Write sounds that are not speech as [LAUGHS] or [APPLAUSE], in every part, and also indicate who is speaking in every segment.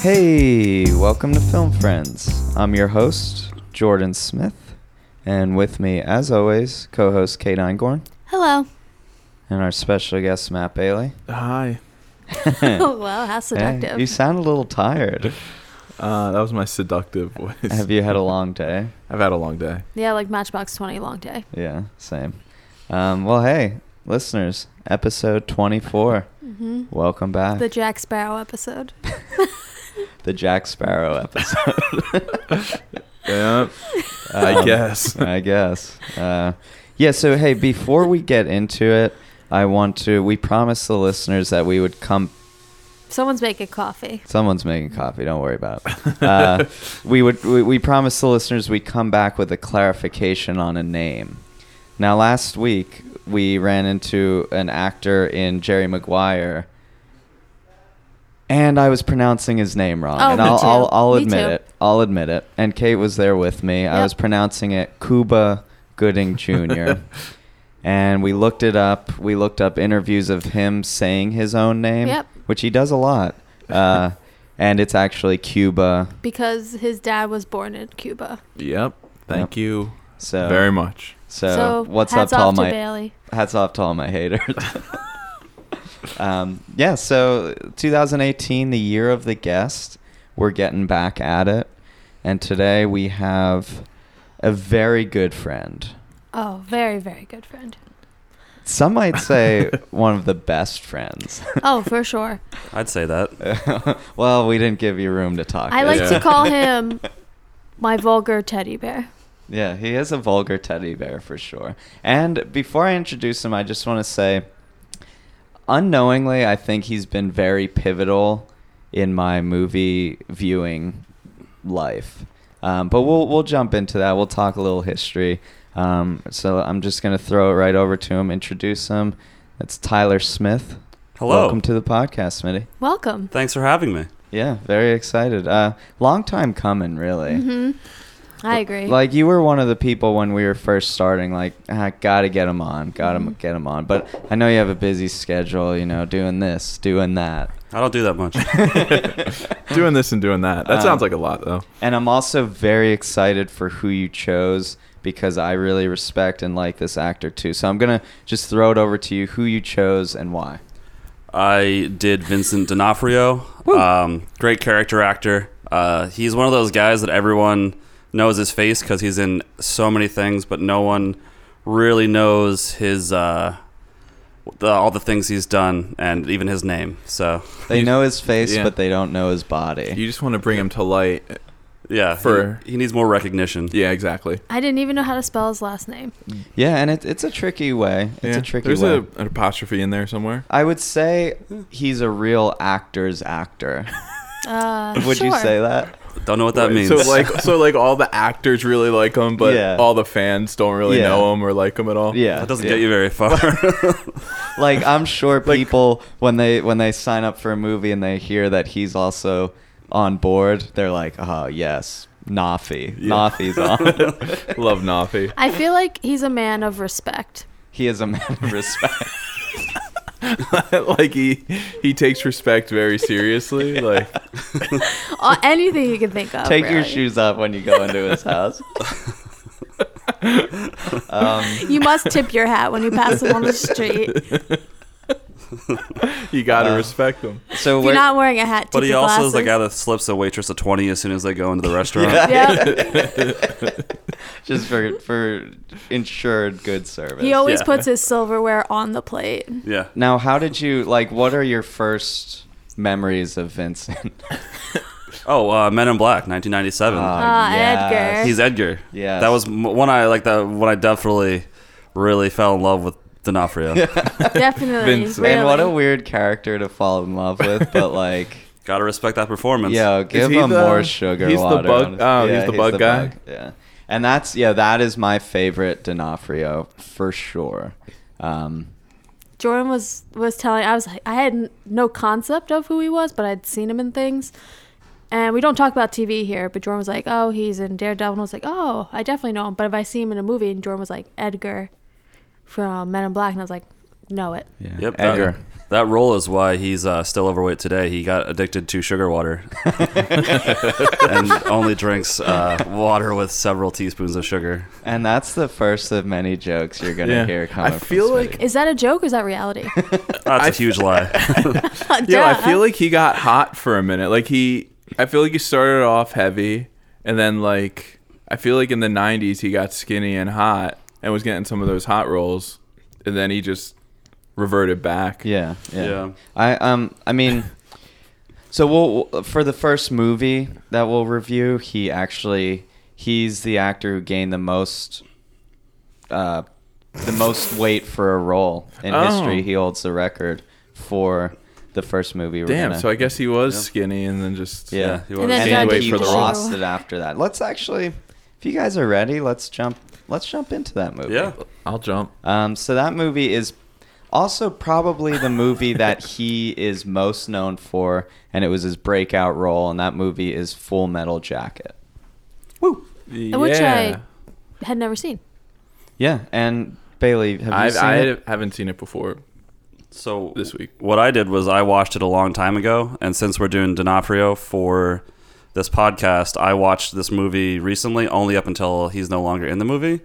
Speaker 1: Hey, welcome to Film Friends. I'm your host, Jordan Smith, and with me, as always, co host Kate Eingorn
Speaker 2: Hello.
Speaker 1: and our special guest, Matt Bailey.
Speaker 3: Hi.
Speaker 2: [LAUGHS] oh, wow, how seductive.
Speaker 1: you sound a little tired.
Speaker 3: Uh, that was my seductive [LAUGHS] voice.
Speaker 1: Have you had a long day?
Speaker 3: I've had a long day.
Speaker 2: yeah, like Matchbox 20, long day.
Speaker 1: Yeah, same. Um, well, hey, listeners, episode 24.
Speaker 3: Mm-hmm.
Speaker 2: hmm
Speaker 1: Welcome back.
Speaker 2: The Jack Sparrow
Speaker 1: [LAUGHS]
Speaker 2: episode.
Speaker 1: The Jack Sparrow episode.
Speaker 2: [LAUGHS]
Speaker 1: [LAUGHS]
Speaker 3: Yep. I
Speaker 1: Um, [LAUGHS]
Speaker 3: guess.
Speaker 1: I guess. Uh, yeah. So hey, before we get into it, I want to. We promised the listeners that we would come.
Speaker 2: Someone's making coffee.
Speaker 1: Someone's making coffee. Don't worry about
Speaker 2: [LAUGHS]
Speaker 1: it. Uh, we would. We, we promised the listeners we come back with a clarification on a name. Now, last week we ran into an actor in Jerry Maguire. And I was pronouncing his name wrong,
Speaker 2: Oh,
Speaker 1: and
Speaker 2: me
Speaker 1: I'll,
Speaker 2: too.
Speaker 1: I'll, I'll
Speaker 2: Me
Speaker 1: admit
Speaker 2: too.
Speaker 1: it. I'll admit it. And Kate was there with me. I
Speaker 2: Yep.
Speaker 1: was pronouncing it Cuba Gooding Jr.
Speaker 2: [LAUGHS]
Speaker 1: and we looked it up. We looked up interviews of him saying his own name,
Speaker 2: Yep.
Speaker 1: which he does a
Speaker 2: [LAUGHS]
Speaker 1: lot. Uh, and it's actually Cuba.
Speaker 2: Because his dad was born in Cuba.
Speaker 3: [LAUGHS] Yep. Thank
Speaker 1: Yep.
Speaker 3: you
Speaker 1: So
Speaker 3: very much.
Speaker 1: So,
Speaker 2: so
Speaker 1: what's up
Speaker 2: hats
Speaker 1: to
Speaker 2: off
Speaker 1: all
Speaker 2: to
Speaker 1: my
Speaker 2: Bailey.
Speaker 1: hats off to all my
Speaker 2: [LAUGHS]
Speaker 1: haters. um, yeah, so 2018, the year of the guest, we're getting back at it, and today we have a very good friend.
Speaker 2: Oh, very, very good friend.
Speaker 1: Some might say one of the best friends.
Speaker 2: Oh,
Speaker 1: [LAUGHS]
Speaker 2: for sure.
Speaker 4: I'd say that.
Speaker 1: well, we didn't give you room to talk.
Speaker 2: I
Speaker 1: did
Speaker 2: like
Speaker 1: we?
Speaker 3: Yeah.
Speaker 1: [LAUGHS]
Speaker 2: to call him my vulgar teddy bear.
Speaker 1: Yeah, he is a vulgar teddy bear for sure. And before I introduce him, I just want to say unknowingly, I think he's been very pivotal in my movie viewing life. Um, but we'll we'll jump into that. We'll talk a little history. Um, so I'm just gonna throw it right over to him. Introduce him. That's Tyler Smith.
Speaker 4: Hello.
Speaker 1: Welcome to the podcast, Smitty.
Speaker 2: Welcome.
Speaker 4: Thanks for having me.
Speaker 1: Yeah, very excited. Uh, long time coming, really.
Speaker 2: hmm I agree.
Speaker 1: Like you were one of the people when we were first starting, like ah, gotta get him on, gotta
Speaker 2: Mhm.
Speaker 1: get him on. But I know you have a busy schedule, you know, doing this, doing that,
Speaker 4: I don't do
Speaker 1: [LAUGHS]
Speaker 4: that much.
Speaker 3: Doing this and doing that. That
Speaker 1: Um,
Speaker 3: sounds like a lot, though.
Speaker 1: and I'm also very excited for who you chose because I really respect and like this actor too. So I'm gonna just throw it over to you, who you chose and why.
Speaker 4: I did Vincent D'Onofrio. Um, great character actor. Uh, he's one of those guys that everyone knows his face because he's in so many things, but no one really knows his uh, the, all the things he's done and even his name. So
Speaker 1: They
Speaker 3: You-
Speaker 1: know his face,
Speaker 3: yeah.
Speaker 1: but they don't know his body.
Speaker 3: You just want to bring him to light.
Speaker 4: yeah,
Speaker 3: For-
Speaker 4: he, he needs more recognition.
Speaker 1: [LAUGHS]
Speaker 3: Yeah, exactly.
Speaker 2: I didn't even know how to spell his last name.
Speaker 1: yeah, and it, it's a tricky way. It's
Speaker 3: yeah.
Speaker 1: a tricky
Speaker 3: There's
Speaker 1: way.
Speaker 3: a- an apostrophe in there somewhere.
Speaker 1: I would say he's a real actor's actor.
Speaker 2: Uh,
Speaker 1: Would you
Speaker 2: sure.
Speaker 1: say that?
Speaker 4: Don't know what that means.
Speaker 3: So like, so like, all the actors really like him, but
Speaker 1: Yeah.
Speaker 3: all the fans don't really
Speaker 1: Yeah.
Speaker 3: know him or like him at all.
Speaker 1: Yeah,
Speaker 4: [LAUGHS] that doesn't
Speaker 1: yeah.
Speaker 4: get you very far.
Speaker 1: [LAUGHS] like I'm sure people when they when they sign up for a movie and they hear that he's also on board, they're like, "Oh yes, Nafi,
Speaker 3: Yeah. [LAUGHS]
Speaker 1: Nafi's on."
Speaker 3: Love Nafi.
Speaker 2: I feel like he's a man of respect.
Speaker 1: he is a man of respect.
Speaker 3: [LAUGHS] like he he takes respect very
Speaker 2: [LAUGHS]
Speaker 3: seriously. Like
Speaker 2: [LAUGHS] Uh,
Speaker 4: [LAUGHS]
Speaker 2: anything you can think of.
Speaker 1: Take your
Speaker 2: really.
Speaker 1: shoes off when you go into his
Speaker 3: [LAUGHS]
Speaker 1: house. um,
Speaker 2: You must tip your hat when you pass him on the street.
Speaker 3: [LAUGHS]
Speaker 2: If
Speaker 3: you gotta
Speaker 1: Uh,
Speaker 3: respect him.
Speaker 1: so
Speaker 2: you're
Speaker 1: we're
Speaker 2: not wearing a
Speaker 1: [LAUGHS]
Speaker 2: hat, tip
Speaker 4: but he
Speaker 2: your
Speaker 4: also is the guy
Speaker 2: glasses.
Speaker 4: that slips a waitress a twenty as soon as they go
Speaker 1: [LAUGHS]
Speaker 4: into the restaurant.
Speaker 1: just for for insured good service.
Speaker 2: He always
Speaker 4: Yeah.
Speaker 2: puts his silverware on the
Speaker 3: [LAUGHS]
Speaker 2: plate.
Speaker 4: yeah.
Speaker 1: now, how did you like? What are your first memories of Vincent?
Speaker 2: [LAUGHS]
Speaker 4: Oh, uh, Men in Black, 1997.
Speaker 2: Ah, Edgar.
Speaker 4: [LAUGHS] He's Edgar.
Speaker 1: Yes.
Speaker 4: That was m- one I like. That one I definitely, really fell in love with D'Onofrio.
Speaker 2: Definitely.
Speaker 3: Vince.
Speaker 2: really.
Speaker 1: And what a weird character to fall in love with, but
Speaker 3: [LAUGHS]
Speaker 1: like,
Speaker 4: Gotta respect that performance.
Speaker 1: yo, give
Speaker 3: he
Speaker 1: him
Speaker 3: the-
Speaker 1: more sugar
Speaker 3: he's the
Speaker 1: water.
Speaker 3: bug-
Speaker 1: on his-
Speaker 3: oh, he's the bug guy?
Speaker 1: Yeah, and that's yeah, that is my favorite D'Onofrio for sure. Um,
Speaker 2: Jordan was was telling I was like I had n- no concept of who he was, but I'd seen him in things. And we don't talk about TV here, but Jordan was like, "Oh, he's in Daredevil." And I was like, "Oh, I definitely know him." But if I see him in a movie, and Jordan was like, "Edgar from Men in Black," and I was like, know it.
Speaker 1: Yeah.
Speaker 4: Yep, that-
Speaker 1: Edgar.
Speaker 4: That role is why he's uh, still overweight today. He got addicted to sugar water
Speaker 1: [LAUGHS]
Speaker 3: [LAUGHS]
Speaker 4: and only drinks uh, water with several teaspoons of sugar.
Speaker 1: And that's the first of many jokes you're gonna
Speaker 3: Yeah.
Speaker 1: hear
Speaker 3: I
Speaker 1: coming.
Speaker 3: feel
Speaker 1: from
Speaker 3: like-
Speaker 1: Smitty.
Speaker 2: Is that a joke or is that reality?
Speaker 3: [LAUGHS]
Speaker 4: That's a huge lie.
Speaker 1: [LAUGHS]
Speaker 2: [LAUGHS]
Speaker 3: Yeah, I feel like he got hot for a minute. Like he, I feel like he started off heavy, and then like I feel like in the '90s he got skinny and hot, and was getting some of those hot rolls, and then he just reverted back.
Speaker 1: yeah, yeah,
Speaker 4: Yeah.
Speaker 1: I um, I mean, so we'll for the first movie that we'll review, he actually he's the actor who gained the most, uh, the most weight for a role in
Speaker 3: Oh.
Speaker 1: history. He holds the record for the first movie. We're
Speaker 3: Damn.
Speaker 1: gonna-
Speaker 3: So I guess he was skinny, and then just
Speaker 1: yeah,
Speaker 4: he
Speaker 1: yeah
Speaker 4: was.
Speaker 2: And then
Speaker 3: got
Speaker 1: and
Speaker 3: Anyway,
Speaker 1: he
Speaker 3: for the role.
Speaker 1: lost it after that. Let's actually, if you guys are ready, let's jump. Let's jump into that movie.
Speaker 4: Yeah.
Speaker 3: I'll jump.
Speaker 1: Um, so that movie is also probably the [LAUGHS] movie that he is most known for, and it was his breakout role. And that movie is Full Metal Jacket.
Speaker 3: Yeah.
Speaker 2: Which I had never seen.
Speaker 1: Yeah, and Bailey, have you
Speaker 3: I've,
Speaker 1: seen
Speaker 3: I
Speaker 1: [LAUGHS] it?
Speaker 3: haven't seen it before.
Speaker 4: So
Speaker 3: This week.
Speaker 4: what I did was I watched it a long time ago, and since we're doing D'Onofrio for this podcast, I watched this movie recently, only up until he's no longer in
Speaker 1: [LAUGHS]
Speaker 4: the movie.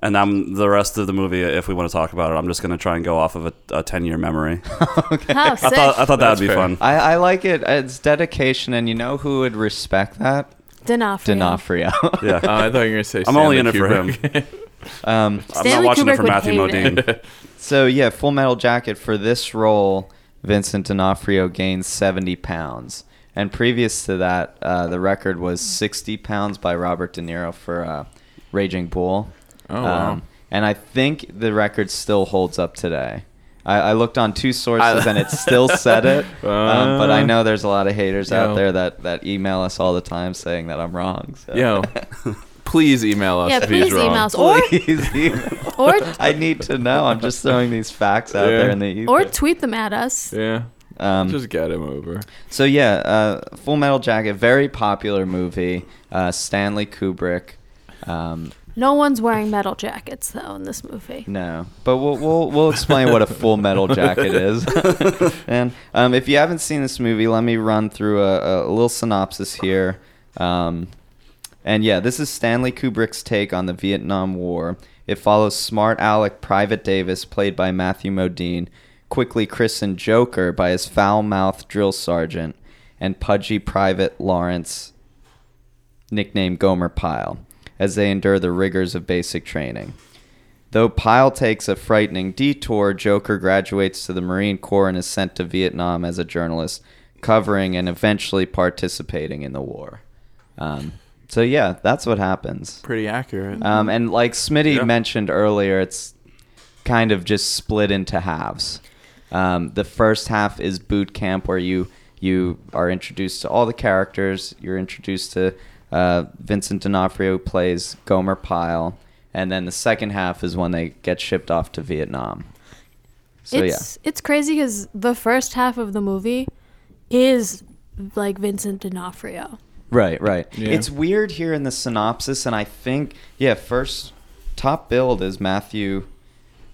Speaker 4: And I'm the rest of the movie. If we want to talk about it, I'm just going to try and go off of a, a 10 year memory.
Speaker 2: How
Speaker 4: I
Speaker 2: sick.
Speaker 4: thought I thought that would
Speaker 3: That's
Speaker 4: be
Speaker 3: fair.
Speaker 4: fun.
Speaker 1: I, I like it. It's dedication, and you know who would respect that?
Speaker 2: D'Onofrio.
Speaker 1: D'Onofrio.
Speaker 4: Yeah,
Speaker 3: Uh, I thought you were gonna say.
Speaker 4: [LAUGHS] I'm only
Speaker 3: Stanley
Speaker 4: in it for
Speaker 3: Kubrick.
Speaker 4: him.
Speaker 1: [LAUGHS] um,
Speaker 4: I'm
Speaker 2: Stanley
Speaker 4: not watching
Speaker 2: Kubrick
Speaker 4: it for
Speaker 2: would
Speaker 4: Matthew
Speaker 2: hate
Speaker 4: [LAUGHS] Modine.
Speaker 1: so yeah, Full Metal Jacket for this role, Vincent D'Onofrio gained 70 pounds, and previous to that, uh, the record was 60 pounds by Robert De Niro for uh, Raging Bull.
Speaker 3: Oh wow.
Speaker 1: Um, and I think the record still holds up today. I, I looked on two sources
Speaker 3: I- Uh,
Speaker 1: and it still said
Speaker 3: [LAUGHS]
Speaker 1: it. Um, but I know there's a lot of haters out
Speaker 3: Yo.
Speaker 1: there that, that email us all the time saying that I'm wrong. So.
Speaker 3: Yo, [LAUGHS]
Speaker 1: [LAUGHS]
Speaker 3: please email us.
Speaker 2: Yeah,
Speaker 3: if he's
Speaker 2: please
Speaker 3: wrong.
Speaker 2: email us. Or,
Speaker 1: Please email.
Speaker 2: [LAUGHS] or,
Speaker 1: I need to know. I'm just throwing these facts out
Speaker 3: Yeah.
Speaker 1: there in the ether.
Speaker 2: or tweet them at us.
Speaker 3: Yeah,
Speaker 1: um,
Speaker 3: just get him over.
Speaker 1: So yeah, uh, Full Metal Jacket, very popular movie. Uh, Stanley Kubrick. Um,
Speaker 2: No one's wearing metal jackets, though, in this movie.
Speaker 1: No, but we'll we'll, we'll explain what a full metal jacket is. and um, if you haven't seen this movie, let me run through a, a little synopsis here. Um, and yeah, this is Stanley Kubrick's take on the Vietnam War. It follows smart Alec Private Davis, played by Matthew Modine, quickly christened Joker by his foul mouthed drill sergeant, and pudgy Private Lawrence, nicknamed Gomer Pyle, as they endure the rigors of basic training. Though Pyle takes a frightening detour, Joker graduates to the Marine Corps and is sent to Vietnam as a journalist, covering and eventually participating in the war. Um, so yeah, that's what happens.
Speaker 3: Pretty accurate.
Speaker 1: Um, and like Smitty
Speaker 4: Yeah.
Speaker 1: mentioned earlier, it's kind of just split into halves. Um, the first half is boot camp, where you you are introduced to all the characters. You're introduced to uh, Vincent D'Onofrio, who plays Gomer Pyle, and then the second half is when they get shipped off to Vietnam. So
Speaker 2: it's it's crazy because the first half of the movie is like Vincent D'Onofrio.
Speaker 1: yeah, right, right.
Speaker 3: Yeah.
Speaker 1: It's weird here in the synopsis, and I think yeah, first top build is Matthew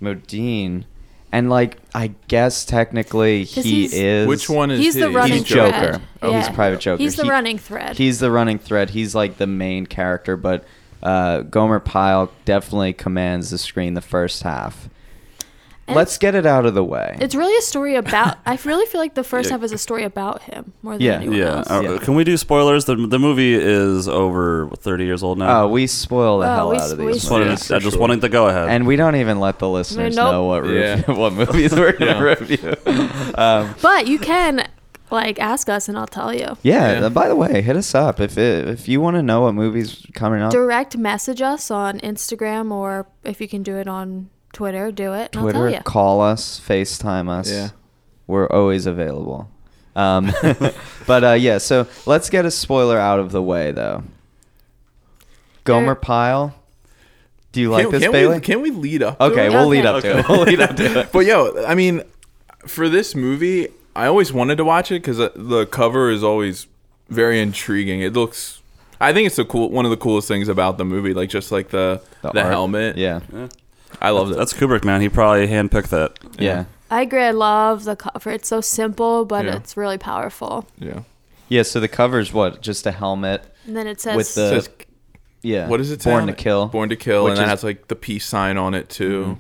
Speaker 1: Modine, and like I guess technically
Speaker 2: 'Cause
Speaker 1: he
Speaker 2: he's-
Speaker 1: is
Speaker 3: Which one is
Speaker 2: He's the
Speaker 3: he?
Speaker 2: running
Speaker 1: he's
Speaker 2: thread.
Speaker 1: Joker. Oh,
Speaker 2: Yeah.
Speaker 1: He's Private Joker.
Speaker 2: He's the
Speaker 1: He-
Speaker 2: running thread.
Speaker 1: He's the running thread. He's like the main character, but uh, Gomer Pyle definitely commands the screen the first half.
Speaker 2: And
Speaker 1: Let's get it out of the way.
Speaker 2: It's really a story about. I really feel like the first
Speaker 3: Yeah.
Speaker 2: half is a story about him more than
Speaker 1: Yeah.
Speaker 2: anyone
Speaker 4: Yeah.
Speaker 2: else.
Speaker 4: Uh,
Speaker 1: Yeah.
Speaker 4: Can we do spoilers? The, the movie is over what, 30 years old now.
Speaker 1: oh, we spoil the
Speaker 2: Oh,
Speaker 1: hell
Speaker 2: we
Speaker 1: out of
Speaker 2: s- we
Speaker 1: these.
Speaker 4: just
Speaker 2: spoil-
Speaker 4: wanted,
Speaker 1: movies.
Speaker 3: Yeah,
Speaker 4: I
Speaker 3: for
Speaker 4: just
Speaker 3: sure.
Speaker 4: wanted to go ahead.
Speaker 1: And we don't even let the listeners
Speaker 2: Nope.
Speaker 1: know what review,
Speaker 3: Um,
Speaker 1: [LAUGHS]
Speaker 3: Yeah.
Speaker 1: what
Speaker 3: [LAUGHS]
Speaker 1: movies we're gonna review. Um,
Speaker 2: But you can like ask us, and I'll tell you.
Speaker 1: yeah,
Speaker 3: Yeah.
Speaker 1: uh, By the way, hit us up if it, if you want to know what movies coming up.
Speaker 2: Direct message us on Instagram, or if you can do it on Twitter, do it. And I'll tell
Speaker 1: Twitter,
Speaker 2: you.
Speaker 1: call us, FaceTime us.
Speaker 3: Yeah.
Speaker 1: We're always available. Um, [LAUGHS] but uh, yeah, so let's get a spoiler out of the way, though. Gomer
Speaker 2: There-
Speaker 1: Pyle. Do you like
Speaker 3: can,
Speaker 1: this,
Speaker 3: can
Speaker 1: Bailey?
Speaker 3: We, can we lead up? to
Speaker 1: okay,
Speaker 3: it?
Speaker 1: we'll lead up to
Speaker 4: [LAUGHS]
Speaker 1: [LAUGHS]
Speaker 4: Okay.
Speaker 1: it. We'll lead up
Speaker 3: [LAUGHS]
Speaker 1: to it.
Speaker 3: but yo, I mean, for this movie, I always wanted to watch it because the cover is always very intriguing. It looks, I think it's the cool one of the coolest things about the movie, like just like the the,
Speaker 1: art.
Speaker 3: helmet.
Speaker 1: Yeah.
Speaker 3: I loved it.
Speaker 4: That's Kubrick, man. He probably handpicked that.
Speaker 1: Yeah.
Speaker 2: I agree. I love the cover. It's so simple, but
Speaker 3: Yeah.
Speaker 2: it's really powerful.
Speaker 3: Yeah.
Speaker 1: Yeah, so the cover's what? Just a helmet
Speaker 2: And then it says
Speaker 1: with the
Speaker 3: Says-
Speaker 1: yeah.
Speaker 3: What is it? say
Speaker 1: Born
Speaker 3: on
Speaker 1: to Kill.
Speaker 3: Born to Kill,
Speaker 1: Which
Speaker 3: and that
Speaker 1: is-
Speaker 3: has like the peace sign on it too.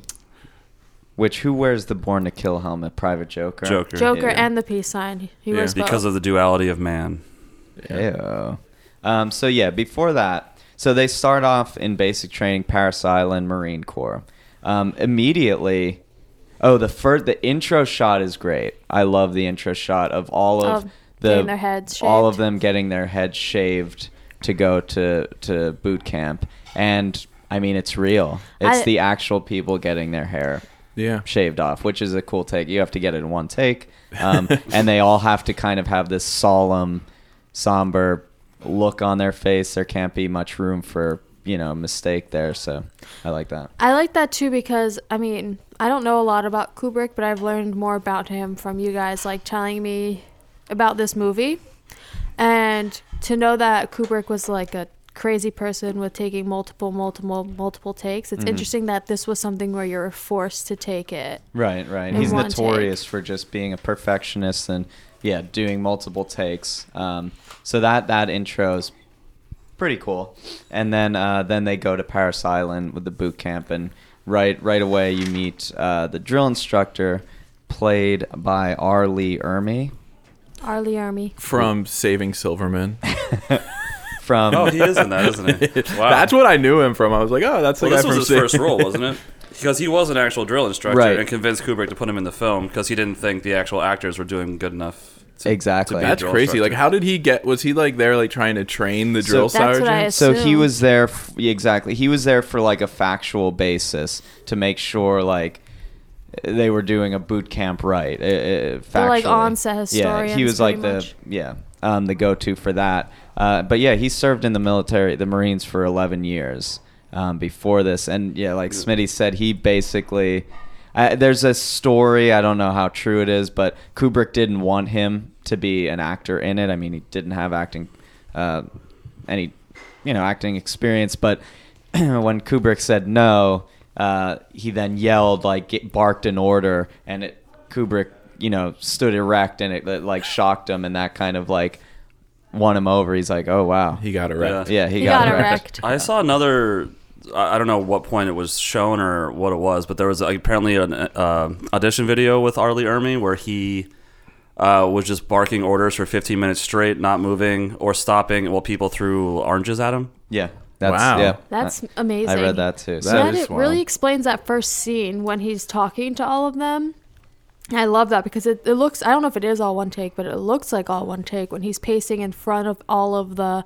Speaker 1: Which who wears the Born to Kill helmet? Private Joker.
Speaker 4: Joker.
Speaker 2: Joker
Speaker 1: Yeah.
Speaker 2: and the peace sign. He
Speaker 3: Yeah.
Speaker 2: was
Speaker 4: Because of the duality of man.
Speaker 1: Ew. Um, so yeah, before that, so they start off in basic training, Paris Island, Marine Corps. Um, immediately, oh, the first, the intro shot is great. I love the intro shot of all of
Speaker 2: Of
Speaker 1: the
Speaker 2: getting their heads
Speaker 1: all of
Speaker 2: shaved.
Speaker 1: them getting their heads shaved to go to to boot camp, and I mean it's real. It's
Speaker 2: I-
Speaker 1: the actual people getting their hair
Speaker 3: Yeah.
Speaker 1: shaved off, which is a cool take. You have to get it in one take, um, and they all have to kind of have this solemn, somber look on their face. There can't be much room for you know mistake there. So I like that.
Speaker 2: I like that too because I mean I don't know a lot about Kubrick, but I've learned more about him from you guys like telling me about this movie, and to know that Kubrick was like a crazy person with taking multiple, multiple, multiple takes. It's interesting that this was something where you're forced to take it.
Speaker 1: Right, right.
Speaker 2: In
Speaker 1: He's
Speaker 2: one
Speaker 1: notorious for just being a perfectionist and yeah, doing multiple takes. Um, so that that intro is pretty cool. And then uh, then they go to Paris Island with the boot camp, and right right away you meet uh, the drill instructor, played by R. Lee Ermey
Speaker 2: Arlie Army.
Speaker 3: From Saving Silverman.
Speaker 1: from
Speaker 4: Oh, he is in that, [LAUGHS] isn't he? Wow.
Speaker 3: That's what I knew him from. I was like, oh, that's the
Speaker 4: Well,
Speaker 3: guy
Speaker 4: this
Speaker 3: from
Speaker 4: was his
Speaker 3: Saving-
Speaker 4: first role, wasn't it? [LAUGHS] Because he was an actual drill instructor
Speaker 1: Right.
Speaker 4: and convinced Kubrick to put him in the film because he didn't think the actual actors were doing good enough. To,
Speaker 1: Exactly.
Speaker 4: To be a
Speaker 3: That's
Speaker 4: drill
Speaker 3: crazy. Like,
Speaker 4: instructor.
Speaker 3: how did he get? Was he like there, like trying to train the drill
Speaker 2: That's what I
Speaker 3: sergeant?
Speaker 2: assumed.
Speaker 1: so he
Speaker 2: assume.
Speaker 1: was there f- yeah, exactly he was there for like a factual basis to make sure like they were doing a boot camp right uh, uh,
Speaker 2: They're like
Speaker 1: factually.
Speaker 2: on-set
Speaker 1: yeah he
Speaker 2: historians
Speaker 1: was like
Speaker 2: pretty
Speaker 1: the
Speaker 2: much.
Speaker 1: yeah um, the go-to for that uh, but yeah he served in the military the marines for 11 years um, before this and yeah like smitty said he basically I there's a story i don't know how true it is but kubrick didn't want him to be an actor in it i mean he didn't have acting uh, any you know acting experience but [CLEARS THROAT] when kubrick said no uh, he then yelled like get, barked an order and it kubrick you know stood erect and it, it, like shocked him and that kind of like won him over he's like oh wow
Speaker 3: He got it right.
Speaker 1: yeah he,
Speaker 2: He
Speaker 1: got,
Speaker 2: got
Speaker 1: erect
Speaker 2: erect.
Speaker 4: I saw another. I I don't know what point it was shown or what it was, but there was like, apparently an uh, audition video with Arlie Ermey where he uh, was just barking orders for 15 minutes straight, not moving or stopping while people threw oranges at him.
Speaker 1: yeah that's
Speaker 3: Wow.
Speaker 1: yeah
Speaker 2: That's
Speaker 1: I-
Speaker 2: amazing.
Speaker 1: i read that too so
Speaker 2: So
Speaker 3: That
Speaker 2: that
Speaker 3: is
Speaker 2: it really
Speaker 3: wild.
Speaker 2: explains that first scene when he's talking to all of them. I love that because it, it looks I don't know if it is all one take, but it looks like all one take when he's pacing in front of all of the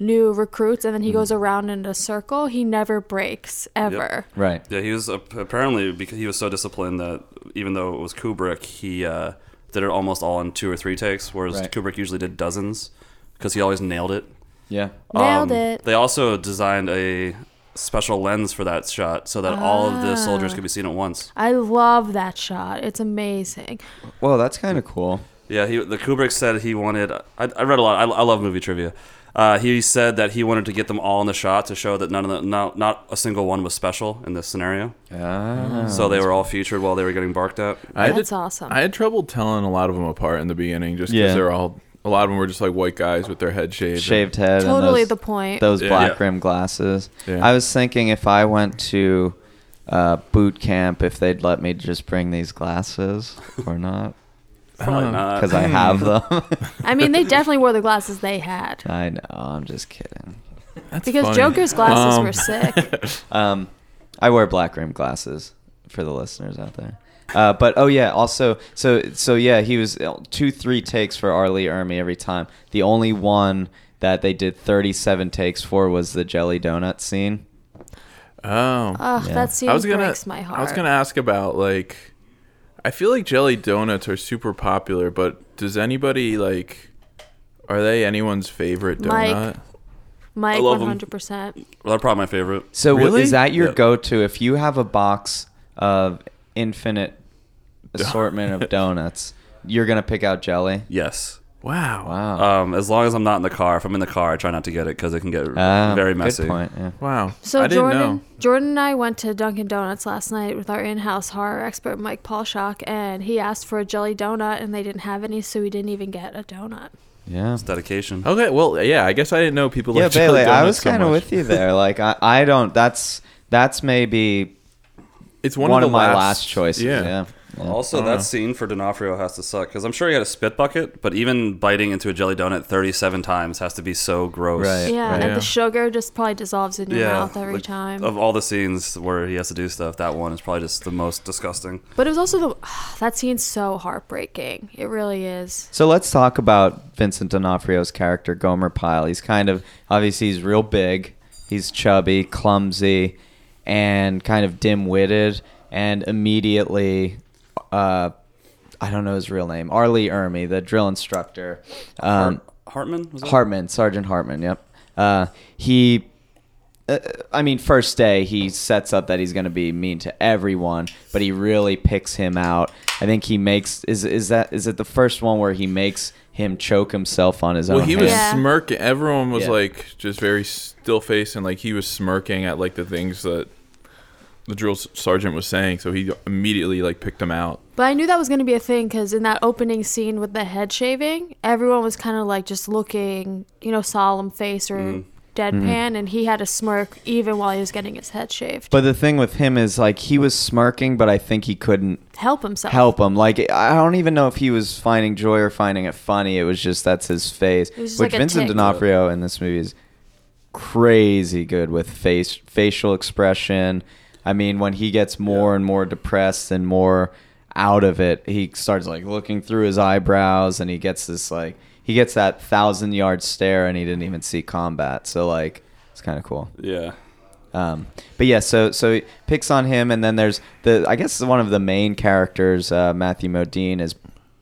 Speaker 2: new recruits and then
Speaker 3: Mm-hmm.
Speaker 2: he goes around in a circle. He never breaks ever.
Speaker 1: right
Speaker 4: Yeah, he was ap- apparently because he was so disciplined that even though it was Kubrick, he uh, did it almost all in two or three takes, whereas
Speaker 1: Right.
Speaker 4: Kubrick usually did dozens because he always nailed it.
Speaker 1: yeah
Speaker 2: Nailed
Speaker 4: Um,
Speaker 2: it.
Speaker 4: They also designed a special lens for that shot so that all of the
Speaker 2: Ah.
Speaker 4: soldiers could be seen at once.
Speaker 2: I love that shot. It's amazing.
Speaker 1: well that's kind of cool
Speaker 4: Yeah, he, the Kubrick said he wanted. I, I read a lot. I, I love movie trivia. Uh, he said that he wanted to get them all in the shot to show that none of the, no, not a single one was special in this scenario.
Speaker 3: Ah.
Speaker 1: Oh,
Speaker 4: so they were all featured while they were getting barked
Speaker 1: Uh,
Speaker 4: at.
Speaker 3: I had
Speaker 2: That's
Speaker 3: to-
Speaker 2: awesome.
Speaker 3: I had trouble telling a lot of them apart in the beginning, just because
Speaker 1: Yeah.
Speaker 3: they're all. A lot of them were just like white guys with their head shaved.
Speaker 1: shaved head and
Speaker 2: Totally
Speaker 1: those-
Speaker 2: the point.
Speaker 1: those
Speaker 4: Yeah.
Speaker 1: black
Speaker 4: Yeah.
Speaker 1: rim glasses.
Speaker 3: Yeah.
Speaker 1: I was thinking if I went to uh, boot camp, if they'd let me just bring these
Speaker 4: [LAUGHS]
Speaker 1: glasses or not,
Speaker 4: Probably
Speaker 1: [LAUGHS]
Speaker 4: not.
Speaker 1: because I
Speaker 3: [LAUGHS]
Speaker 1: have them.
Speaker 2: I mean,
Speaker 1: [LAUGHS]
Speaker 2: they definitely wore the glasses they had
Speaker 1: I know. I'm just kidding.
Speaker 3: That's
Speaker 2: because
Speaker 3: funny.
Speaker 2: Joker's glasses
Speaker 3: Um,
Speaker 2: were sick.
Speaker 1: Um, I wear black rim glasses for the listeners out there. Uh, but oh yeah, also so so yeah, he was uh, two three takes for Arlie Ermy every time. The only one that they did 37 takes for was the jelly donut scene.
Speaker 3: [LAUGHS] Oh.
Speaker 2: Ugh,
Speaker 1: Yeah.
Speaker 2: that scene
Speaker 3: I was gonna.
Speaker 2: breaks my heart.
Speaker 3: I was gonna ask about like. I feel like jelly donuts are super popular, but does anybody like? Are they anyone's favorite
Speaker 2: Mike.
Speaker 3: donut?
Speaker 2: Mike,
Speaker 4: love 'em.
Speaker 2: one hundred percent.
Speaker 4: Well, they're probably my favorite.
Speaker 1: So w-
Speaker 3: Really?
Speaker 1: is that your
Speaker 4: Yeah.
Speaker 1: go-to if you have a box of
Speaker 3: [LAUGHS]
Speaker 1: infinite assortment of donuts? You're gonna pick out jelly.
Speaker 4: Yes.
Speaker 3: Wow.
Speaker 1: Wow.
Speaker 4: Um, as long as I'm not in the car. If I'm in the car, I try not to get it because it can get
Speaker 1: Ah,
Speaker 4: very
Speaker 1: good
Speaker 4: messy.
Speaker 1: point, yeah.
Speaker 3: Wow.
Speaker 2: So
Speaker 3: I didn't
Speaker 2: Jordan,
Speaker 3: know.
Speaker 2: Jordan and I went to Dunkin' Donuts last night with our in-house horror expert Mike Paulshock, and he asked for a jelly donut, and they didn't have any, so we didn't even get a donut.
Speaker 1: Yeah.
Speaker 4: It's dedication.
Speaker 1: Oh,
Speaker 3: Okay, well, yeah, I guess I didn't know people
Speaker 1: yeah,
Speaker 3: like [LAUGHS] jelly
Speaker 1: Bailey, I
Speaker 3: donuts
Speaker 1: was
Speaker 3: so
Speaker 1: kind of
Speaker 3: much. [LAUGHS]
Speaker 1: with you there. Like, I, I don't. That's that's maybe
Speaker 3: It's one,
Speaker 1: one,
Speaker 3: the
Speaker 1: of, my
Speaker 3: last,
Speaker 1: last, choices. Yeah. Yeah. Oh,
Speaker 4: Also,
Speaker 3: I
Speaker 4: that
Speaker 3: dunno.
Speaker 4: scene for D'Onofrio has to suck because I'm sure he had a spit bucket, but even biting into a jelly donut 37 times has to be so gross.
Speaker 1: Right.
Speaker 2: Yeah,
Speaker 3: Right.
Speaker 2: and
Speaker 3: Yeah.
Speaker 2: the sugar just probably dissolves in your
Speaker 4: Yeah,
Speaker 2: mouth every
Speaker 4: like,
Speaker 2: time.
Speaker 4: Of all the scenes where he has to do stuff, that one is probably just the most disgusting.
Speaker 2: but it was also the [SIGHS] that scene's so heartbreaking. It really is.
Speaker 1: So let's talk about Vincent D'Onofrio's character Gomer Pyle. He's kind of obviously he's real big, he's chubby, clumsy, and kind of dim-witted. And immediately, uh, I don't know his real name, Arlie Ermy, the drill instructor. Um,
Speaker 4: Hartman? Was it?
Speaker 1: Hartman, Sergeant Hartman. Yep. Uh, he, uh, I mean, first day he sets up that he's going to be mean to everyone, but he really picks him out. I think he makes is is that is it the first one where he makes him choke himself on his
Speaker 3: Well,
Speaker 1: own.
Speaker 3: he was
Speaker 1: hand?
Speaker 2: Yeah.
Speaker 3: smirking. Everyone was
Speaker 1: Yeah.
Speaker 3: like just very still faced, and like he was smirking at like the things that the drill s- sergeant was saying. So he immediately like picked him out.
Speaker 2: But I knew that was going to be a thing because in that opening scene with the head shaving, everyone was kind of like just looking, you know, solemn face or deadpan, and he had a smirk even while he was getting his head shaved.
Speaker 1: But the thing with him is like he was smirking, but I think he couldn't
Speaker 2: help himself.
Speaker 1: help him. Like I don't even know if he was finding joy or finding it funny. It was just that's his face.
Speaker 2: was just
Speaker 1: Which
Speaker 2: like a
Speaker 1: Vincent
Speaker 2: tick.
Speaker 1: D'Onofrio in this movie is crazy good with face facial expression. I mean, when he gets more and more depressed and more out of it, he starts like looking through his eyebrows and he gets this like he gets that thousand yard stare and he didn't even see combat. So like it's kind of cool.
Speaker 4: Yeah.
Speaker 1: Um, but yeah, so so he picks on him, and then there's the I guess one of the main characters, uh, Matthew Modine, is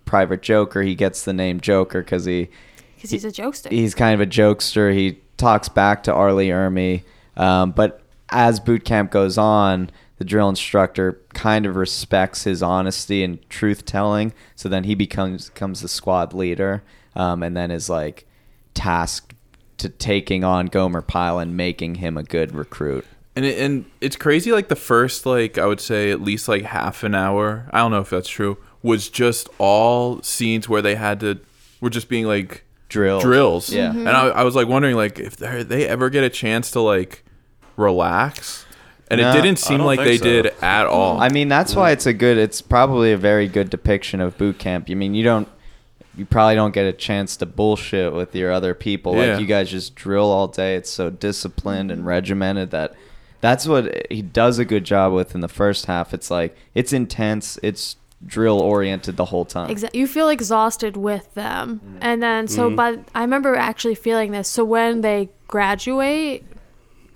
Speaker 1: Private Joker. He gets the name Joker because he
Speaker 2: because he's a jokester.
Speaker 1: he's kind of a jokester. He talks back to Arlie Ermy, um, but as boot camp goes on, the drill instructor kind of respects his honesty and truth telling. So then he becomes becomes the squad leader, um, and then is like tasked to taking on Gomer Pyle and making him a good recruit.
Speaker 3: And it, and it's crazy. Like the first like I would say at least like half an hour. I don't know if that's true. Was just all scenes where they had to were just being like
Speaker 1: Drill.
Speaker 3: drills.
Speaker 1: Yeah.
Speaker 3: And I, I was like wondering like if they they ever get a chance to like relax. And
Speaker 1: No,
Speaker 3: it
Speaker 1: I
Speaker 3: didn't seem
Speaker 4: don't
Speaker 3: like
Speaker 4: think
Speaker 3: they
Speaker 4: so.
Speaker 3: did at all.
Speaker 1: I mean, that's why it's a good. It's probably a very good depiction of boot camp. You mean, you don't, you probably don't get a chance to bullshit with your other people.
Speaker 3: Yeah.
Speaker 1: Like you guys just drill all day. It's so disciplined and regimented that that's what he does a good job with in the first half. It's like it's intense. It's drill oriented the whole time.
Speaker 2: Exa- you feel exhausted with them and then so
Speaker 3: Mm-hmm.
Speaker 2: but i remember actually feeling this so when they graduate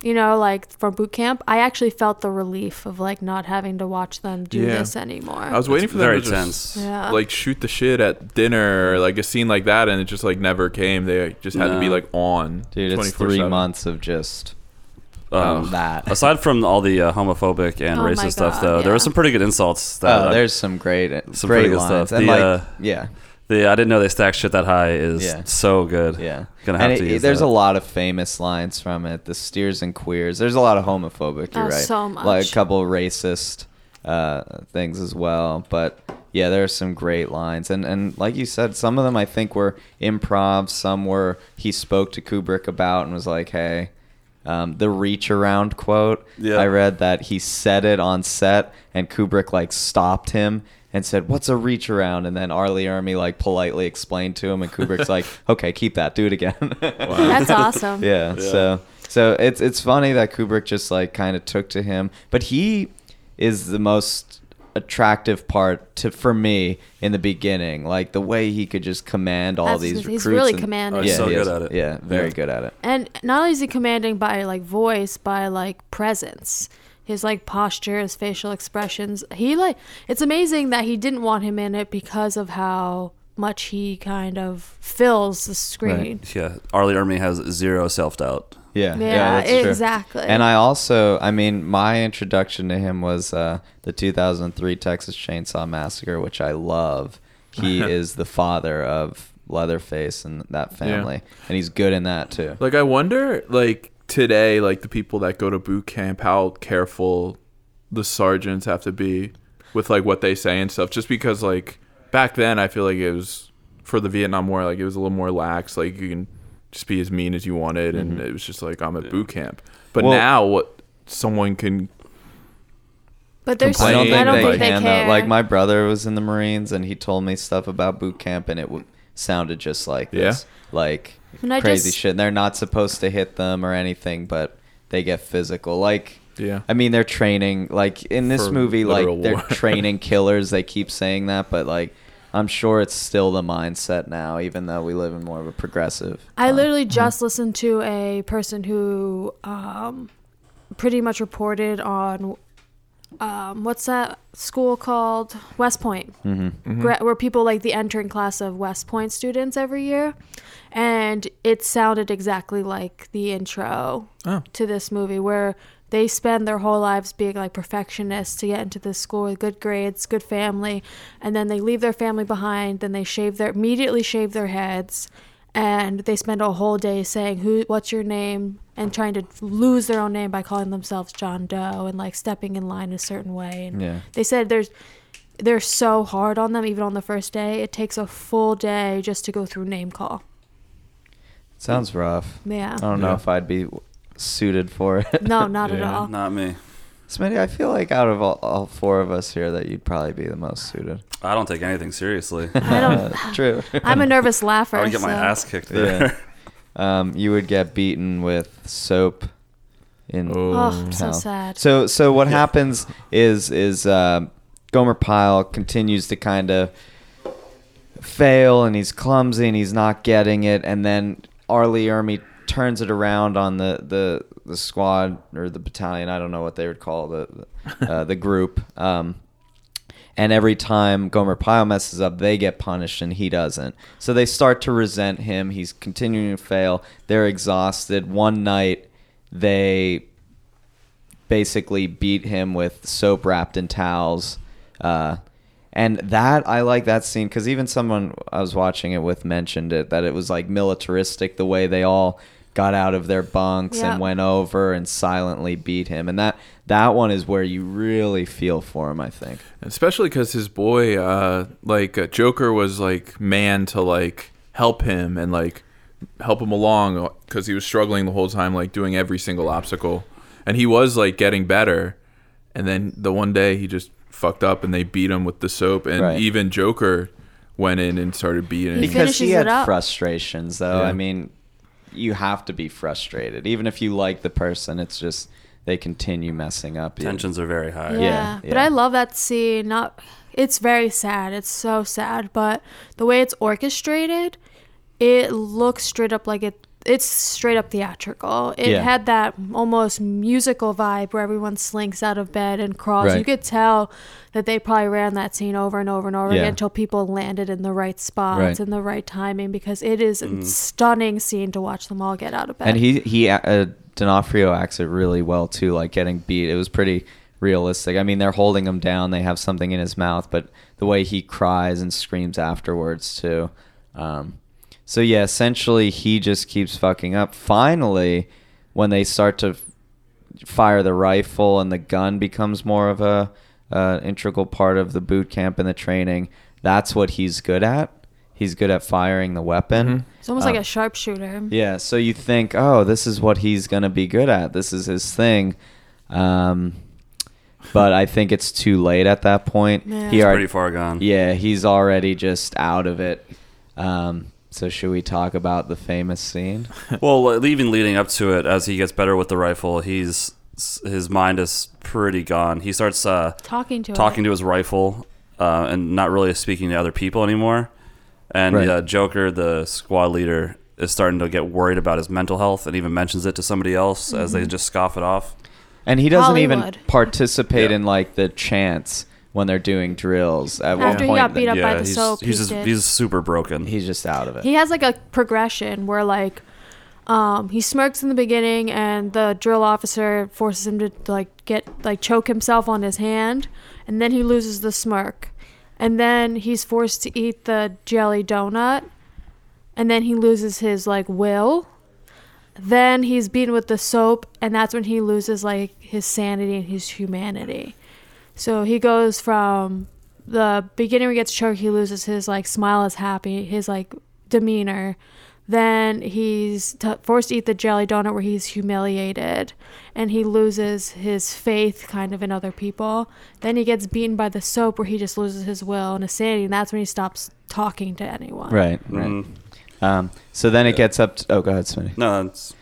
Speaker 2: you know like from boot camp i actually felt the relief of like not having to watch them do
Speaker 3: Yeah.
Speaker 2: this anymore
Speaker 3: I was waiting
Speaker 4: It's
Speaker 3: for them
Speaker 4: very
Speaker 3: to just,
Speaker 4: tense.
Speaker 2: Yeah.
Speaker 3: like shoot the shit at dinner or like a scene like that, and it just like never came. They just had to be
Speaker 4: No.
Speaker 3: like on.
Speaker 1: Dude, it's
Speaker 3: 24/7.
Speaker 1: three months of just
Speaker 4: Um,
Speaker 1: Oh, that.
Speaker 4: Aside from all the uh, homophobic and
Speaker 2: Oh my
Speaker 4: racist stuff,
Speaker 2: God,
Speaker 4: though, there
Speaker 2: yeah.
Speaker 4: were some pretty good insults. That
Speaker 1: Oh,
Speaker 4: I-
Speaker 1: there's some great,
Speaker 4: Some
Speaker 1: great
Speaker 4: pretty good
Speaker 1: lines.
Speaker 4: stuff.
Speaker 1: And
Speaker 4: The,
Speaker 1: like,
Speaker 4: uh,
Speaker 1: yeah.
Speaker 4: the I didn't know they stacked shit that high is
Speaker 1: Yeah.
Speaker 4: so good.
Speaker 1: Yeah,
Speaker 4: Gonna have
Speaker 1: and
Speaker 4: to
Speaker 1: it-
Speaker 4: use
Speaker 1: There's
Speaker 4: that.
Speaker 1: a lot of famous lines from it. The steers and queers. There's a lot of homophobic. You're
Speaker 2: Oh,
Speaker 1: right.
Speaker 2: so much.
Speaker 1: Like a couple of racist uh, things as well. But yeah, there are some great lines, and and like you said, some of them I think were improv. Some were he spoke to Kubrick about and was like, hey. Um, the reach around quote.
Speaker 4: Yeah.
Speaker 1: I read that he said it on set, and Kubrick like stopped him and said, "What's a reach around?" And then Arlie Ermy like politely explained to him, and Kubrick's like, "Okay, keep that. Do it again."
Speaker 2: that's
Speaker 1: [LAUGHS]
Speaker 2: awesome
Speaker 1: yeah, So so it's it's funny that Kubrick just like kind of took to him, but he is the most attractive part to for me in the beginning. Like the way he could just command all
Speaker 2: That's-
Speaker 1: these
Speaker 2: he's
Speaker 1: recruits.
Speaker 2: really
Speaker 1: and-
Speaker 2: commanding.
Speaker 4: Oh, he's so
Speaker 1: he
Speaker 4: good
Speaker 1: is.
Speaker 4: at it.
Speaker 1: Yeah, very
Speaker 4: Yeah.
Speaker 1: good at it.
Speaker 2: and not only is he commanding by like voice by like presence his like posture his facial expressions he like it's amazing that he didn't want him in it because of how much he kind of fills the screen
Speaker 4: yeah. Arlie Ermy has zero self doubt.
Speaker 1: Yeah,
Speaker 2: Yeah,
Speaker 1: true.
Speaker 2: exactly.
Speaker 1: And I also, I mean, my introduction to him was uh, the
Speaker 4: [LAUGHS]
Speaker 1: 2003 Texas Chainsaw Massacre, which I love. He is the father of Leatherface and that family, and he's good in that too.
Speaker 3: Like I wonder, like today, like the people that go to boot camp, how careful the sergeants have to be with like what they say and stuff. Just because like back then, I feel like it was for the Vietnam War, like it was a little more lax. Like you can just be as mean as you wanted, and it was just like I'm at boot camp. But
Speaker 1: Well-
Speaker 3: now, what someone can
Speaker 2: But there's
Speaker 1: I don't
Speaker 3: Complain,
Speaker 1: think
Speaker 2: I don't
Speaker 1: they,
Speaker 2: think they
Speaker 1: can.
Speaker 2: care.
Speaker 1: Though. Like my brother was in the Marines, and he told me stuff about boot camp, and it w- sounded just like
Speaker 3: Yeah?
Speaker 1: this, like
Speaker 2: And I
Speaker 1: crazy
Speaker 2: just-
Speaker 1: shit. And they're not supposed to hit them or anything, but they get physical. Like,
Speaker 3: Yeah.
Speaker 1: I mean, they're training. Like in this
Speaker 3: For
Speaker 1: movie, like
Speaker 3: literal
Speaker 1: they're
Speaker 3: war. [LAUGHS]
Speaker 1: training killers. They keep saying that, but like. I'm sure it's still the mindset now, even though we live in more of a progressive.
Speaker 2: I
Speaker 1: time.
Speaker 2: literally just listened to a person who um, pretty much reported on um, what's that school called West Point, Gra- where people like the entering class of West Point students every year, and it sounded exactly like the intro
Speaker 3: Oh.
Speaker 2: to this movie where. They spend their whole lives being like perfectionists to get into this school with good grades, good family, and then they leave their family behind. Then they shave their immediately shave their heads, and they spend a whole day saying who what's your name and trying to lose their own name by calling themselves John Doe and like stepping in line a certain way and
Speaker 1: Yeah.
Speaker 2: they said there's they're so hard on them even on the first day it takes a full day just to go through name call
Speaker 1: sounds rough.
Speaker 2: yeah
Speaker 1: I don't know
Speaker 3: Yeah.
Speaker 1: if I'd be suited for it. [LAUGHS]
Speaker 2: no not at
Speaker 3: Yeah.
Speaker 2: all
Speaker 4: Not me.
Speaker 1: Smitty, I feel like out of all, all four of us here, that you'd probably be the most suited. Uh,
Speaker 4: I don't take anything seriously.
Speaker 1: [LAUGHS]
Speaker 2: i don't
Speaker 1: True.
Speaker 2: [LAUGHS] i'm a nervous laugher
Speaker 4: [LAUGHS] I would get my
Speaker 2: so-
Speaker 4: ass kicked
Speaker 1: [LAUGHS]
Speaker 4: there. [LAUGHS]
Speaker 1: yeah. [LAUGHS] Um, you would get beaten with soap. In
Speaker 3: Oh.
Speaker 2: oh so
Speaker 1: hell.
Speaker 2: sad
Speaker 1: So so what happens is is uh, Gomer Pyle continues to kind of fail, and he's clumsy, and he's not getting it, and then Arlie Ermy turns it around on the the the squad or the battalion. I don't know what they would call the the, uh, the group. Um, and every time Gomer Pyle messes up, they get punished and he doesn't. So they start to resent him. He's continuing to fail. They're exhausted. One night, they basically beat him with soap wrapped in towels. Uh, and that I like that scene because even someone I was watching it with mentioned it that it was like militaristic the way they all got out of their bunks
Speaker 2: Yeah.
Speaker 1: and went over and silently beat him. And that that one is where you really feel for him. I think.
Speaker 3: especially because his boy uh like uh, joker was like man to like help him and like help him along because he was struggling the whole time like doing every single obstacle and he was like getting better and then the one day he just fucked up and they beat him with the soap and
Speaker 1: Right.
Speaker 3: even joker went in and started beating
Speaker 2: He
Speaker 3: him.
Speaker 1: because he
Speaker 2: finishes
Speaker 1: had
Speaker 2: it up.
Speaker 1: frustrations though
Speaker 3: Yeah.
Speaker 1: i mean you have to be frustrated even if you like the person it's just they continue messing up
Speaker 4: Tensions are very high.
Speaker 2: Yeah.
Speaker 1: Yeah,
Speaker 2: But
Speaker 1: yeah.
Speaker 2: I love that scene. Not it's very sad. It's so sad, but the way it's orchestrated, it looks straight up like it it's straight up theatrical. It
Speaker 1: Yeah.
Speaker 2: had that almost musical vibe where everyone slinks out of bed and crawls.
Speaker 1: Right.
Speaker 2: You could tell that they probably ran that scene over and over and over
Speaker 1: Yeah.
Speaker 2: again until people landed in the right spots
Speaker 1: Right.
Speaker 2: and the right timing because it is a stunning scene to watch them all get out of bed.
Speaker 1: and he he uh, D'Onofrio acts it really well too, like getting beat. It was pretty realistic. I mean, they're holding him down. They have something in his mouth, but the way he cries and screams afterwards too. Um, so yeah, essentially he just keeps fucking up. Finally, when they start to f- fire the rifle and the gun becomes more of a uh, integral part of the boot camp and the training, that's what he's good at. He's good at firing the weapon.
Speaker 3: Mhm.
Speaker 2: it's almost
Speaker 1: Um,
Speaker 2: like a sharpshooter.
Speaker 1: yeah, so you think, oh, this is what he's going to be good at. This is his thing. Um, but I think it's too late at that point.
Speaker 2: Yeah.
Speaker 1: He
Speaker 2: It's
Speaker 1: already,
Speaker 4: Pretty far gone.
Speaker 1: yeah, he's already just out of it. Um, so should we talk about the famous scene?
Speaker 4: Well, le- even leading up to it, as he gets better with the rifle, he's s- his mind is pretty gone. He starts uh,
Speaker 2: Talking to
Speaker 4: talking
Speaker 2: it.
Speaker 4: to his rifle uh, and not really speaking to other people anymore. And
Speaker 1: Right.
Speaker 4: uh, Joker, the squad leader, is starting to get worried about his mental health and even mentions it to somebody else as
Speaker 2: Mm-hmm.
Speaker 4: they just scoff it off.
Speaker 1: And he doesn't even
Speaker 2: Hollywood.
Speaker 1: participate
Speaker 4: Yeah.
Speaker 1: in like the chants when they're doing drills. At one
Speaker 2: After he
Speaker 1: point,
Speaker 2: got beat up by the
Speaker 4: he's,
Speaker 2: soap,
Speaker 4: he's
Speaker 2: he
Speaker 4: just
Speaker 2: did.
Speaker 4: he's super broken.
Speaker 1: he's just out of it.
Speaker 2: he has like a progression where like um, he smirks in the beginning and the drill officer forces him to like get like choke himself on his hand and then he loses the smirk and then he's forced to eat the jelly donut and then he loses his like will. Then he's beaten with the soap, and that's when he loses like his sanity and his humanity. So he goes from the beginning where he gets choked, he loses his like smile is happy, his like demeanor. Then he's t- forced to eat the jelly donut where he's humiliated and he loses his faith kind of in other people. Then he gets beaten by the soap where he just loses his will and his sanity. And that's when he stops talking to anyone.
Speaker 1: Right. Right.
Speaker 4: Mm.
Speaker 1: Um, so then it gets up. To, oh, go ahead, Smitty.
Speaker 4: No, it's,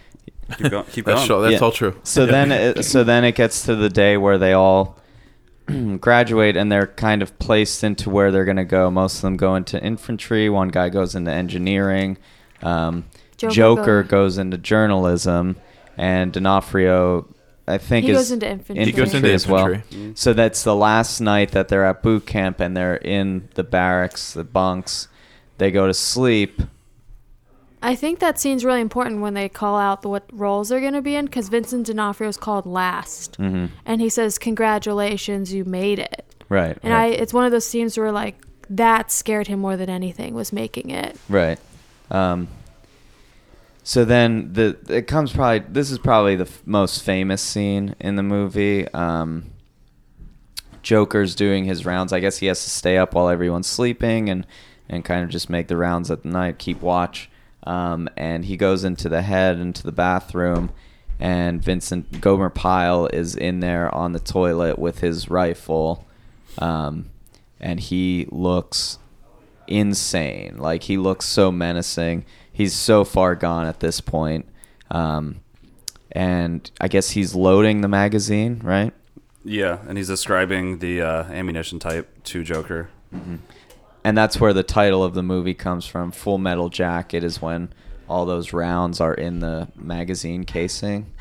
Speaker 4: keep going. Keep
Speaker 3: That's,
Speaker 4: going.
Speaker 3: sure, Oh, that's
Speaker 1: Yeah.
Speaker 3: all true.
Speaker 1: So then, it, so then it gets to the day where they all [CLEARS THROAT] graduate and they're kind of placed into where they're going to go. Most of them go into infantry. One guy goes into engineering. Um,
Speaker 2: Joker
Speaker 1: Joker,
Speaker 2: go-
Speaker 1: goes into journalism, and D'Onofrio, I think,
Speaker 2: He
Speaker 1: is
Speaker 2: goes into infantry.
Speaker 3: He goes into
Speaker 1: as well.
Speaker 3: infantry.
Speaker 4: Mm.
Speaker 1: So that's the last night that they're at boot camp and they're in the barracks, the bunks. They go to sleep.
Speaker 2: I think that scene's really important when they call out the, what roles they're going to be in because Vincent D'Onofrio is called last.
Speaker 1: hmm
Speaker 2: And he says, Congratulations, you made it.
Speaker 1: Right.
Speaker 2: And I,
Speaker 1: right.
Speaker 2: it's one of those scenes where like that scared him more than anything was making it.
Speaker 1: Right. Um, so then the it comes probably this is probably the f- most famous scene in the movie. Um, Joker's doing his rounds. I guess he has to stay up while everyone's sleeping and and kind of just make the rounds at night, keep watch. Um, and he goes into the head into the bathroom, and Vincent Gomer Pyle is in there on the toilet with his rifle, um, and he looks insane. Like he looks so menacing. He's so far gone at this point. Um, and I guess he's loading the magazine, right?
Speaker 4: Yeah, and he's describing the uh, ammunition type to Joker.
Speaker 1: And that's where the title of the movie comes from. Full Metal Jacket is when all those rounds are in the magazine casing.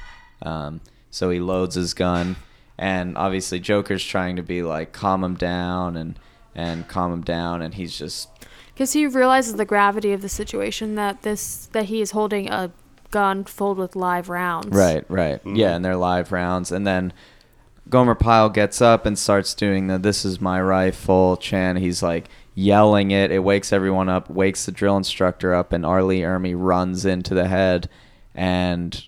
Speaker 1: Um, so he loads his gun, and obviously Joker's trying to be like calm him down and and calm him down, and he's just
Speaker 2: Because he realizes the gravity of the situation that this that he is holding a gun filled with live rounds.
Speaker 1: Right, right. Yeah, and they're live rounds. And then Gomer Pyle gets up and starts doing the this is my rifle Chan. He's like yelling it. It wakes everyone up, wakes the drill instructor up, and Arlie Ermy runs into the head and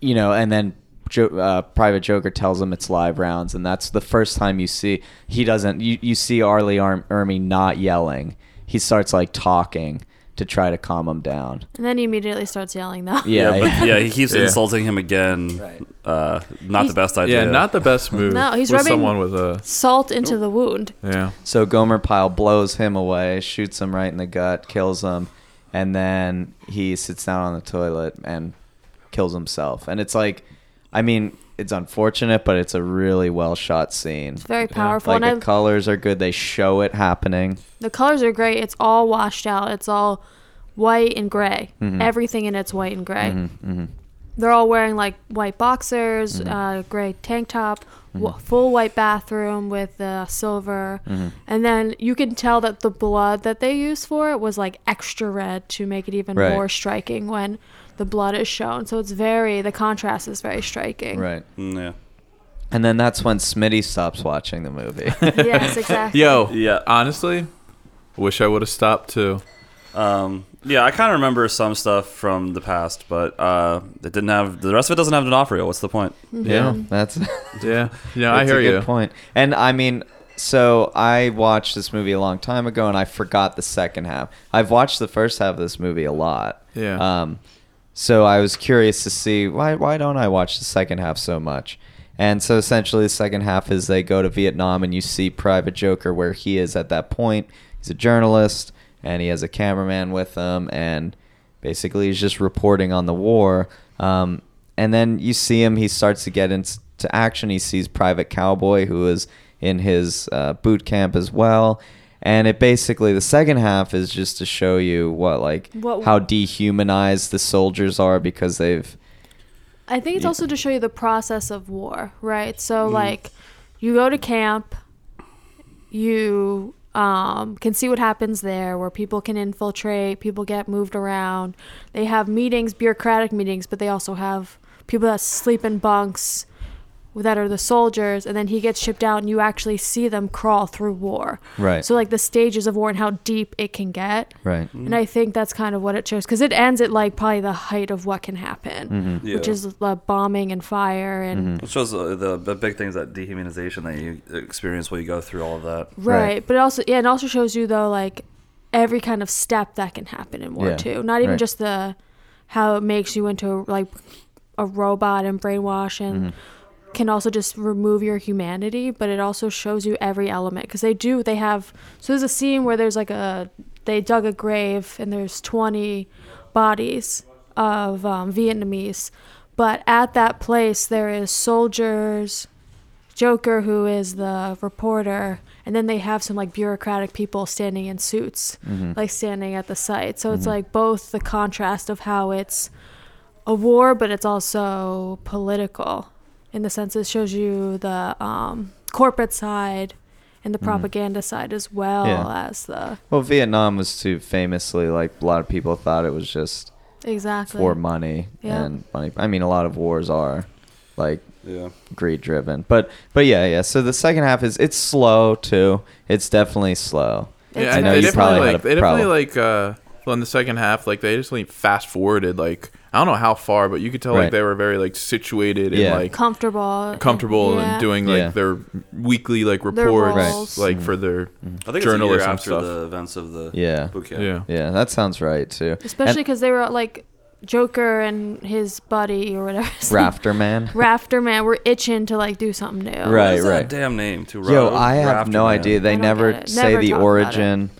Speaker 1: you know, and then jo- uh, Private Joker tells him it's live rounds, and that's the first time you see he doesn't. You, you see Arlie Arm- Ermy not yelling. He starts like talking to try to calm him down.
Speaker 2: And then he immediately starts yelling though.
Speaker 1: Yeah, yeah.
Speaker 4: but yeah, he keeps
Speaker 3: Yeah.
Speaker 4: insulting him again. Uh, not
Speaker 2: He's-
Speaker 4: the best
Speaker 3: [LAUGHS]
Speaker 4: idea.
Speaker 3: Yeah, not
Speaker 1: [LAUGHS]
Speaker 3: the best move.
Speaker 2: No, he's
Speaker 3: with
Speaker 2: rubbing-
Speaker 3: someone with a
Speaker 2: [LAUGHS] Salt into the wound.
Speaker 3: yeah.
Speaker 1: So Gomer Pyle blows him away, shoots him right in the gut, kills him, and then he sits down on the toilet and kills himself. And it's like, I mean, it's unfortunate, but it's a really well shot scene.
Speaker 2: It's very powerful.
Speaker 1: Like the
Speaker 2: and I,
Speaker 1: colors are good; they show it happening.
Speaker 2: the colors are great. It's all washed out. It's all white and gray.
Speaker 1: Mhm.
Speaker 2: Everything in it's white and gray.
Speaker 1: Mm-hmm.
Speaker 2: They're all wearing like white boxers, uh, gray tank top,
Speaker 1: Mm-hmm.
Speaker 2: w- full white bathroom with uh, silver.
Speaker 1: Mm-hmm.
Speaker 2: And then you can tell that the blood that they used for it was like extra red to make it even
Speaker 1: Right.
Speaker 2: more striking when the blood is shown. So it's very, the contrast is very striking.
Speaker 1: Right.
Speaker 4: Mm,
Speaker 1: And then that's when Smitty stops watching the movie. [LAUGHS]
Speaker 2: Yes, exactly.
Speaker 3: Yo,
Speaker 4: Yeah.
Speaker 3: Honestly, wish I would have stopped too.
Speaker 4: yeah. Um, yeah, I kind of remember some stuff from the past, but uh, it didn't have the rest of it doesn't have D'Onofrio. What's the point?
Speaker 1: [LAUGHS]
Speaker 2: Mm-hmm.
Speaker 1: yeah, that's.
Speaker 3: Yeah, yeah, I
Speaker 1: That's
Speaker 3: hear
Speaker 1: a good
Speaker 3: you.
Speaker 1: point. And I mean, so I watched this movie a long time ago, and I forgot the second half. I've watched the first half of this movie a lot.
Speaker 3: Yeah.
Speaker 1: Um, so I was curious to see why why don't I watch the second half so much? And so essentially, the second half is they go to Vietnam, and you see Private Joker where he is at that point. He's a journalist, and he has a cameraman with him, and basically he's just reporting on the war. Um, and then you see him; he starts to get into action. He sees Private Cowboy, who is in his uh, boot camp as well. And it basically the second half is just to show you what like
Speaker 2: What-
Speaker 1: how dehumanized the soldiers are because they've
Speaker 2: I think it's
Speaker 1: Yeah. Mm.
Speaker 2: also to show you the process of war, right? So like you go to camp, you um, can see what happens there where people can infiltrate, people get moved around. They have meetings, bureaucratic meetings, but they also have people that sleep in bunks that are the soldiers, and then he gets shipped out, and you actually see them crawl through war.
Speaker 1: Right.
Speaker 2: So like the stages of war and how deep it can get.
Speaker 1: right.
Speaker 2: And I think that's kind of what it shows because it ends at like probably the height of what can happen, which
Speaker 1: Mm-hmm.
Speaker 4: Yeah.
Speaker 2: is the bombing and fire and
Speaker 4: It shows uh, the, the big things that dehumanization that you experience when you go through all of that.
Speaker 2: right.
Speaker 1: Mm-hmm. Right.
Speaker 2: But it also yeah, it also shows you though like every kind of step that can happen in war
Speaker 1: Yeah.
Speaker 2: too. Not even
Speaker 1: Right.
Speaker 2: just the how it makes you into like a robot and brainwash and
Speaker 1: Mm-hmm.
Speaker 2: can also just remove your humanity, but it also shows you every element because they do they have so there's a scene where there's like a they dug a grave and there's 20 bodies of um, Vietnamese, but at that place there is soldiers, Joker who is the reporter, and then they have some like bureaucratic people standing in suits, like standing at the site. So it's like both the contrast of how it's a war, but it's also political in the sense it shows you the um, corporate side and the propaganda side as well
Speaker 1: Mm-hmm. Yeah.
Speaker 2: as the
Speaker 1: Well, Vietnam was too famously like a lot of people thought it was just
Speaker 2: exactly
Speaker 1: for money
Speaker 2: Yeah.
Speaker 1: and money. I mean, a lot of wars are like
Speaker 4: Yeah.
Speaker 1: greed driven, but but yeah, yeah. So the second half is it's slow too. It's definitely slow.
Speaker 2: It's
Speaker 3: Yeah,
Speaker 1: I
Speaker 3: I
Speaker 1: know
Speaker 3: they
Speaker 1: you probably had
Speaker 3: definitely like
Speaker 1: a
Speaker 3: they definitely
Speaker 1: problem.
Speaker 3: like uh well, in the second half, like they just like fast forwarded like I don't know how far, but you could tell
Speaker 1: Right.
Speaker 3: like they were very like situated
Speaker 1: Yeah.
Speaker 3: and like
Speaker 2: comfortable
Speaker 3: comfortable
Speaker 2: Yeah.
Speaker 3: and doing like
Speaker 1: Yeah. Mm-hmm.
Speaker 3: their weekly like
Speaker 2: Their
Speaker 3: reports
Speaker 2: roles.
Speaker 3: like for their
Speaker 4: I think it's a year
Speaker 3: journalism
Speaker 4: after
Speaker 3: stuff. [LAUGHS]
Speaker 4: the events of the
Speaker 1: Yeah.
Speaker 4: boot camp.
Speaker 3: yeah.
Speaker 1: Yeah, that sounds right too.
Speaker 2: especially because they were like Joker and his buddy or whatever [LAUGHS] his
Speaker 1: and Rafter Man.
Speaker 2: Rafter man were itching to like do something new.
Speaker 1: Right,
Speaker 4: What is that
Speaker 1: right.
Speaker 4: damn name to
Speaker 1: Yo,
Speaker 4: Rob-
Speaker 1: I have
Speaker 4: Rafter
Speaker 1: no
Speaker 4: Man?
Speaker 1: idea. They
Speaker 2: I don't get
Speaker 1: never
Speaker 2: it.
Speaker 1: say
Speaker 2: Never
Speaker 1: the
Speaker 2: talk about it.
Speaker 1: origin.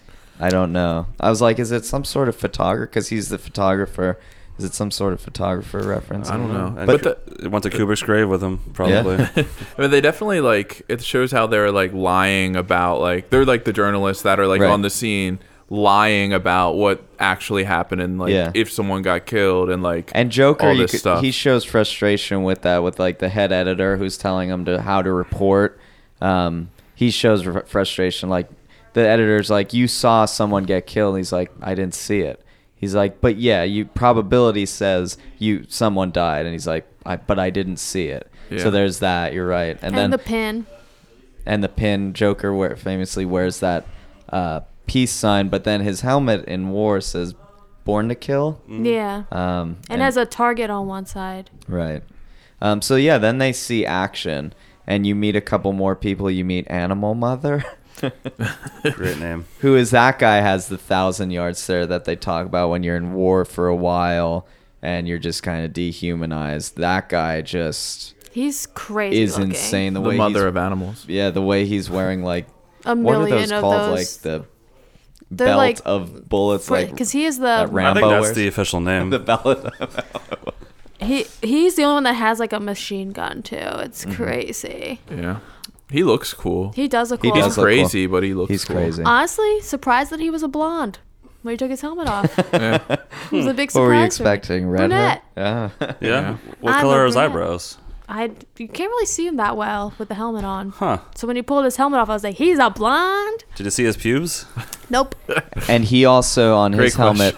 Speaker 1: I don't know. I was like, is it some sort of photographer? Because he's the photographer. Is it some sort of photographer reference?
Speaker 3: I don't know.
Speaker 4: And
Speaker 3: But
Speaker 4: Ku- went to Kubrick's grave with him, probably. [LAUGHS]
Speaker 3: I mean, they definitely like it shows how they're like lying about like they're like the journalists that are like
Speaker 1: Right.
Speaker 3: on the scene lying about what actually happened and like
Speaker 1: Yeah.
Speaker 3: if someone got killed and like
Speaker 1: And Joker,
Speaker 3: all
Speaker 1: you
Speaker 3: this
Speaker 1: could-
Speaker 3: stuff.
Speaker 1: he shows frustration with that, with like the head editor who's telling him to how to report. Um, he shows fr- frustration, like the editor's like, "You saw someone get killed." He's like, "I didn't see it." He's like, "But yeah, you probability says you someone died," and he's like, "I but I didn't see it."
Speaker 3: Yeah.
Speaker 1: So there's that. You're right. And,
Speaker 2: And,
Speaker 1: then
Speaker 2: the pin.
Speaker 1: and the pin Joker wear, famously wears that uh, peace sign, but then his helmet in war says "Born to Kill."
Speaker 3: Mm-hmm.
Speaker 2: [LAUGHS]
Speaker 4: Mm.
Speaker 2: Yeah.
Speaker 3: Mm.
Speaker 1: Um,
Speaker 2: and has a target on one side.
Speaker 1: Right. Um, so yeah, then they see action, and you meet a couple more people. You meet Animal Mother,
Speaker 4: Great name.
Speaker 1: [LAUGHS] who is that guy has the thousand yard stare that they talk about when you're in war for a while and you're just kind of dehumanized. That guy just
Speaker 2: He's crazy.
Speaker 1: is
Speaker 2: looking.
Speaker 1: insane. The,
Speaker 3: the,
Speaker 1: way
Speaker 3: mother
Speaker 1: he's,
Speaker 3: of animals.
Speaker 1: yeah, the way he's wearing like
Speaker 2: A
Speaker 1: what are
Speaker 2: million
Speaker 1: those
Speaker 2: of
Speaker 1: called?
Speaker 2: those.
Speaker 1: like the
Speaker 2: They're
Speaker 1: belt
Speaker 2: like
Speaker 1: of bullets, like
Speaker 2: because he uh, is
Speaker 1: that
Speaker 2: the
Speaker 4: I
Speaker 1: Rambo
Speaker 4: think that's
Speaker 1: wears.
Speaker 4: the official name.
Speaker 1: the belt.
Speaker 2: he he's the only one that has like a machine gun too. It's
Speaker 1: Mm-hmm.
Speaker 2: crazy.
Speaker 3: Yeah, he looks cool.
Speaker 2: He does look
Speaker 1: He
Speaker 2: cool.
Speaker 1: does
Speaker 3: He's
Speaker 1: look cool.
Speaker 3: crazy, but he looks
Speaker 1: he's
Speaker 3: cool.
Speaker 1: crazy.
Speaker 2: Honestly, surprised that he was a blonde when he took his helmet off.
Speaker 1: [LAUGHS]
Speaker 2: It was a big surprise.
Speaker 1: What were you
Speaker 2: for me.
Speaker 1: expecting? Red hair?
Speaker 2: Brunette.
Speaker 1: Yeah.
Speaker 4: yeah. What
Speaker 2: I'm
Speaker 4: color
Speaker 2: a
Speaker 4: are his
Speaker 2: brunette.
Speaker 4: eyebrows?
Speaker 2: I you can't really see him that well with the helmet on.
Speaker 4: Huh.
Speaker 2: So when he pulled his helmet off, I was like, he's a blonde.
Speaker 4: Did you see his pubes?
Speaker 1: [LAUGHS]
Speaker 2: Nope.
Speaker 1: [LAUGHS] And he also on
Speaker 3: Great
Speaker 1: his helmet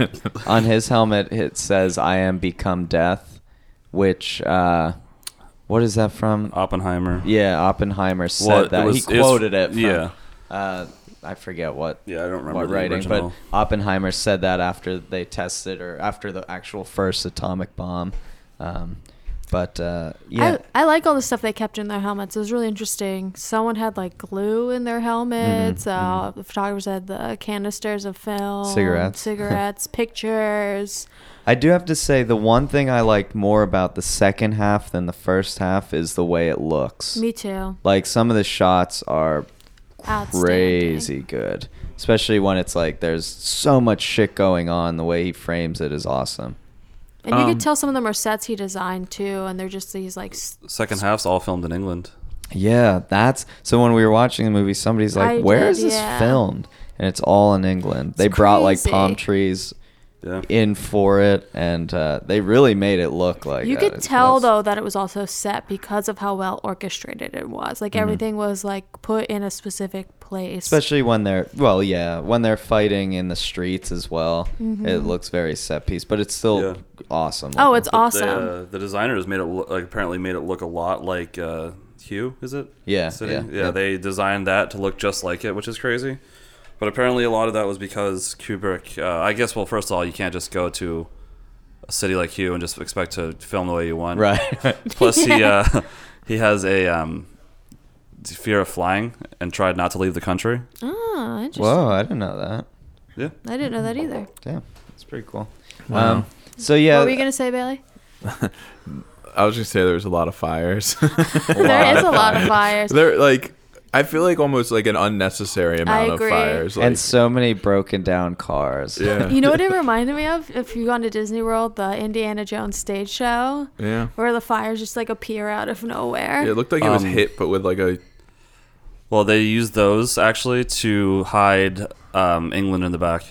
Speaker 4: [LAUGHS]
Speaker 1: on his helmet it says I am become death, which uh what is that from?
Speaker 4: Oppenheimer.
Speaker 1: Yeah, Oppenheimer said
Speaker 4: Uh, Well, it
Speaker 1: that. he
Speaker 4: was- it was-
Speaker 1: quoted it. From,
Speaker 4: yeah.
Speaker 1: Uh I forget what
Speaker 4: Yeah, I don't remember
Speaker 1: what
Speaker 4: the
Speaker 1: writing,
Speaker 4: original.
Speaker 1: but Oppenheimer said that after they tested or after the actual first atomic bomb. Um but uh yeah.
Speaker 2: I, I like all the stuff they kept in their helmets. It was really interesting. Someone had like glue in their helmets.
Speaker 1: Mm-hmm.
Speaker 2: uh, The photographers had the canisters of film,
Speaker 1: Cigarettes.
Speaker 2: cigarettes,
Speaker 1: [LAUGHS]
Speaker 2: pictures.
Speaker 1: I do have to say the one thing I liked more about the second half than the first half is the way it looks.
Speaker 2: Me too.
Speaker 1: Like some of the shots are
Speaker 2: Outstanding.
Speaker 1: crazy good, especially when it's like there's so much shit going on. The way he frames it is awesome.
Speaker 2: And you
Speaker 3: Um,
Speaker 2: could tell some of them are sets he designed too, and they're just these like. s-
Speaker 4: Second half's all filmed in England.
Speaker 1: Yeah, that's so. When we were watching the movie, somebody's like,
Speaker 2: I
Speaker 1: "Where is
Speaker 2: did,
Speaker 1: this
Speaker 2: yeah.
Speaker 1: filmed?" And it's all in England. They brought like palm
Speaker 2: crazy.
Speaker 1: trees
Speaker 4: Yeah.
Speaker 1: in for it, and uh, they really made it look like uh,
Speaker 2: You
Speaker 1: that.
Speaker 2: could
Speaker 1: It's
Speaker 2: tell
Speaker 1: nuts.
Speaker 2: though that it was also set because of how well orchestrated it was. Like everything was like put in a specific place.
Speaker 1: especially when they're well, yeah, when they're fighting in the streets as well. It looks very set piece, but it's still
Speaker 4: Yeah.
Speaker 1: awesome.
Speaker 2: Mm-hmm. oh,
Speaker 1: looking.
Speaker 2: it's awesome.
Speaker 4: The, uh, the designers made it look, like apparently made it look a lot like uh, Q, is it?
Speaker 1: Yeah,
Speaker 4: City?
Speaker 1: yeah,
Speaker 4: yeah.
Speaker 1: yeah.
Speaker 4: They designed that to look just like it, which is crazy. But apparently, a lot of that was because Kubrick. Uh, I guess. Well, first of all, you can't just go to a city like Hugh and just expect to film the way you want.
Speaker 1: Right.
Speaker 4: [LAUGHS] Plus,
Speaker 1: [LAUGHS]
Speaker 4: he uh, [LAUGHS] he has a um, fear of flying and tried not to leave the country.
Speaker 2: Oh, interesting.
Speaker 1: Whoa, I didn't know that.
Speaker 4: Yeah.
Speaker 2: I didn't know that either.
Speaker 1: Damn, that's pretty cool.
Speaker 3: Wow.
Speaker 1: Um, so yeah,
Speaker 2: What were you gonna say, Bailey?
Speaker 3: I was gonna say there was a lot of fires. [LAUGHS]
Speaker 2: there is a lot of fires.
Speaker 3: there, like, I feel like almost like an unnecessary amount of
Speaker 2: agree.
Speaker 3: fires. Like,
Speaker 1: and so many broken down cars.
Speaker 3: yeah,
Speaker 2: You
Speaker 1: [LAUGHS]
Speaker 2: know what it reminded me of? If you go into Disney World, the Indiana Jones stage show,
Speaker 3: yeah.
Speaker 2: where the fires just like appear out of nowhere.
Speaker 3: Yeah, it looked like it was
Speaker 4: Um,
Speaker 3: hit, but with like a
Speaker 4: Well, they used those actually to hide um, England in the back.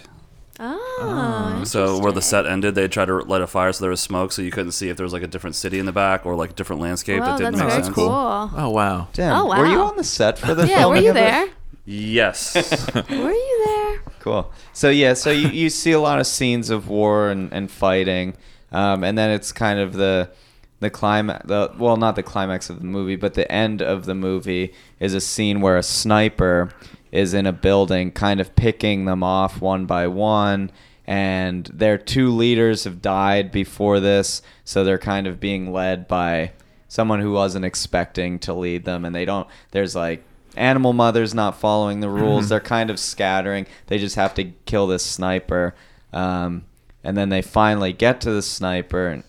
Speaker 2: oh,
Speaker 4: Ah, So where the
Speaker 2: interesting.
Speaker 4: set ended, they tried to light a fire so there was smoke, so you couldn't see if there was like a different city in the back or like a different landscape
Speaker 2: Whoa,
Speaker 4: that didn't
Speaker 2: that's
Speaker 4: make
Speaker 2: very
Speaker 4: sense.
Speaker 2: cool.
Speaker 3: [LAUGHS] oh wow.
Speaker 1: Damn.
Speaker 2: Oh,
Speaker 1: Were you
Speaker 2: wow.
Speaker 1: on the set for the
Speaker 2: Yeah, were
Speaker 1: filming
Speaker 2: you
Speaker 1: of it?
Speaker 2: there?
Speaker 4: Yes.
Speaker 1: [LAUGHS]
Speaker 4: [LAUGHS]
Speaker 2: Were you there?
Speaker 1: Cool. So yeah, so you, you see a lot of scenes of war and, and fighting, um, and then it's kind of the the climax. The well, not the climax of the movie, but the end of the movie is a scene where a sniper is in a building, kind of picking them off one by one. And their two leaders have died before this, so they're kind of being led by someone who wasn't expecting to lead them and they don't there's like animal mothers not following the rules they're kind of scattering they just have to kill this sniper um, and then they finally get to the sniper and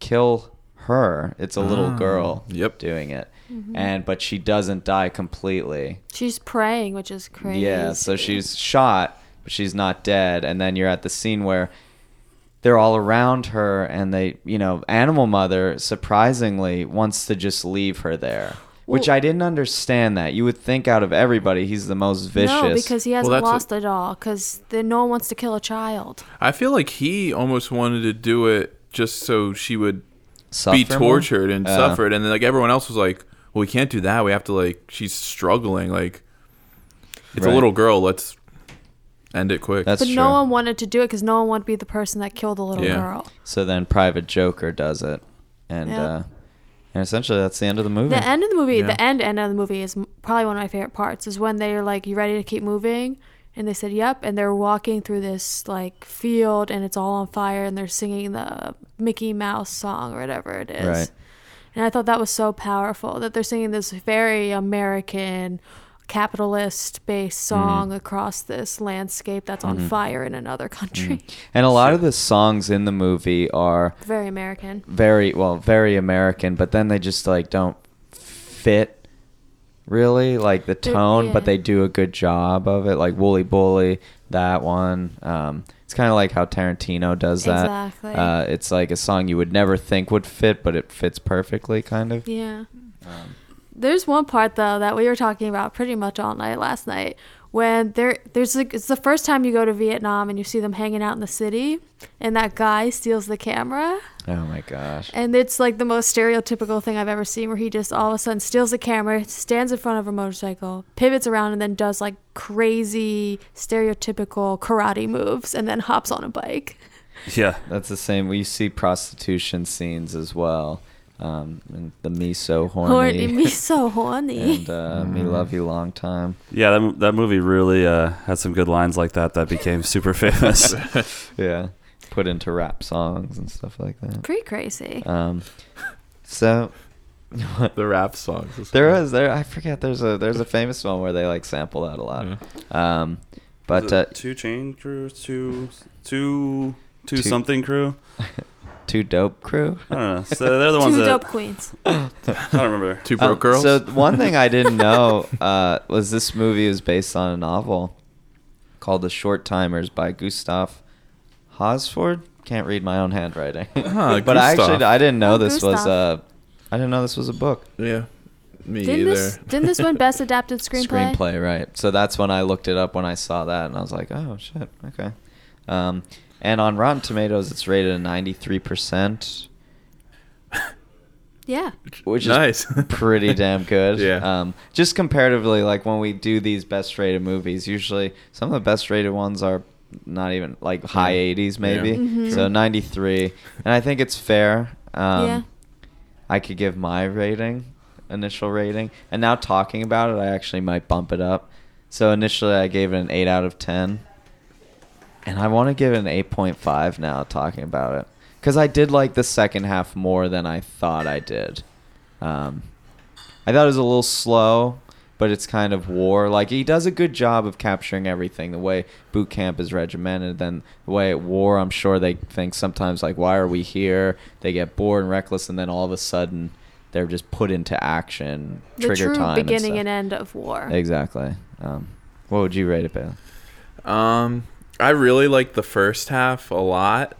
Speaker 1: kill her it's a little girl
Speaker 3: yep.
Speaker 1: doing it and but she doesn't die completely
Speaker 2: She's praying, which is crazy.
Speaker 1: yeah, so she's shot, but she's not dead. And then you're at the scene where they're all around her, and they, you know, Animal Mother surprisingly wants to just leave her there, which
Speaker 2: Well-
Speaker 1: I didn't understand that. You would think out of everybody, he's the most vicious.
Speaker 2: No, because he hasn't
Speaker 3: that's what-
Speaker 2: lost it all. Because then no one wants to kill a child.
Speaker 3: I feel like he almost wanted to do it just so she would
Speaker 1: Suffer
Speaker 3: be
Speaker 1: more?
Speaker 3: tortured and
Speaker 1: Yeah.
Speaker 3: suffered, and then like everyone else was like, "Well, we can't do that. We have to like she's struggling. Like it's a
Speaker 1: Right.
Speaker 3: little girl. Let's end it quick."
Speaker 1: That's
Speaker 2: But
Speaker 1: true.
Speaker 2: no one wanted to do it because no one wanted to be the person that killed the little
Speaker 3: Yeah.
Speaker 2: girl.
Speaker 1: so then Private Joker does it, and
Speaker 2: Yeah.
Speaker 1: uh, and essentially that's the end of the movie.
Speaker 2: The end of the movie,
Speaker 3: Yeah.
Speaker 2: the end end of the movie is m- probably one of my favorite parts. Is when they're like, "You ready to keep moving?" And they said, "Yep." And they're walking through this like field, and it's all on fire, and they're singing the Mickey Mouse song or whatever it is.
Speaker 1: Right.
Speaker 2: And I thought that was so powerful that they're singing this very American capitalist based
Speaker 3: Mm-hmm.
Speaker 2: song across this landscape that's on fire in another country.
Speaker 3: Mm.
Speaker 1: And a lot of the songs in the movie are
Speaker 2: [LAUGHS] Very American.
Speaker 1: very well very american but then they just like don't fit really like the
Speaker 2: They're-
Speaker 1: tone but
Speaker 2: yeah.
Speaker 1: they do a good job of it like woolly bully that one um it's kind of like how tarantino does that
Speaker 2: Exactly.
Speaker 1: uh it's like a song you would never think would fit but it fits perfectly kind of
Speaker 2: Yeah.
Speaker 1: Um,
Speaker 2: there's one part though that we were talking about pretty much all night last night when there there's like it's the first time you go to Vietnam and you see them hanging out in the city and that guy steals the camera
Speaker 1: oh my gosh
Speaker 2: and it's like the most stereotypical thing I've ever seen where he just all of a sudden steals the camera stands in front of a motorcycle pivots around and then does like crazy stereotypical karate moves and then hops on a bike
Speaker 4: yeah.
Speaker 1: that's the same we see prostitution scenes as well um and the me so horny,
Speaker 2: horny me so horny
Speaker 1: and uh me love you long time
Speaker 4: Yeah, that, mo- that movie really uh, had some good lines like that that became
Speaker 3: [LAUGHS]
Speaker 4: super famous.
Speaker 1: yeah put into rap songs and stuff like that
Speaker 2: pretty crazy
Speaker 1: Um, so [LAUGHS]
Speaker 3: the rap songs. is
Speaker 1: there
Speaker 3: cool.
Speaker 1: was there. I forget. There's a there's a famous one where they like sample that a lot. Um, [LAUGHS]
Speaker 4: [LAUGHS]
Speaker 1: but uh,
Speaker 4: two chain crew, two, two, two
Speaker 1: Two-
Speaker 4: something crew.
Speaker 1: [LAUGHS] two dope crew.
Speaker 4: I don't know.
Speaker 1: [LAUGHS]
Speaker 4: So they're the ones
Speaker 2: two
Speaker 4: that
Speaker 2: dope queens
Speaker 4: [COUGHS] I don't remember.
Speaker 3: two broke
Speaker 1: Um,
Speaker 3: girls.
Speaker 1: So one thing I didn't know uh, was this movie is based on a novel called The Short Timers by Gustav Hosford. Can't read my own handwriting.
Speaker 3: Ah,
Speaker 1: [LAUGHS] but I
Speaker 3: Gustav.
Speaker 1: actually I didn't know
Speaker 2: Oh,
Speaker 1: this was
Speaker 2: Gustav.
Speaker 1: uh, I didn't know this was a book.
Speaker 3: yeah, me
Speaker 2: didn't
Speaker 3: either.
Speaker 2: this didn't this win
Speaker 1: [LAUGHS]
Speaker 2: best
Speaker 3: [LAUGHS]
Speaker 2: adapted screenplay?
Speaker 1: Screenplay, right. So that's when I looked it up when I saw that, and I was like, oh, shit, okay. Um, and on Rotten Tomatoes, it's rated a 93%,
Speaker 2: Yeah.
Speaker 1: which
Speaker 3: nice. [LAUGHS]
Speaker 1: is pretty damn good.
Speaker 3: Yeah.
Speaker 1: Um, just comparatively, like when we do these best rated movies, usually some of the best rated ones are not even like high
Speaker 3: Yeah.
Speaker 1: 80s, maybe.
Speaker 3: Yeah.
Speaker 2: Mhm.
Speaker 1: So 93. And I think it's fair. Um,
Speaker 2: yeah.
Speaker 1: I could give my rating. initial rating, and now talking about it, I actually might bump it up. So initially, I gave it an eight out of ten, and I want to give it an eight point five now. Talking about it, because I did like the second half more than I thought I did. Um, I thought it was a little slow, but it's kind of war. Like he does a good job of capturing everything. The way boot camp is regimented, then the way at war, I'm sure they think sometimes like, why are we here? They get bored and reckless, and then all of a sudden, they're just put into action.
Speaker 2: The
Speaker 1: Trigger
Speaker 2: true
Speaker 1: time.
Speaker 2: beginning and,
Speaker 1: and,
Speaker 2: end of war.
Speaker 1: stuff. Exactly. Um, what would you rate it, Bailey?
Speaker 3: Um, I really liked the first half a lot.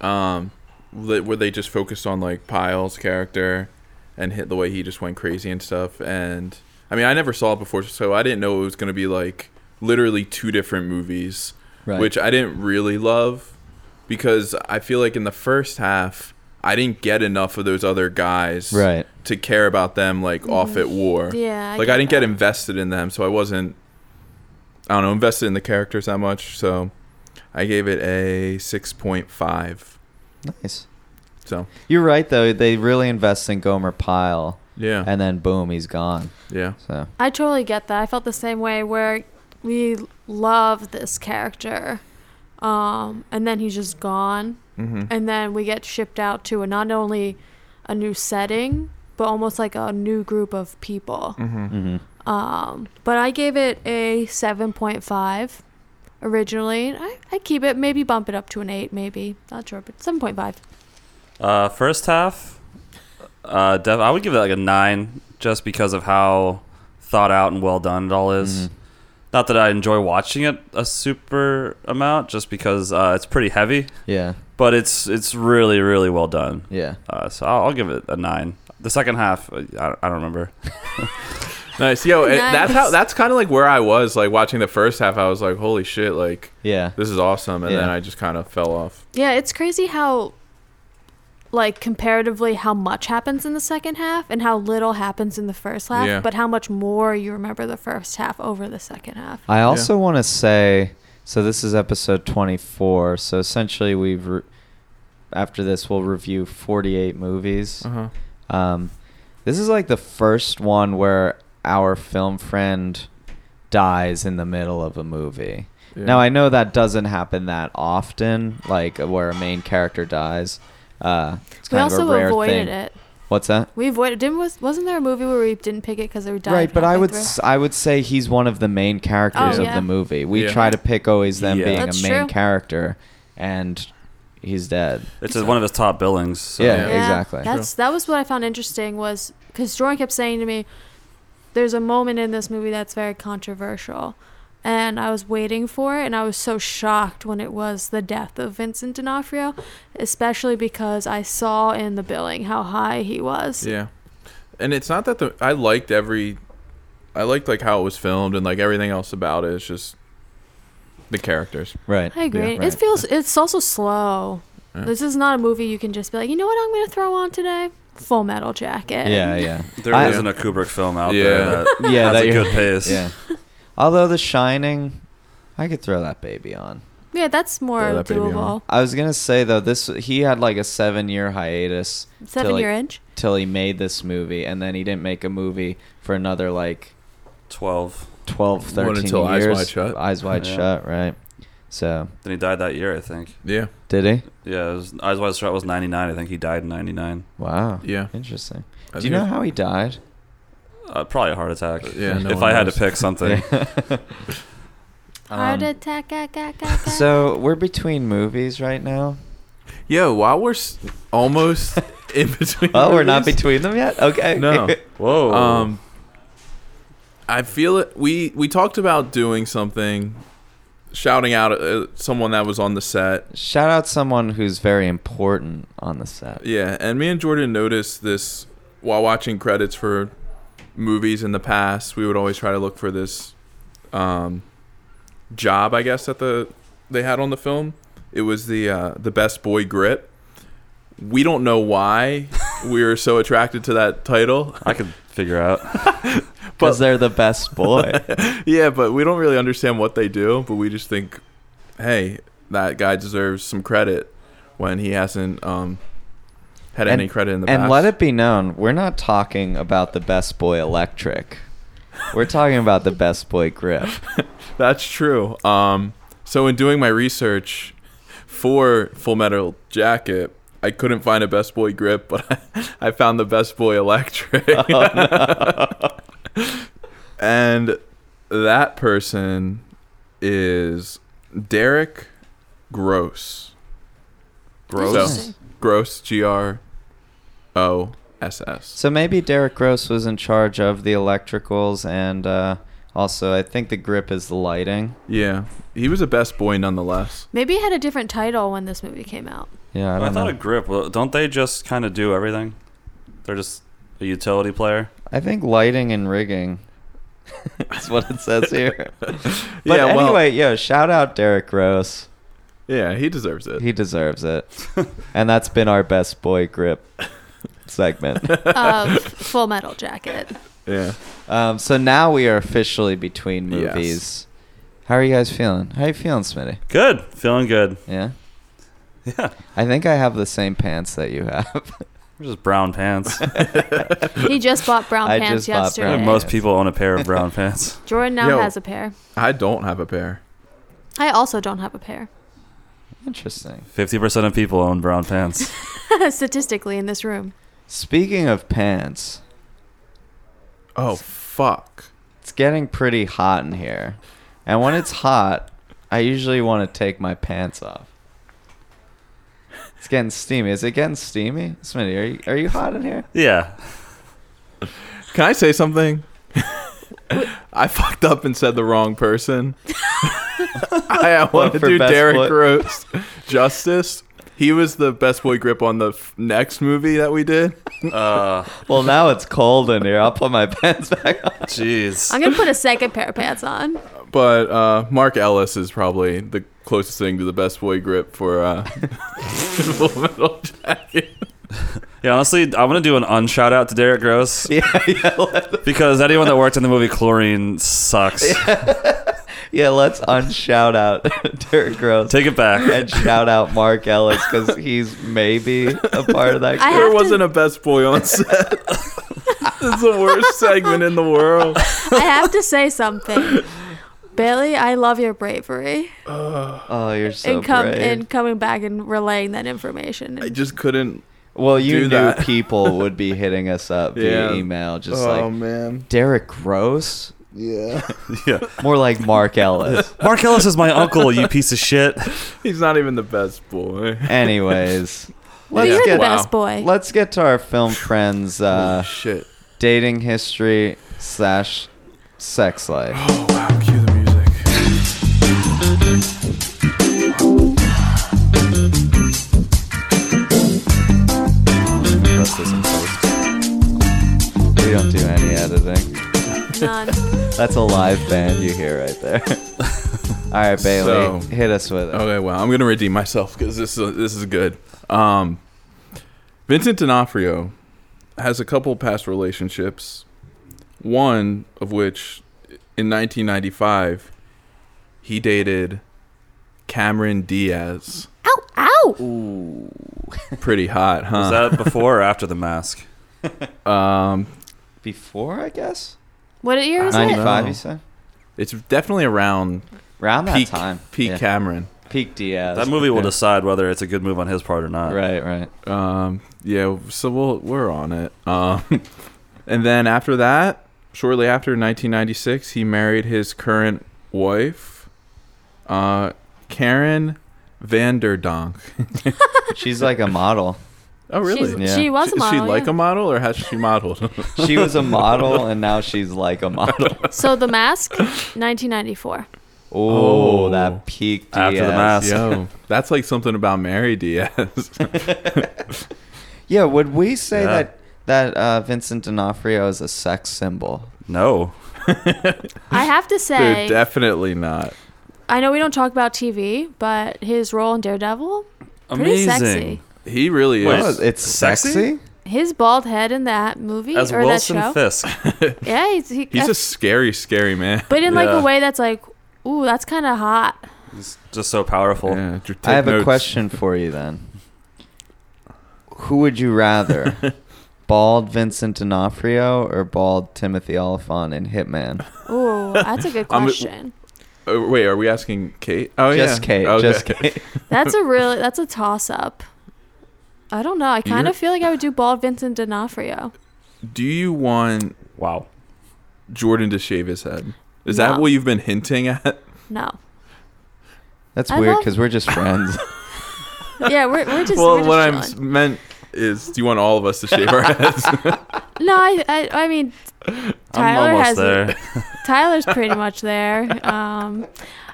Speaker 3: Um, li- where they just focused on like Pyle's character and hit the way he just went crazy and stuff. And I mean, I never saw it before, so I didn't know it was gonna be like literally two different movies, which I didn't really love because I feel like in the first half I didn't get enough of those other guys
Speaker 1: right.
Speaker 3: to care about them like off at war
Speaker 2: Mm-hmm. Yeah.
Speaker 3: like I didn't get
Speaker 2: that.
Speaker 3: invested in them, so I wasn't I don't know, invested in the characters that much, so I gave it a 6.5.
Speaker 1: Nice.
Speaker 3: So,
Speaker 1: You're right though. They really invest in Gomer Pyle,
Speaker 3: yeah.
Speaker 1: and then boom, he's gone.
Speaker 3: yeah.
Speaker 1: So
Speaker 2: I totally get that. I felt the same way where we love this character. Um, and then he's just gone.
Speaker 3: Mhm.
Speaker 2: And then we get shipped out to a, not only a new setting, but almost like a new group of people.
Speaker 3: Mhm.
Speaker 1: hmm
Speaker 2: Um, but I gave it a 7.5 originally. I, I keep it, maybe bump it up to an 8, maybe. Not sure, but 7.5.
Speaker 4: Uh, first half, uh, def- I would give it like a nine, just because of how thought out and well done it all is.
Speaker 1: Mhm.
Speaker 4: Not that I enjoy watching it a super amount, just because uh, it's pretty heavy,
Speaker 1: Yeah.
Speaker 4: but it's it's really really well done.
Speaker 1: Yeah.
Speaker 4: Uh, so I'll, I'll give it a nine. The second half, uh, I, don't- I don't remember.
Speaker 3: Nice. Yo, it-
Speaker 2: Nice.
Speaker 3: that's how that's kind of like where I was like watching the first half. I was like, "Holy shit, like
Speaker 1: Yeah.
Speaker 3: this is awesome." And then
Speaker 1: Yeah.
Speaker 3: I just kind of fell off.
Speaker 2: Yeah, it's crazy how, like, comparatively, how much happens in the second half and how little happens in the first half,
Speaker 3: Yeah.
Speaker 2: but how much more you remember the first half over the second half.
Speaker 1: I also want to say so this is episode 24. So essentially we've re- after this we'll review 48 movies.
Speaker 3: Uh-huh.
Speaker 1: Um this is like the first one where our film friend dies in the middle of a movie.
Speaker 3: Yeah.
Speaker 1: Now I know that doesn't happen that often like where a main character dies. Uh it's
Speaker 2: We
Speaker 1: kind
Speaker 2: also
Speaker 1: of a rare
Speaker 2: avoided
Speaker 1: thing.
Speaker 2: it.
Speaker 1: What's that?
Speaker 2: We avoided. Didn't was wasn't there a movie where we didn't pick it because we died?
Speaker 1: Right, but I
Speaker 2: halfway
Speaker 1: would
Speaker 2: through?
Speaker 1: s- I would say he's one of the main characters
Speaker 2: Oh,
Speaker 1: of
Speaker 2: yeah.
Speaker 1: the movie. We
Speaker 3: Yeah.
Speaker 1: try to pick always them
Speaker 4: Yeah.
Speaker 1: being
Speaker 2: That's
Speaker 1: a main
Speaker 2: true.
Speaker 1: character, and he's dead.
Speaker 4: It's one of his top billings. So.
Speaker 1: Yeah,
Speaker 3: Yeah.
Speaker 1: exactly.
Speaker 2: That's that was what I found interesting was because Jordan kept saying to me, "There's a moment in this movie that's very controversial," and I was waiting for it, and I was so shocked when it was the death of Vincent D'Onofrio, especially because I saw in the billing how high he was.
Speaker 3: Yeah. And it's not that the I liked every I liked like how it was filmed and like everything else about it. It's just the characters.
Speaker 1: Right.
Speaker 2: I agree.
Speaker 1: Yeah, right.
Speaker 2: It feels it's also slow.
Speaker 3: Yeah.
Speaker 2: This is not a movie you can just be like, you know what, I'm gonna throw on today. Full Metal Jacket.
Speaker 1: Yeah,
Speaker 2: [LAUGHS]
Speaker 1: yeah,
Speaker 4: There
Speaker 1: I-
Speaker 4: not a Kubrick film out
Speaker 3: Yeah.
Speaker 1: [LAUGHS]
Speaker 4: there that
Speaker 1: yeah.
Speaker 4: has
Speaker 1: that
Speaker 4: a
Speaker 1: you're-
Speaker 4: good
Speaker 1: [LAUGHS]
Speaker 4: pace.
Speaker 1: Yeah. Although The Shining, I could throw that baby on.
Speaker 2: yeah, that's more
Speaker 3: Throw that baby on.
Speaker 2: doable.
Speaker 1: I was gonna say though, this he had like a seven year hiatus
Speaker 2: Seven
Speaker 1: like-
Speaker 2: year inch.
Speaker 1: till he made this movie, and then he didn't make a movie for another like
Speaker 4: Twelve.
Speaker 1: 12,
Speaker 3: What,
Speaker 1: 13
Speaker 3: until Eyes
Speaker 1: years.
Speaker 3: Wide Shut?
Speaker 1: Eyes Wide
Speaker 4: Yeah.
Speaker 1: Shut, right? So
Speaker 4: Then he died that year, I think.
Speaker 3: Yeah.
Speaker 1: did he?
Speaker 4: Yeah, it was, Eyes Wide Shut was ninety nine. I think he died in ninety nine.
Speaker 1: Wow,
Speaker 3: Yeah.
Speaker 1: interesting.
Speaker 3: I
Speaker 1: Do you know
Speaker 3: think
Speaker 1: how he died?
Speaker 4: Uh, probably a heart attack.
Speaker 3: it- yeah, no
Speaker 4: if
Speaker 3: one
Speaker 4: I had to
Speaker 3: knows.
Speaker 4: pick
Speaker 1: [LAUGHS]
Speaker 4: something,
Speaker 2: Heart
Speaker 1: Um,
Speaker 2: attack. ah, ah,
Speaker 1: [LAUGHS]
Speaker 2: ah, ah.
Speaker 1: So we're between movies right now.
Speaker 3: Yo, while we're s- almost [LAUGHS] in between.
Speaker 1: Oh, we're not
Speaker 3: movies,
Speaker 1: between them yet. Okay.
Speaker 3: No.
Speaker 4: whoa.
Speaker 3: Um, I feel it. We we talked about doing something, shouting out uh, someone that was on the set.
Speaker 1: [LAUGHS] Shout out someone who's very important on the set.
Speaker 3: Yeah, and me and Jordan noticed this while watching credits for movies in the past. We would always try to look for this um, job, I guess, that the they had on the film. It was the uh, the best boy grip. We don't know [LAUGHS] why we were so attracted to that title.
Speaker 4: I could figure out.
Speaker 1: Because they're the best boy.
Speaker 3: Yeah, but we don't really understand what they do, but we just think, hey, that guy deserves some credit when he hasn't um, had
Speaker 1: And-
Speaker 3: any credit in the
Speaker 1: and
Speaker 3: past.
Speaker 1: let it be known, we're not talking about the best boy electric. We're talking about the best boy grip.
Speaker 3: That's true. Um, so in doing my research for Full Metal Jacket, I couldn't find a Best Boy grip, but [LAUGHS] I, I found the Best
Speaker 1: [LAUGHS]
Speaker 3: Boy Electric.
Speaker 1: Oh,
Speaker 3: [LAUGHS] and that person is Derek Gross.
Speaker 4: Gross.
Speaker 2: Interesting.
Speaker 3: Gross, G R O S S.
Speaker 1: So maybe Derek Gross was in charge of the electricals and uh, also I think the grip is the lighting.
Speaker 3: Yeah, he was a Best Boy nonetheless.
Speaker 2: Maybe it had a different title when this movie came out.
Speaker 1: Yeah, I
Speaker 4: I,
Speaker 1: don't
Speaker 4: thought
Speaker 1: know.
Speaker 4: a grip. Well, don't they just kind of do everything? They're just a utility player.
Speaker 1: I think lighting and rigging [LAUGHS] is what it says here. But
Speaker 3: [LAUGHS] yeah,
Speaker 1: anyway,
Speaker 3: well,
Speaker 1: yo, shout out Derek Gross.
Speaker 3: yeah, he deserves it.
Speaker 1: He deserves
Speaker 3: [LAUGHS]
Speaker 1: it. and that's been our best boy grip segment. [LAUGHS]
Speaker 3: [LAUGHS]
Speaker 2: of Full Metal Jacket.
Speaker 3: yeah.
Speaker 1: Um, so now we are officially between
Speaker 3: Yes.
Speaker 1: movies. How are you guys feeling? How you feeling, Smitty?
Speaker 4: Good. Feeling good.
Speaker 1: Yeah.
Speaker 4: [LAUGHS] Yeah.
Speaker 1: I think I have the same pants that you have. [LAUGHS]
Speaker 4: Just brown pants.
Speaker 2: He just bought brown
Speaker 1: I
Speaker 2: pants
Speaker 1: just bought
Speaker 2: yesterday.
Speaker 1: brown
Speaker 4: And Most people own a pair of brown pants.
Speaker 2: Jordan now
Speaker 3: Yo.
Speaker 2: has a pair.
Speaker 3: I don't have a pair.
Speaker 2: I also don't have a pair. [LAUGHS]
Speaker 1: Interesting.
Speaker 4: Fifty percent of people own brown pants.
Speaker 2: Statistically, in this room,
Speaker 1: Speaking of pants,
Speaker 3: Oh, fuck.
Speaker 1: it's getting pretty hot in here. And when it's hot, I usually want to take my pants off. It's getting steamy. Is it getting steamy? Smitty, are you, are you hot in here?
Speaker 4: Yeah.
Speaker 3: Can I
Speaker 1: [LAUGHS]
Speaker 3: say something? I fucked up and said the wrong
Speaker 1: [LAUGHS]
Speaker 3: person. I want to
Speaker 1: for
Speaker 3: do
Speaker 1: Best
Speaker 3: Derek
Speaker 1: Boy?
Speaker 3: Gross justice. He was the best boy grip on the f- next movie that we did.
Speaker 4: Uh,
Speaker 1: Well, now it's cold in here. I'll put my [LAUGHS] pants back on.
Speaker 4: jeez.
Speaker 2: I'm gonna put a second pair of pants on.
Speaker 3: But uh, Mark Ellis is probably the closest thing to the best boy grip
Speaker 1: [LAUGHS]
Speaker 3: for uh, Full Metal Jacket.
Speaker 4: Yeah, honestly, I'm gonna do an unshout out to Derek Gross
Speaker 1: Yeah, yeah, let,
Speaker 4: because anyone that worked in the movie Chlorine sucks.
Speaker 1: yeah let's unshout out [LAUGHS] Derek Gross.
Speaker 4: Take it back.
Speaker 1: and shout out Mark Ellis because he's maybe a part of that group.
Speaker 2: I
Speaker 3: There
Speaker 2: have to-
Speaker 3: wasn't a best boy on set.
Speaker 1: [LAUGHS]
Speaker 3: it's the worst segment in the world.
Speaker 2: I have to say something. Bailey, I love your bravery
Speaker 1: Oh, you're so
Speaker 2: in, com-
Speaker 1: brave.
Speaker 2: in coming back and relaying that information.
Speaker 3: I just couldn't.
Speaker 1: well, you
Speaker 3: do
Speaker 1: knew
Speaker 3: that.
Speaker 1: people would be hitting us up via
Speaker 3: [LAUGHS] Yeah. Oh, um,
Speaker 1: email, just like
Speaker 3: man.
Speaker 1: Derek Gross,
Speaker 3: Yeah.
Speaker 4: [LAUGHS] Yeah.
Speaker 1: more like Mark Ellis.
Speaker 4: Mark Ellis is my uncle, [LAUGHS] you piece of shit.
Speaker 3: He's not even the best boy.
Speaker 2: [LAUGHS]
Speaker 1: Anyways,
Speaker 2: But
Speaker 1: let's
Speaker 2: you're the
Speaker 1: get
Speaker 3: Wow.
Speaker 2: best boy.
Speaker 1: let's get to our film friends' uh,
Speaker 3: Holy shit.
Speaker 1: dating history slash sex life.
Speaker 3: Oh wow, cue the music.
Speaker 1: We don't do any editing.
Speaker 2: None.
Speaker 1: That's a live band you hear right
Speaker 4: [LAUGHS]
Speaker 1: there. All right, Bailey,
Speaker 3: So-
Speaker 1: hit us with it.
Speaker 4: oh.
Speaker 3: Okay, well, I'm gonna redeem myself because this is this is good. Um, Vincent D'Onofrio has a couple past relationships, one of which, in 1995, he dated Cameron Diaz.
Speaker 2: Ow! Ow!
Speaker 1: Ooh.
Speaker 3: Pretty hot, huh?
Speaker 4: Was that before or after
Speaker 3: [LAUGHS]
Speaker 4: the mask?
Speaker 3: um,
Speaker 1: Before, I guess.
Speaker 2: What year is
Speaker 3: Ninety-
Speaker 2: it?
Speaker 1: 95,
Speaker 3: No.
Speaker 1: you said?
Speaker 3: it's definitely around
Speaker 1: Around that
Speaker 3: peak
Speaker 1: time.
Speaker 3: peak
Speaker 1: yeah.
Speaker 3: Cameron.
Speaker 1: peak Diaz.
Speaker 4: That movie will
Speaker 3: Yeah.
Speaker 4: decide whether it's a good move on his part or not.
Speaker 1: Right, right.
Speaker 3: Um, yeah, so we'll, we're on it. Um, [LAUGHS] and then after that, shortly after 1996, he married his current wife, uh, Karen Vanderdonk.
Speaker 1: She's like a model.
Speaker 3: Oh, really?
Speaker 2: She's-
Speaker 1: Yeah.
Speaker 2: She was
Speaker 3: Is
Speaker 2: a model.
Speaker 3: she like
Speaker 2: yeah.
Speaker 3: a model, or has she modeled? [LAUGHS]
Speaker 1: She was a model, and now she's like a
Speaker 4: [LAUGHS]
Speaker 1: model.
Speaker 2: So the mask, [LAUGHS] 1994.
Speaker 1: Oh,
Speaker 3: Oh.
Speaker 1: that peak Diaz.
Speaker 4: After the mask.
Speaker 3: Yo, that's like something about Mary [LAUGHS] Diaz.
Speaker 1: Yeah, would we say
Speaker 4: Yeah.
Speaker 1: that that uh, Vincent D'Onofrio is a sex symbol?
Speaker 3: [LAUGHS]
Speaker 4: No.
Speaker 2: I have to
Speaker 3: Dude,
Speaker 2: say,
Speaker 3: definitely not.
Speaker 2: I know we don't talk about TV, but his role in Daredevil, pretty
Speaker 4: Amazing.
Speaker 2: sexy.
Speaker 3: He really
Speaker 4: Wait,
Speaker 3: is.
Speaker 1: Oh, it's
Speaker 4: sexy?
Speaker 1: sexy?
Speaker 2: His bald head in that movie
Speaker 4: As
Speaker 2: or that
Speaker 4: Wilson
Speaker 2: show.
Speaker 4: Fisk.
Speaker 3: [LAUGHS]
Speaker 2: Yeah, he's, he,
Speaker 3: He's a scary, scary man.
Speaker 2: but in like
Speaker 4: Yeah.
Speaker 2: a way that's like, ooh, that's kind of hot.
Speaker 4: He's just so powerful.
Speaker 3: Yeah, take
Speaker 1: I have a
Speaker 3: notes. [LAUGHS]
Speaker 1: question for you then. Who would you rather? bald Vincent D'Onofrio or bald Timothy Oliphant in Hitman?
Speaker 2: Ooh, that's a good
Speaker 3: [LAUGHS] I'm-
Speaker 2: question.
Speaker 3: Uh, wait, are we asking Kate? Oh
Speaker 1: just
Speaker 3: yeah,
Speaker 1: Kate.
Speaker 3: Okay.
Speaker 1: Just
Speaker 2: [LAUGHS]
Speaker 1: Kate.
Speaker 2: That's a really that's a toss up. I don't know. I kind
Speaker 3: You're-
Speaker 2: of feel like I would do bald Vincent D'Onofrio.
Speaker 3: Do you want
Speaker 4: Wow.
Speaker 3: Jordan to shave his head? Is
Speaker 2: No.
Speaker 3: that what you've been hinting at?
Speaker 2: No.
Speaker 1: That's
Speaker 2: I
Speaker 1: weird
Speaker 2: love-
Speaker 1: because we're just friends.
Speaker 2: Yeah, we're we're just
Speaker 3: well,
Speaker 2: we're
Speaker 3: what I'm
Speaker 2: just
Speaker 3: s- meant is, do you want all of us to shave our heads?
Speaker 2: chilling. No, I I, I mean
Speaker 4: I'm
Speaker 2: Tyler
Speaker 4: almost
Speaker 2: has a-
Speaker 4: there.
Speaker 3: [LAUGHS]
Speaker 4: [LAUGHS]
Speaker 2: Tyler's pretty much there. Um,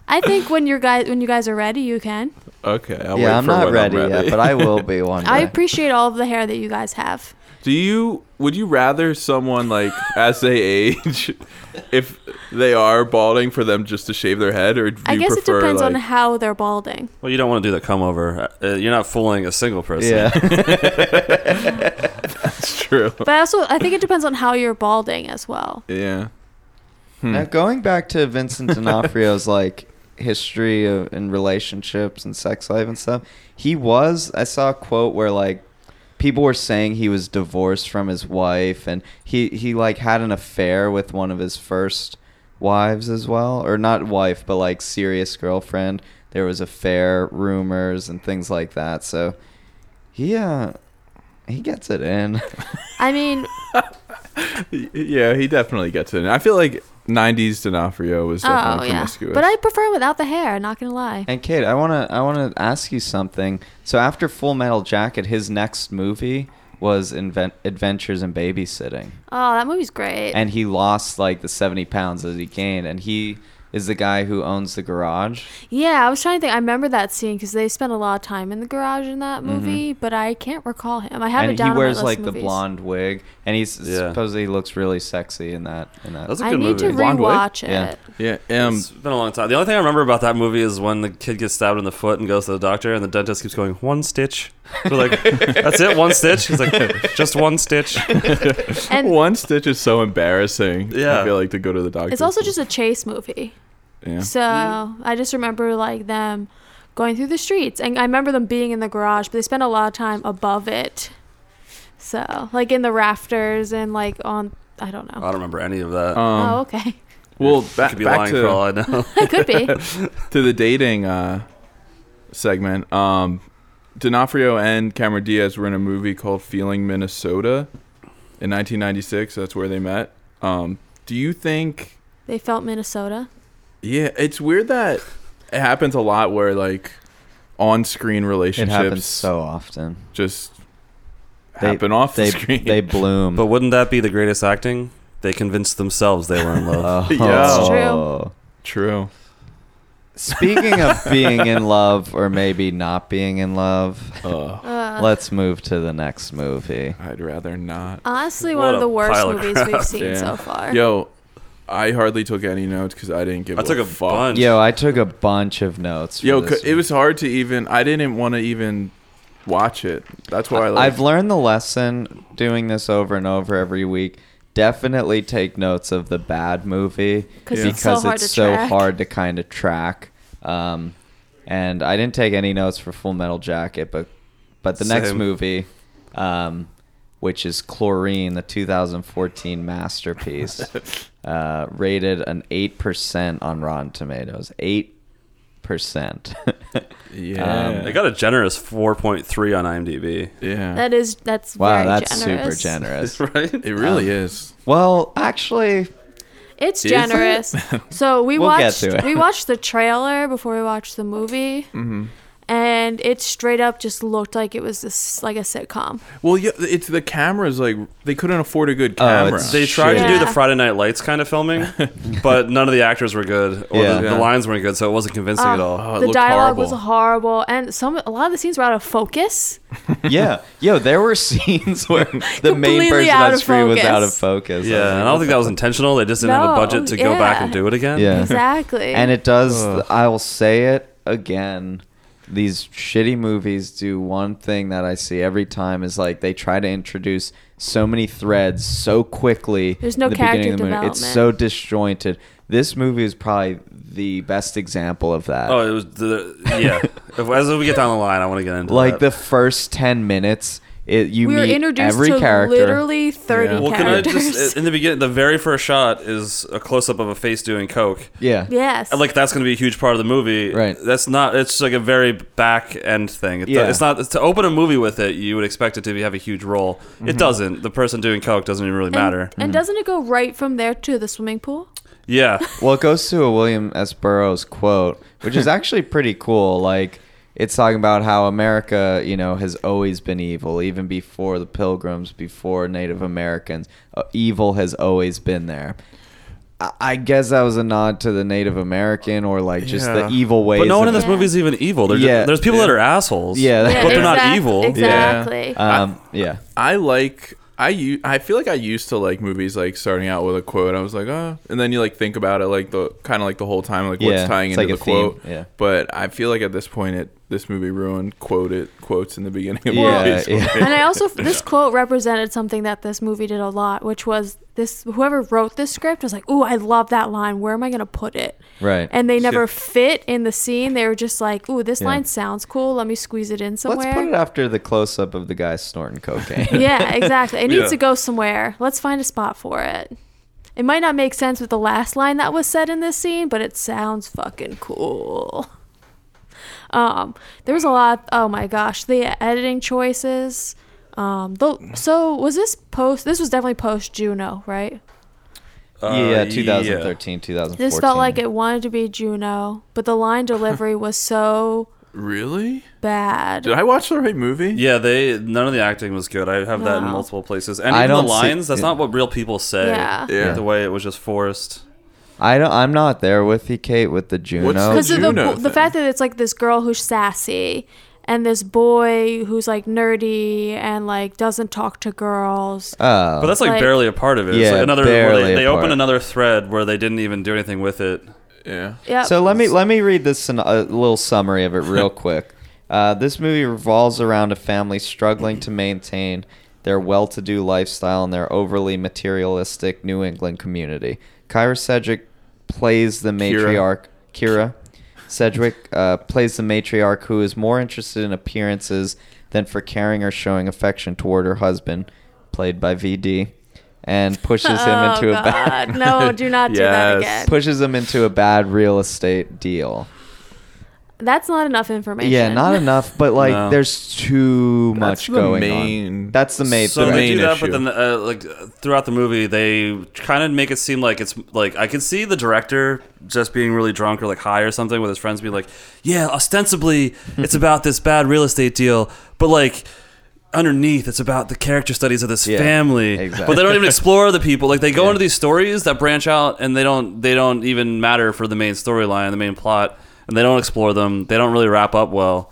Speaker 2: I think when your guys when you guys are ready, you can.
Speaker 3: [LAUGHS] okay, [LAUGHS] I'll wait
Speaker 1: yeah, I'm
Speaker 3: for
Speaker 1: not
Speaker 3: when
Speaker 1: ready,
Speaker 3: I'm ready
Speaker 1: yet, but I
Speaker 3: [LAUGHS]
Speaker 1: will be one day.
Speaker 2: I appreciate all of the hair that you guys have.
Speaker 3: Do you would you rather someone like as they age, if they are balding, for them just to shave their head, or do
Speaker 2: I
Speaker 3: you
Speaker 2: guess it
Speaker 3: prefer
Speaker 2: depends
Speaker 3: like
Speaker 2: on how they're balding.
Speaker 4: Well, you don't want to do the come over. Uh, you're not fooling a single person.
Speaker 1: yeah.
Speaker 4: [LAUGHS]
Speaker 3: [LAUGHS] it's true?
Speaker 2: But I also I think it depends on how you're balding as well.
Speaker 3: Yeah, Hmm.
Speaker 1: now going back to Vincent D'Onofrio's like history of and relationships and sex life and stuff, he was. I saw a quote where like people were saying he was divorced from his wife, and he he like had an affair with one of his first wives as well, or not wife, but like serious girlfriend. There was affair rumors and things like that. So he uh, he gets it in. [LAUGHS]
Speaker 2: I
Speaker 3: [LAUGHS]
Speaker 2: mean,
Speaker 3: Y- yeah, he definitely gets it. I feel like '90s D'Onofrio was
Speaker 2: oh
Speaker 3: definitely
Speaker 2: yeah,
Speaker 3: promiscuous.
Speaker 2: but I prefer without the hair. Not gonna lie.
Speaker 1: And Kate, I wanna I wanna ask you something. So after Full Metal Jacket, his next movie was Invent- Adventures in Babysitting,
Speaker 2: Oh, that movie's great.
Speaker 1: and he lost like the seventy pounds that he gained, and he is the guy who owns the garage.
Speaker 2: yeah, I was trying to think. I remember that scene because they spent a lot of time in the garage in that movie, but I can't recall him. I have it
Speaker 1: Mm-hmm. and
Speaker 2: down.
Speaker 1: he
Speaker 2: on my
Speaker 1: wears
Speaker 2: list
Speaker 1: like
Speaker 2: of
Speaker 1: the
Speaker 2: movies.
Speaker 1: blonde wig, and he's
Speaker 4: Yeah.
Speaker 1: supposedly he looks really sexy in that. In that,
Speaker 4: That's a
Speaker 2: I
Speaker 4: good
Speaker 2: need
Speaker 4: movie.
Speaker 2: to
Speaker 3: Blonde wig?
Speaker 2: rewatch it.
Speaker 1: Yeah.
Speaker 3: yeah, um,
Speaker 4: it's been a long time. The only thing I remember about that movie is when the kid gets stabbed in the foot and goes to the doctor, and the dentist keeps going, one stitch. We're like, [LAUGHS] that's it, one stitch? He's like, just one stitch.
Speaker 2: And
Speaker 3: one stitch is so embarrassing.
Speaker 4: Yeah.
Speaker 3: I feel like to go to the doctor.
Speaker 2: it's also just a chase movie.
Speaker 3: yeah.
Speaker 2: So I just remember like them going through the streets, and I remember them being in the garage, but they spent a lot of time above it. So like in the rafters and like on I don't
Speaker 4: I
Speaker 2: know.
Speaker 4: don't remember any of that.
Speaker 3: Um,
Speaker 2: oh okay, [LAUGHS]
Speaker 3: well, ba-
Speaker 4: Could be
Speaker 3: back
Speaker 4: lying
Speaker 3: to
Speaker 4: for all I know.
Speaker 2: I could be.
Speaker 3: to the dating uh, segment, um, D'Onofrio and Cameron Diaz were in a movie called Feeling Minnesota in 1996. That's where they met. Um, do you think?
Speaker 2: They felt Minnesota.
Speaker 3: Yeah, it's weird that it happens a lot where like on-screen
Speaker 1: it
Speaker 3: relationships
Speaker 1: happens so often.
Speaker 3: just
Speaker 1: They-
Speaker 3: happen off
Speaker 1: They
Speaker 3: the screen.
Speaker 1: they bloom.
Speaker 4: [LAUGHS] But wouldn't that be the greatest acting? They convinced themselves they were in love.
Speaker 1: [LAUGHS] oh.
Speaker 4: [LAUGHS]
Speaker 3: It's
Speaker 2: true.
Speaker 3: [LAUGHS] True.
Speaker 1: Speaking of being in love or maybe not being in love,
Speaker 3: Uh,
Speaker 2: Uh,
Speaker 1: let's move to the next movie.
Speaker 3: I'd rather not.
Speaker 2: honestly,
Speaker 4: What
Speaker 2: one
Speaker 4: a
Speaker 2: of the worst
Speaker 4: pile of
Speaker 2: movies
Speaker 4: crap.
Speaker 2: we've seen
Speaker 3: Yeah.
Speaker 2: so far.
Speaker 3: Yo, I hardly took any notes because I didn't give.
Speaker 4: I took a
Speaker 3: fuck.
Speaker 4: bunch.
Speaker 1: Yo, I took a bunch of notes. for
Speaker 3: Yo,
Speaker 1: this
Speaker 3: c- it
Speaker 1: one.
Speaker 3: was hard to even. I didn't want to even watch it. That's why I like.
Speaker 1: I've learned the lesson doing this over and over every week. Definitely take notes of the bad movie
Speaker 2: 'Cause
Speaker 1: because
Speaker 2: it's so hard
Speaker 1: it's
Speaker 2: to
Speaker 1: so
Speaker 2: track.
Speaker 1: hard to kind of track. Um, and I didn't take any notes for Full Metal Jacket, but but the next
Speaker 4: Same.
Speaker 1: movie, um, which is Chlorine, the 2014
Speaker 3: [LAUGHS]
Speaker 1: masterpiece, uh, rated an eight percent on Rotten Tomatoes. Eight percent. [LAUGHS]
Speaker 3: yeah,
Speaker 1: um,
Speaker 4: Uh, They got a generous 4.3 on IMDb.
Speaker 3: yeah.
Speaker 2: That is that's
Speaker 1: wow,
Speaker 2: very
Speaker 1: that's
Speaker 2: generous.
Speaker 1: super generous.
Speaker 4: [LAUGHS] Right?
Speaker 3: it really is.
Speaker 1: Well, actually,
Speaker 2: It's
Speaker 3: Is it?
Speaker 2: generous. so we
Speaker 1: We'll get
Speaker 2: watched
Speaker 1: to it.
Speaker 2: we watched the trailer before we watched the movie. And it straight up just looked like it was this like a sitcom.
Speaker 3: Well, yeah, it's the cameras. Like they couldn't afford a good camera.
Speaker 1: Oh, it's-
Speaker 4: They tried to do
Speaker 2: Yeah.
Speaker 4: the Friday Night Lights kind of filming, [LAUGHS] but none of the actors were good, or
Speaker 1: Yeah.
Speaker 4: the, the lines weren't good, so it wasn't convincing at all.
Speaker 3: Oh, it
Speaker 2: Ah, the
Speaker 3: looked
Speaker 2: dialogue was
Speaker 3: horrible.
Speaker 2: horrible, and some a lot of the scenes were out of focus.
Speaker 4: [LAUGHS]
Speaker 1: yeah, yo, there were scenes [LAUGHS] where the main
Speaker 2: Completely
Speaker 1: person
Speaker 2: out
Speaker 1: on
Speaker 2: of
Speaker 1: screen was
Speaker 2: focus.
Speaker 1: out of focus.
Speaker 4: Yeah, and I don't think that was intentional. They just didn't have
Speaker 2: No,
Speaker 4: a budget to go back
Speaker 2: yeah.
Speaker 4: and do it again.
Speaker 1: Yeah.
Speaker 2: Exactly.
Speaker 1: And it does. I will say it again. These shitty movies do one thing that I see every time is like they try to introduce so many threads so quickly.
Speaker 2: There's no
Speaker 1: at the beginning
Speaker 2: character
Speaker 1: of the movie. It's
Speaker 2: development.
Speaker 1: so disjointed. This movie is probably the best example of that.
Speaker 4: Oh, it [LAUGHS] was the yeah. If- As we get down the line, I want to get into
Speaker 1: like
Speaker 4: that.
Speaker 1: the first 10 minutes It, you
Speaker 2: we were
Speaker 1: meet
Speaker 2: introduced
Speaker 1: every
Speaker 2: to
Speaker 1: character.
Speaker 2: literally 30
Speaker 3: Yeah.
Speaker 4: Well, can I
Speaker 2: characters.
Speaker 4: just uh, in the beginning? The very first shot is a close up of a face doing coke.
Speaker 1: Yeah.
Speaker 2: [LAUGHS] yes.
Speaker 4: And, Like that's going to be a huge part of the movie.
Speaker 1: Right.
Speaker 4: That's not. It's like a very back end thing. It,
Speaker 1: Yeah.
Speaker 4: It's not to open a movie with it. You would expect it to be, have a huge role.
Speaker 1: Mm-hmm.
Speaker 4: It doesn't. The person doing coke doesn't even really
Speaker 2: And-
Speaker 4: matter.
Speaker 1: Mm.
Speaker 2: And, doesn't it go right from there to the
Speaker 1: [LAUGHS]
Speaker 2: swimming pool?
Speaker 4: Yeah.
Speaker 1: Well, it goes to a William S. Burroughs quote, which
Speaker 4: [LAUGHS]
Speaker 1: is actually pretty cool. Like, it's talking about how America, you know, has always been evil, even before the Pilgrims, before Native Americans. Uh, evil has always been there. I- I guess that was a nod to the Native American or like just
Speaker 4: Yeah.
Speaker 1: the evil ways.
Speaker 4: But no one
Speaker 1: of-
Speaker 4: in this
Speaker 2: Yeah.
Speaker 4: movie is even evil. They're
Speaker 1: Yeah.
Speaker 4: just, there's people that are assholes.
Speaker 1: Yeah.
Speaker 4: But
Speaker 1: Yeah,
Speaker 4: they're not
Speaker 2: exact-
Speaker 4: evil.
Speaker 2: Exactly.
Speaker 1: Um, yeah.
Speaker 3: I like I u- I feel like I used to like movies like starting out with a quote. I was like, oh, and then you like think about it like the kind of like the whole time like
Speaker 1: Yeah,
Speaker 3: what's tying
Speaker 1: it's
Speaker 3: into
Speaker 1: like
Speaker 3: the
Speaker 1: a theme,
Speaker 3: quote.
Speaker 1: yeah.
Speaker 3: But I feel like at this point, it this movie ruined quoted quotes in the beginning. Of
Speaker 1: Yeah,
Speaker 3: movies.
Speaker 1: yeah.
Speaker 2: and I
Speaker 4: [LAUGHS]
Speaker 2: also this quote represented something that this movie did a lot, which was this whoever wrote this script was like, "Ooh, I love that line. Where am I gonna put it?"
Speaker 1: Right.
Speaker 2: And they never fit in the scene. They were just like, "Ooh, this
Speaker 1: Yeah.
Speaker 2: line sounds cool. Let me squeeze it in somewhere."
Speaker 1: Let's put it after the close up of the guy snorting cocaine.
Speaker 2: [LAUGHS] yeah, exactly. It
Speaker 4: Yeah.
Speaker 2: needs to go somewhere. Let's find a spot for it. It might not make sense with the last line that was said in this scene, but it sounds fucking cool. Um, there was a lot. Oh my gosh, the editing choices. Um, the, so was this post? This was definitely post Juno, right?
Speaker 4: Uh,
Speaker 1: [LAUGHS] yeah, 2013, 2014.
Speaker 2: This felt like it wanted to be Juno, but the line delivery was so
Speaker 3: [LAUGHS] Really?
Speaker 2: bad.
Speaker 3: Did I watch the right movie?
Speaker 4: Yeah, they none of the acting was good. I have that in
Speaker 2: No.
Speaker 4: multiple places. And
Speaker 1: I
Speaker 4: even
Speaker 1: don't
Speaker 4: the
Speaker 1: see-
Speaker 4: lines, that's
Speaker 1: yeah.
Speaker 4: not what real people say.
Speaker 2: Yeah.
Speaker 3: Yeah.
Speaker 4: The way it was just forced.
Speaker 1: I don't. I'm not there with you, Kate, with the Juno.
Speaker 3: What's the
Speaker 2: because of the,
Speaker 3: Juno
Speaker 2: bo- the
Speaker 3: thing.
Speaker 2: fact that it's like this girl who's sassy and this boy who's like nerdy and like doesn't talk to girls
Speaker 1: Oh.
Speaker 4: But that's like,
Speaker 2: Like-
Speaker 4: barely a part of it. it's
Speaker 1: Yeah,
Speaker 4: like another where
Speaker 1: barely
Speaker 4: they,
Speaker 1: a
Speaker 4: they open
Speaker 1: part.
Speaker 4: another thread where they didn't even do anything with it.
Speaker 3: Yeah.
Speaker 2: yeah
Speaker 1: So
Speaker 2: [LAUGHS]
Speaker 1: let me let me read this in a little summary of it real quick. Uh, this movie revolves around a family struggling to maintain their well-to-do lifestyle in their overly materialistic New England community. Kyra Sedgwick plays the matriarch. Kira, Sedgwick uh, plays the matriarch who is more interested in appearances than for caring or showing affection toward her husband, played by VD, and pushes him
Speaker 2: [LAUGHS] Oh,
Speaker 1: into a bad
Speaker 2: God. no do not do
Speaker 1: [LAUGHS]
Speaker 3: Yes.
Speaker 2: that again
Speaker 1: pushes him into a bad real estate deal.
Speaker 2: that's not enough information
Speaker 1: Yeah,
Speaker 2: [LAUGHS]
Speaker 1: not enough, but like
Speaker 4: No.
Speaker 1: there's too
Speaker 3: That's
Speaker 1: much
Speaker 3: the
Speaker 1: going on.
Speaker 3: main-
Speaker 1: That's the main.
Speaker 4: so
Speaker 1: the
Speaker 4: they
Speaker 1: main-
Speaker 4: do that,
Speaker 3: issue.
Speaker 4: but then uh, like throughout the movie, they kind of make it seem like it's like I could see the director just being really drunk or like high or something with his friends being like, "Yeah,
Speaker 1: [LAUGHS]
Speaker 4: ostensibly it's about this bad real estate deal, but like." Underneath, it's about the character studies of this
Speaker 1: Yeah,
Speaker 4: family,
Speaker 1: exactly.
Speaker 4: but they don't
Speaker 1: [LAUGHS]
Speaker 4: even explore the people. Like they go
Speaker 1: Yeah.
Speaker 4: into these stories that branch out, and they don't they don't even matter for the main storyline, the main plot, and they don't explore them. They don't really wrap up well.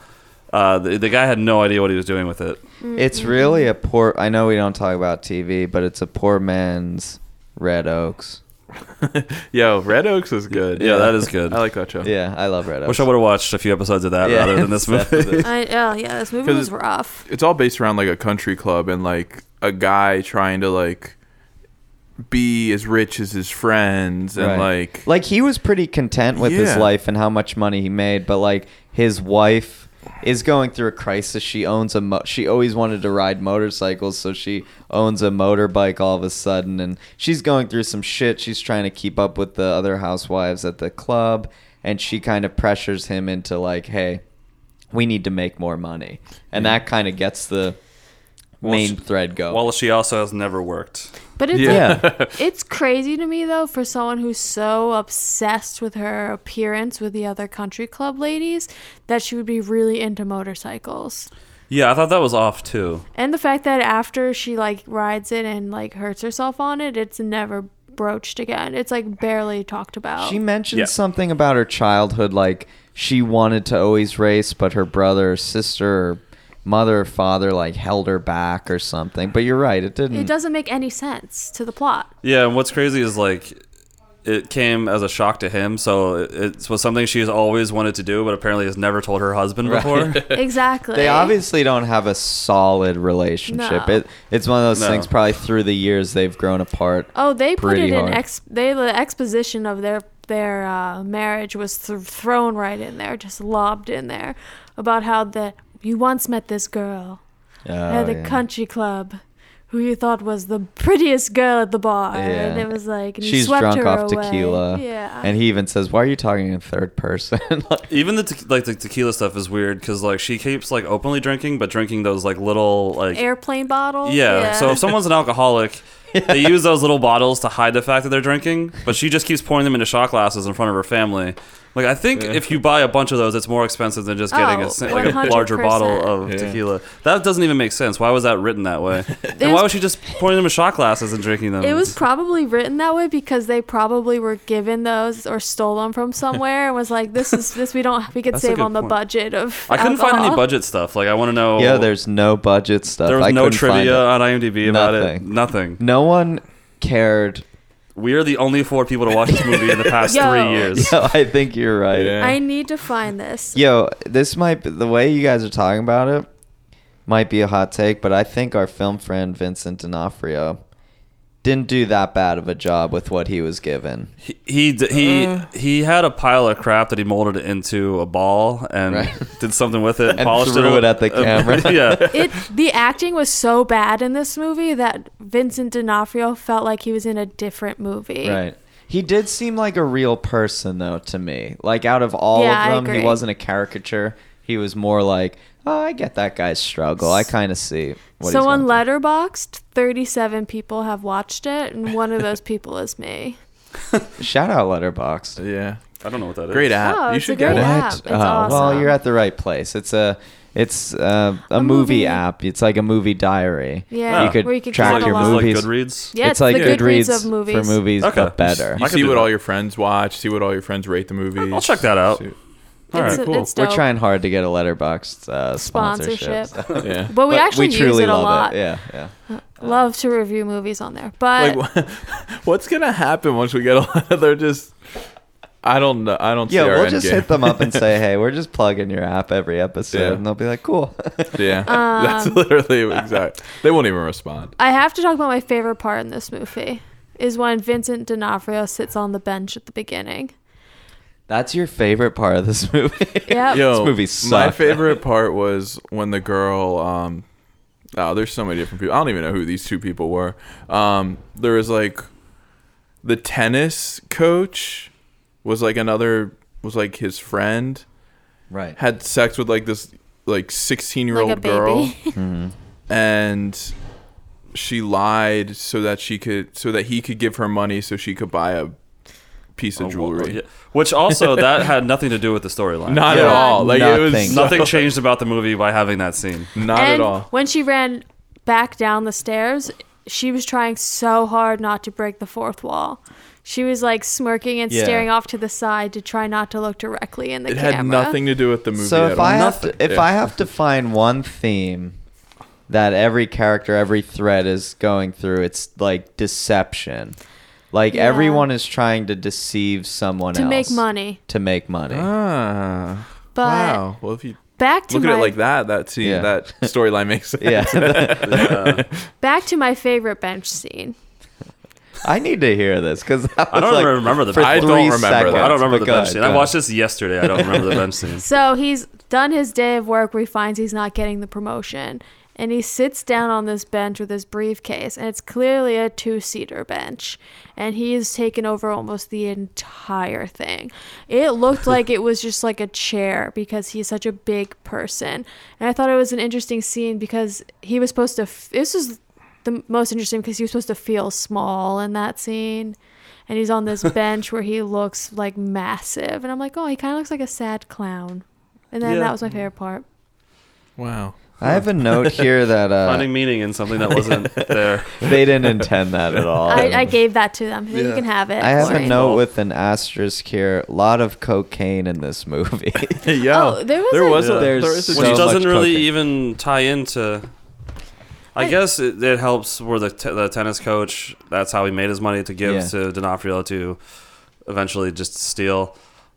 Speaker 4: Uh, the, the guy had no idea what he was doing with it.
Speaker 1: It's really a poor. I know we don't talk about TV, but it's a poor man's Red Oaks.
Speaker 3: Yo, Red Oaks is good.
Speaker 4: Yeah, that is
Speaker 3: [LAUGHS]
Speaker 4: good.
Speaker 3: I like that show.
Speaker 1: Yeah, I love Red Oaks.
Speaker 4: Wish I would have watched a few episodes of that
Speaker 1: Yeah,
Speaker 4: rather than this movie. [LAUGHS]
Speaker 1: definitely.
Speaker 2: I, oh yeah this movie
Speaker 3: 'Cause
Speaker 2: was
Speaker 3: it-
Speaker 2: rough
Speaker 3: It's all based around like a country club and like a guy trying to like be as rich as his friends and
Speaker 1: Right.
Speaker 3: like
Speaker 1: like he was pretty content with his
Speaker 3: Yeah.
Speaker 1: life and how much money he made but like his wife is going through a crisis she owns a mo- she always wanted to ride motorcycles so she owns a motorbike all of a sudden and she's going through some shit she's trying to keep up with the other housewives at the club and she kind of pressures him into like hey we need to make more money and that kind of gets the
Speaker 4: Well,
Speaker 1: main
Speaker 4: she-
Speaker 1: thread going
Speaker 4: While she also has never worked.
Speaker 2: but it's
Speaker 4: [LAUGHS]
Speaker 1: Yeah.
Speaker 2: like, [LAUGHS] it's crazy to me though for someone who's so obsessed with her appearance with the other country club ladies that she would be really into motorcycles
Speaker 4: Yeah, I thought that was off too.
Speaker 2: And the fact that after she like rides it and like hurts herself on it, it's never broached again. It's like barely talked about.
Speaker 1: She mentioned
Speaker 4: Um, Yeah.
Speaker 1: something about her childhood, like she wanted to always race, but her brother, or sister, or mother, or father, like held her back or something. But you're right, it didn't.
Speaker 2: it doesn't make any sense to the plot.
Speaker 4: Yeah, and what's crazy is like it came as a shock to him, so it, it was something she's always wanted to do, but apparently has never told her husband before.
Speaker 1: [LAUGHS]
Speaker 2: Exactly.
Speaker 1: They obviously don't have a solid relationship.
Speaker 2: No.
Speaker 1: It it's one of those
Speaker 4: No.
Speaker 1: things. Probably through the years they've grown apart.
Speaker 2: Oh, they put
Speaker 1: pretty
Speaker 2: it in
Speaker 1: hard.
Speaker 2: ex. They the exposition of their their uh, marriage was th- thrown right in there, just lobbed in there about how that you once met this girl. at
Speaker 1: Oh,
Speaker 2: the
Speaker 1: yeah.
Speaker 2: country club who you thought was the prettiest girl at the bar. And
Speaker 1: Yeah.
Speaker 2: it was like, and he
Speaker 1: She's
Speaker 2: swept
Speaker 1: drunk
Speaker 2: her
Speaker 1: off
Speaker 2: away.
Speaker 1: tequila.
Speaker 2: Yeah.
Speaker 1: And he even says, "Why are you talking in third person?" [LAUGHS] Like,
Speaker 4: Even the te- like the tequila stuff is weird because like she keeps like openly drinking, but drinking those like little like
Speaker 2: Airplane bottle.
Speaker 4: yeah. So if someone's
Speaker 1: [LAUGHS]
Speaker 4: an alcoholic, they use those little bottles to hide the fact that they're drinking, but she just keeps pouring them into shot glasses in front of her family. Like I think if you buy a bunch of those, it's more expensive than just getting
Speaker 2: Oh,
Speaker 4: a, sa- like a larger
Speaker 2: 100%.
Speaker 4: bottle of
Speaker 3: Yeah.
Speaker 4: tequila. That doesn't even make sense. Why was that written
Speaker 1: [LAUGHS]
Speaker 4: that way? and
Speaker 2: was-
Speaker 4: why was she just pouring them in shot glasses and drinking
Speaker 2: [LAUGHS]
Speaker 4: them?
Speaker 2: It
Speaker 4: [LAUGHS]
Speaker 2: was probably written that way because they probably were given those or stole them from somewhere and was like, "This
Speaker 4: [LAUGHS]
Speaker 2: is this we don't we could
Speaker 4: That's a
Speaker 2: save
Speaker 4: good
Speaker 2: on the
Speaker 4: point.
Speaker 2: budget of."
Speaker 4: I couldn't find any
Speaker 2: alcohol."
Speaker 4: budget stuff. Like I want to know.
Speaker 1: yeah, there's no budget stuff.
Speaker 4: there was
Speaker 1: I
Speaker 4: no
Speaker 1: couldn't find
Speaker 4: trivia
Speaker 1: it.
Speaker 4: on IMDb about it.
Speaker 1: Nothing.
Speaker 4: Nothing.
Speaker 1: No one cared. [LAUGHS]
Speaker 4: We are the only four people to watch this movie in the
Speaker 2: [LAUGHS]
Speaker 4: past
Speaker 2: Yo.
Speaker 4: three years.
Speaker 1: Yo, I think you're right.
Speaker 3: Yeah.
Speaker 2: I need to find this.
Speaker 1: Yo, this might be, the way you guys are talking about it might be a hot take, but I think our film friend Vincent D'Onofrio didn't do that bad of a job with what he was given.
Speaker 4: He he d- he,
Speaker 3: Uh.
Speaker 2: Mm.
Speaker 4: he had a pile of crap that he molded into a ball and
Speaker 1: Right.
Speaker 4: [LAUGHS] did something with it,
Speaker 1: And
Speaker 4: polished
Speaker 1: threw
Speaker 4: it,
Speaker 1: it at the
Speaker 4: [LAUGHS]
Speaker 1: camera.
Speaker 4: yeah.
Speaker 2: It the acting was so bad in this movie that Vincent D'Onofrio felt like he was in a different movie.
Speaker 1: Right. He did seem like a real person though to me. Like out of all
Speaker 2: Yeah, I
Speaker 1: of them, he
Speaker 2: agree.
Speaker 1: wasn't a caricature. He was more like, "Oh, I get that guy's struggle. I kind of see what he's
Speaker 2: so on
Speaker 1: going
Speaker 2: Letterboxd, 37 people have watched it, and one of those people is
Speaker 4: [LAUGHS]
Speaker 2: me.
Speaker 1: through." Shout out Letterboxd.
Speaker 3: Yeah.
Speaker 4: I don't know what that is.
Speaker 3: Great app.
Speaker 2: Oh,
Speaker 3: you
Speaker 2: it's a
Speaker 3: should
Speaker 2: great
Speaker 3: get it.
Speaker 2: app. It's
Speaker 1: Oh, Well,
Speaker 2: awesome.
Speaker 1: you're at the right place. It's a it's uh, a, movie,
Speaker 2: movie.
Speaker 1: app. It's like a movie diary.
Speaker 2: Yeah,
Speaker 1: you could
Speaker 2: where you could
Speaker 1: track
Speaker 4: Like,
Speaker 1: your
Speaker 2: catalog.
Speaker 4: like
Speaker 1: movies.
Speaker 4: Goodreads.
Speaker 2: Yeah,
Speaker 1: it's, like
Speaker 2: the
Speaker 1: Goodreads,
Speaker 2: Goodreads of movies.
Speaker 1: for movies,
Speaker 4: Okay.
Speaker 1: but better.
Speaker 4: I
Speaker 3: You
Speaker 4: could
Speaker 3: see
Speaker 4: do
Speaker 3: what
Speaker 4: that.
Speaker 3: all your friends watch. See what all your friends rate the movies.
Speaker 4: I'll check that out.
Speaker 3: See-
Speaker 4: All
Speaker 2: It's,
Speaker 4: right,
Speaker 2: a-
Speaker 3: cool.
Speaker 2: it's
Speaker 1: We're
Speaker 2: dope.
Speaker 1: trying hard to get a letterbox uh, sponsorship.
Speaker 2: Sponsorship.
Speaker 1: so-
Speaker 3: Yeah.
Speaker 2: But we actually use it a lot.
Speaker 1: Yeah, yeah.
Speaker 2: Love to review movies on there. But
Speaker 3: Uh, like [LAUGHS] wh- what's gonna happen once we get a lot of they're just I don't know. I don't see
Speaker 1: Yeah,
Speaker 3: our
Speaker 1: we'll
Speaker 3: end
Speaker 1: just
Speaker 3: game.
Speaker 1: hit them up and say, "Hey, we're just plugging your app every episode,"
Speaker 3: Yeah.
Speaker 1: and they'll be like, "Cool."
Speaker 3: [LAUGHS]
Speaker 1: [LAUGHS]
Speaker 3: yeah. That's
Speaker 2: Um,
Speaker 3: literally exact. They won't even respond.
Speaker 2: I have to talk about my favorite part in this movie is when Vincent D'Onofrio sits on the bench at the beginning.
Speaker 1: That's your favorite part of this movie.
Speaker 2: Yep.
Speaker 3: [LAUGHS] Yo,
Speaker 1: this movie
Speaker 3: My
Speaker 1: sucked.
Speaker 3: favorite part was when the girl um oh, there's so many different people. I don't even know who these two people were. Um there was like the tennis coach was like another was like his friend
Speaker 1: [LAUGHS] right.
Speaker 3: had sex with like this like 16
Speaker 2: Like
Speaker 3: year
Speaker 2: a
Speaker 3: old girl
Speaker 2: [LAUGHS] baby.
Speaker 3: and she lied so that she could so that he could give her money so she could buy a piece of
Speaker 4: Oh,
Speaker 3: jewelry
Speaker 4: yeah. Which
Speaker 1: [LAUGHS]
Speaker 4: also that had nothing to do with the storyline.
Speaker 3: not at
Speaker 1: Yeah.
Speaker 3: all like it was
Speaker 1: Nothing. [LAUGHS]
Speaker 4: Nothing changed about the movie by having that scene.
Speaker 3: [LAUGHS] not
Speaker 2: and
Speaker 3: at all
Speaker 2: when she ran back down the stairs, she was trying so hard not to break the fourth wall. She was like smirking and
Speaker 1: Yeah.
Speaker 2: staring off to the side to try not to look directly in the
Speaker 3: it
Speaker 2: camera.
Speaker 3: had nothing to do with the movie
Speaker 1: So
Speaker 3: at
Speaker 1: if
Speaker 3: all.
Speaker 1: I have to,
Speaker 3: Nothing.
Speaker 1: if
Speaker 3: Yeah.
Speaker 1: I have to find one theme that every character, every thread is going through, it's like deception. Like
Speaker 2: Yeah.
Speaker 1: everyone is trying to deceive someone
Speaker 2: to
Speaker 1: else
Speaker 2: make money.
Speaker 1: To make money.
Speaker 3: ah,
Speaker 2: But
Speaker 3: wow well if you
Speaker 2: back to
Speaker 3: look
Speaker 2: my
Speaker 3: at it like that that scene
Speaker 1: Yeah. [LAUGHS]
Speaker 3: that storyline makes
Speaker 1: [LAUGHS]
Speaker 3: sense
Speaker 4: [LAUGHS]
Speaker 1: yeah,
Speaker 2: back to my favorite bench scene.
Speaker 1: I need to hear this because
Speaker 4: I don't even remember the.
Speaker 1: For
Speaker 3: I
Speaker 1: three
Speaker 3: don't remember that.
Speaker 1: seconds.
Speaker 4: I don't remember the
Speaker 1: Go
Speaker 4: bench
Speaker 1: ahead,
Speaker 4: scene.
Speaker 1: go
Speaker 4: I
Speaker 1: ahead.
Speaker 4: watched this yesterday. I don't remember the bench scene.
Speaker 2: So he's done his day of work where he finds he's not getting the promotion. And he sits down on this bench with his briefcase, and it's clearly a two seater bench. And he has taken over almost the entire thing. It looked like it was just like a chair because he's such a big person. And I thought it was an interesting scene because he was supposed to. F- this is the most interesting because he was supposed to feel small in that scene. And he's on this [LAUGHS] bench where he looks like massive. And I'm like, oh, he kind of looks like a sad clown. And then
Speaker 4: Yeah.
Speaker 2: that was my favorite part.
Speaker 3: [LAUGHS]
Speaker 1: [LAUGHS]
Speaker 3: wow
Speaker 1: I have a
Speaker 4: [LAUGHS]
Speaker 1: note here that [LAUGHS] uh,
Speaker 4: Finding meaning in something
Speaker 1: [LAUGHS]
Speaker 4: that wasn't there.
Speaker 1: they didn't intend that at all.
Speaker 2: I, I gave that to them. You
Speaker 4: Yeah.
Speaker 2: can have it.
Speaker 1: Oh, I have a
Speaker 2: Sorry.
Speaker 1: note with an asterisk here. A lot of cocaine in this movie.
Speaker 3: yeah
Speaker 2: Oh, there was
Speaker 3: there
Speaker 2: a-
Speaker 3: was a, there
Speaker 1: There's
Speaker 3: was a
Speaker 1: so
Speaker 4: which doesn't
Speaker 1: much
Speaker 4: really
Speaker 1: cooking.
Speaker 4: even tie into. I
Speaker 2: I-
Speaker 4: guess it, it helps where the, t- the tennis coach. That's how he made his money to give
Speaker 1: Yeah.
Speaker 4: to D'Onofrio to eventually just steal.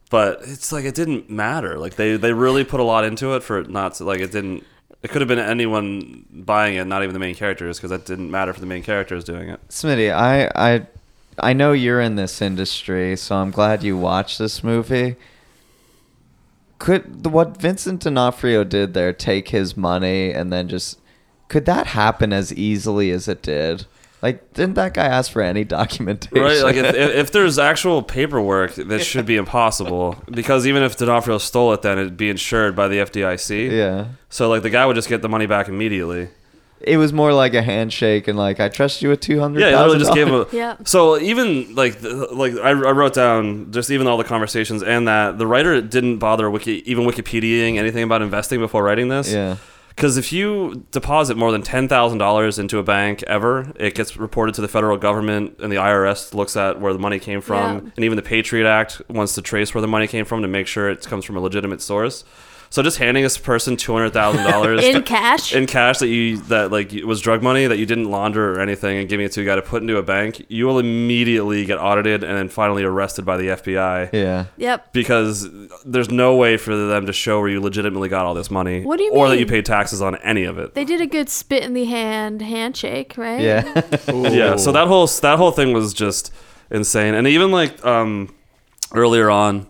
Speaker 4: But it's like it didn't matter. Like they they really put a lot into it for it not to, like it didn't. It could have been anyone buying it, not even the main characters, because that didn't matter for the main characters doing it.
Speaker 1: Smitty, I, I, I know you're in this industry, so I'm glad you watched this movie. Could the- what Vincent D'Onofrio did there take his money and then just could that happen as easily as it did? Like, didn't that guy ask for any [LAUGHS] documentation?
Speaker 4: Right,
Speaker 1: [LAUGHS]
Speaker 4: like if, if if there's actual paperwork, that should be impossible because even if D'Onofrio stole it, then it'd be insured by the FDIC.
Speaker 1: yeah.
Speaker 4: So like the guy would just get the money back immediately.
Speaker 1: It was more like a handshake and like, I trust you with two hundred.
Speaker 4: Yeah, he literally just gave him. A,
Speaker 2: Yeah.
Speaker 4: So even like the, like I, I wrote down just even all the conversations and that the writer didn't bother wiki even Wikipediaing anything about investing before writing this.
Speaker 1: Yeah.
Speaker 4: Because if you deposit more than ten thousand dollars into a bank ever, it gets reported to the federal government, and the IRS looks at where the money came from,
Speaker 2: Yeah.
Speaker 4: and even the Patriot Act wants to trace where the money came from to make sure it comes from a legitimate source. So just handing this person two hundred thousand
Speaker 2: [LAUGHS]
Speaker 4: dollars
Speaker 2: In cash?
Speaker 4: in cash that you that like was drug money that you didn't launder or anything, and giving it to a guy to put into a bank, you will immediately get audited and then finally arrested by the FBI.
Speaker 1: [LAUGHS] Yeah.
Speaker 2: Yep.
Speaker 4: Because there's no way for them to show where you legitimately got all this money,
Speaker 2: What do you
Speaker 4: or that
Speaker 2: mean?
Speaker 4: you paid taxes on any of it.
Speaker 2: They did a good spit in the hand handshake, right?
Speaker 1: Yeah. [LAUGHS]
Speaker 2: Oh,
Speaker 4: yeah so that whole that whole thing was just insane and even like um earlier on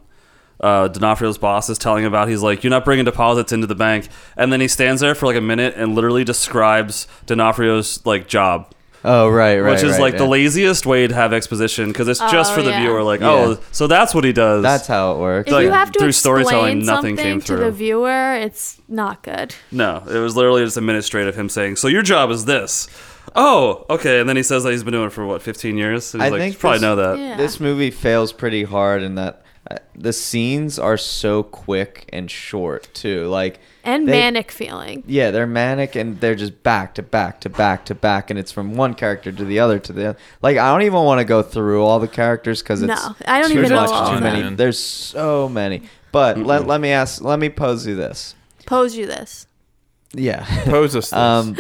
Speaker 4: uh D'Onofrio's boss is telling him about he's like you're not bringing deposits into the bank and then he stands there for like a minute and literally describes D'Onofrio's like job
Speaker 1: oh right, right.
Speaker 4: which is
Speaker 1: right,
Speaker 4: like the
Speaker 1: yeah.
Speaker 4: laziest way to have exposition because it's just
Speaker 2: Oh,
Speaker 4: for the
Speaker 2: yeah.
Speaker 4: viewer like
Speaker 1: Yeah.
Speaker 4: oh so that's what he does
Speaker 1: That's how it works.
Speaker 2: If
Speaker 4: Like,
Speaker 2: you have to
Speaker 4: through
Speaker 2: explain
Speaker 4: storytelling, nothing
Speaker 2: something
Speaker 4: came
Speaker 2: to
Speaker 4: through.
Speaker 2: the viewer, it's not good.
Speaker 4: No, it was literally just administrative. Him saying, "So your job is this." Oh, okay. And then he says that he's been doing it for what, 15 years. He's
Speaker 1: I
Speaker 4: like,
Speaker 1: think
Speaker 4: "You probably
Speaker 1: this-
Speaker 4: know that.
Speaker 2: Yeah.
Speaker 1: This movie fails pretty hard in that uh, the scenes are so quick and short too. Like
Speaker 2: And
Speaker 1: they-
Speaker 2: manic feeling.
Speaker 1: Yeah, they're manic and they're just back to back to back to back, and it's from one character to the other to the other. Like I don't even want to go through all the characters because it's
Speaker 2: No, I don't
Speaker 1: too
Speaker 2: even
Speaker 3: know
Speaker 1: much,
Speaker 3: all
Speaker 1: too
Speaker 3: of
Speaker 1: many.
Speaker 3: them.
Speaker 1: There's so many. But let, let me ask, let me pose you this.
Speaker 2: Pose you this.
Speaker 1: Yeah.
Speaker 3: Pose us
Speaker 1: [LAUGHS]
Speaker 3: this.
Speaker 1: Um,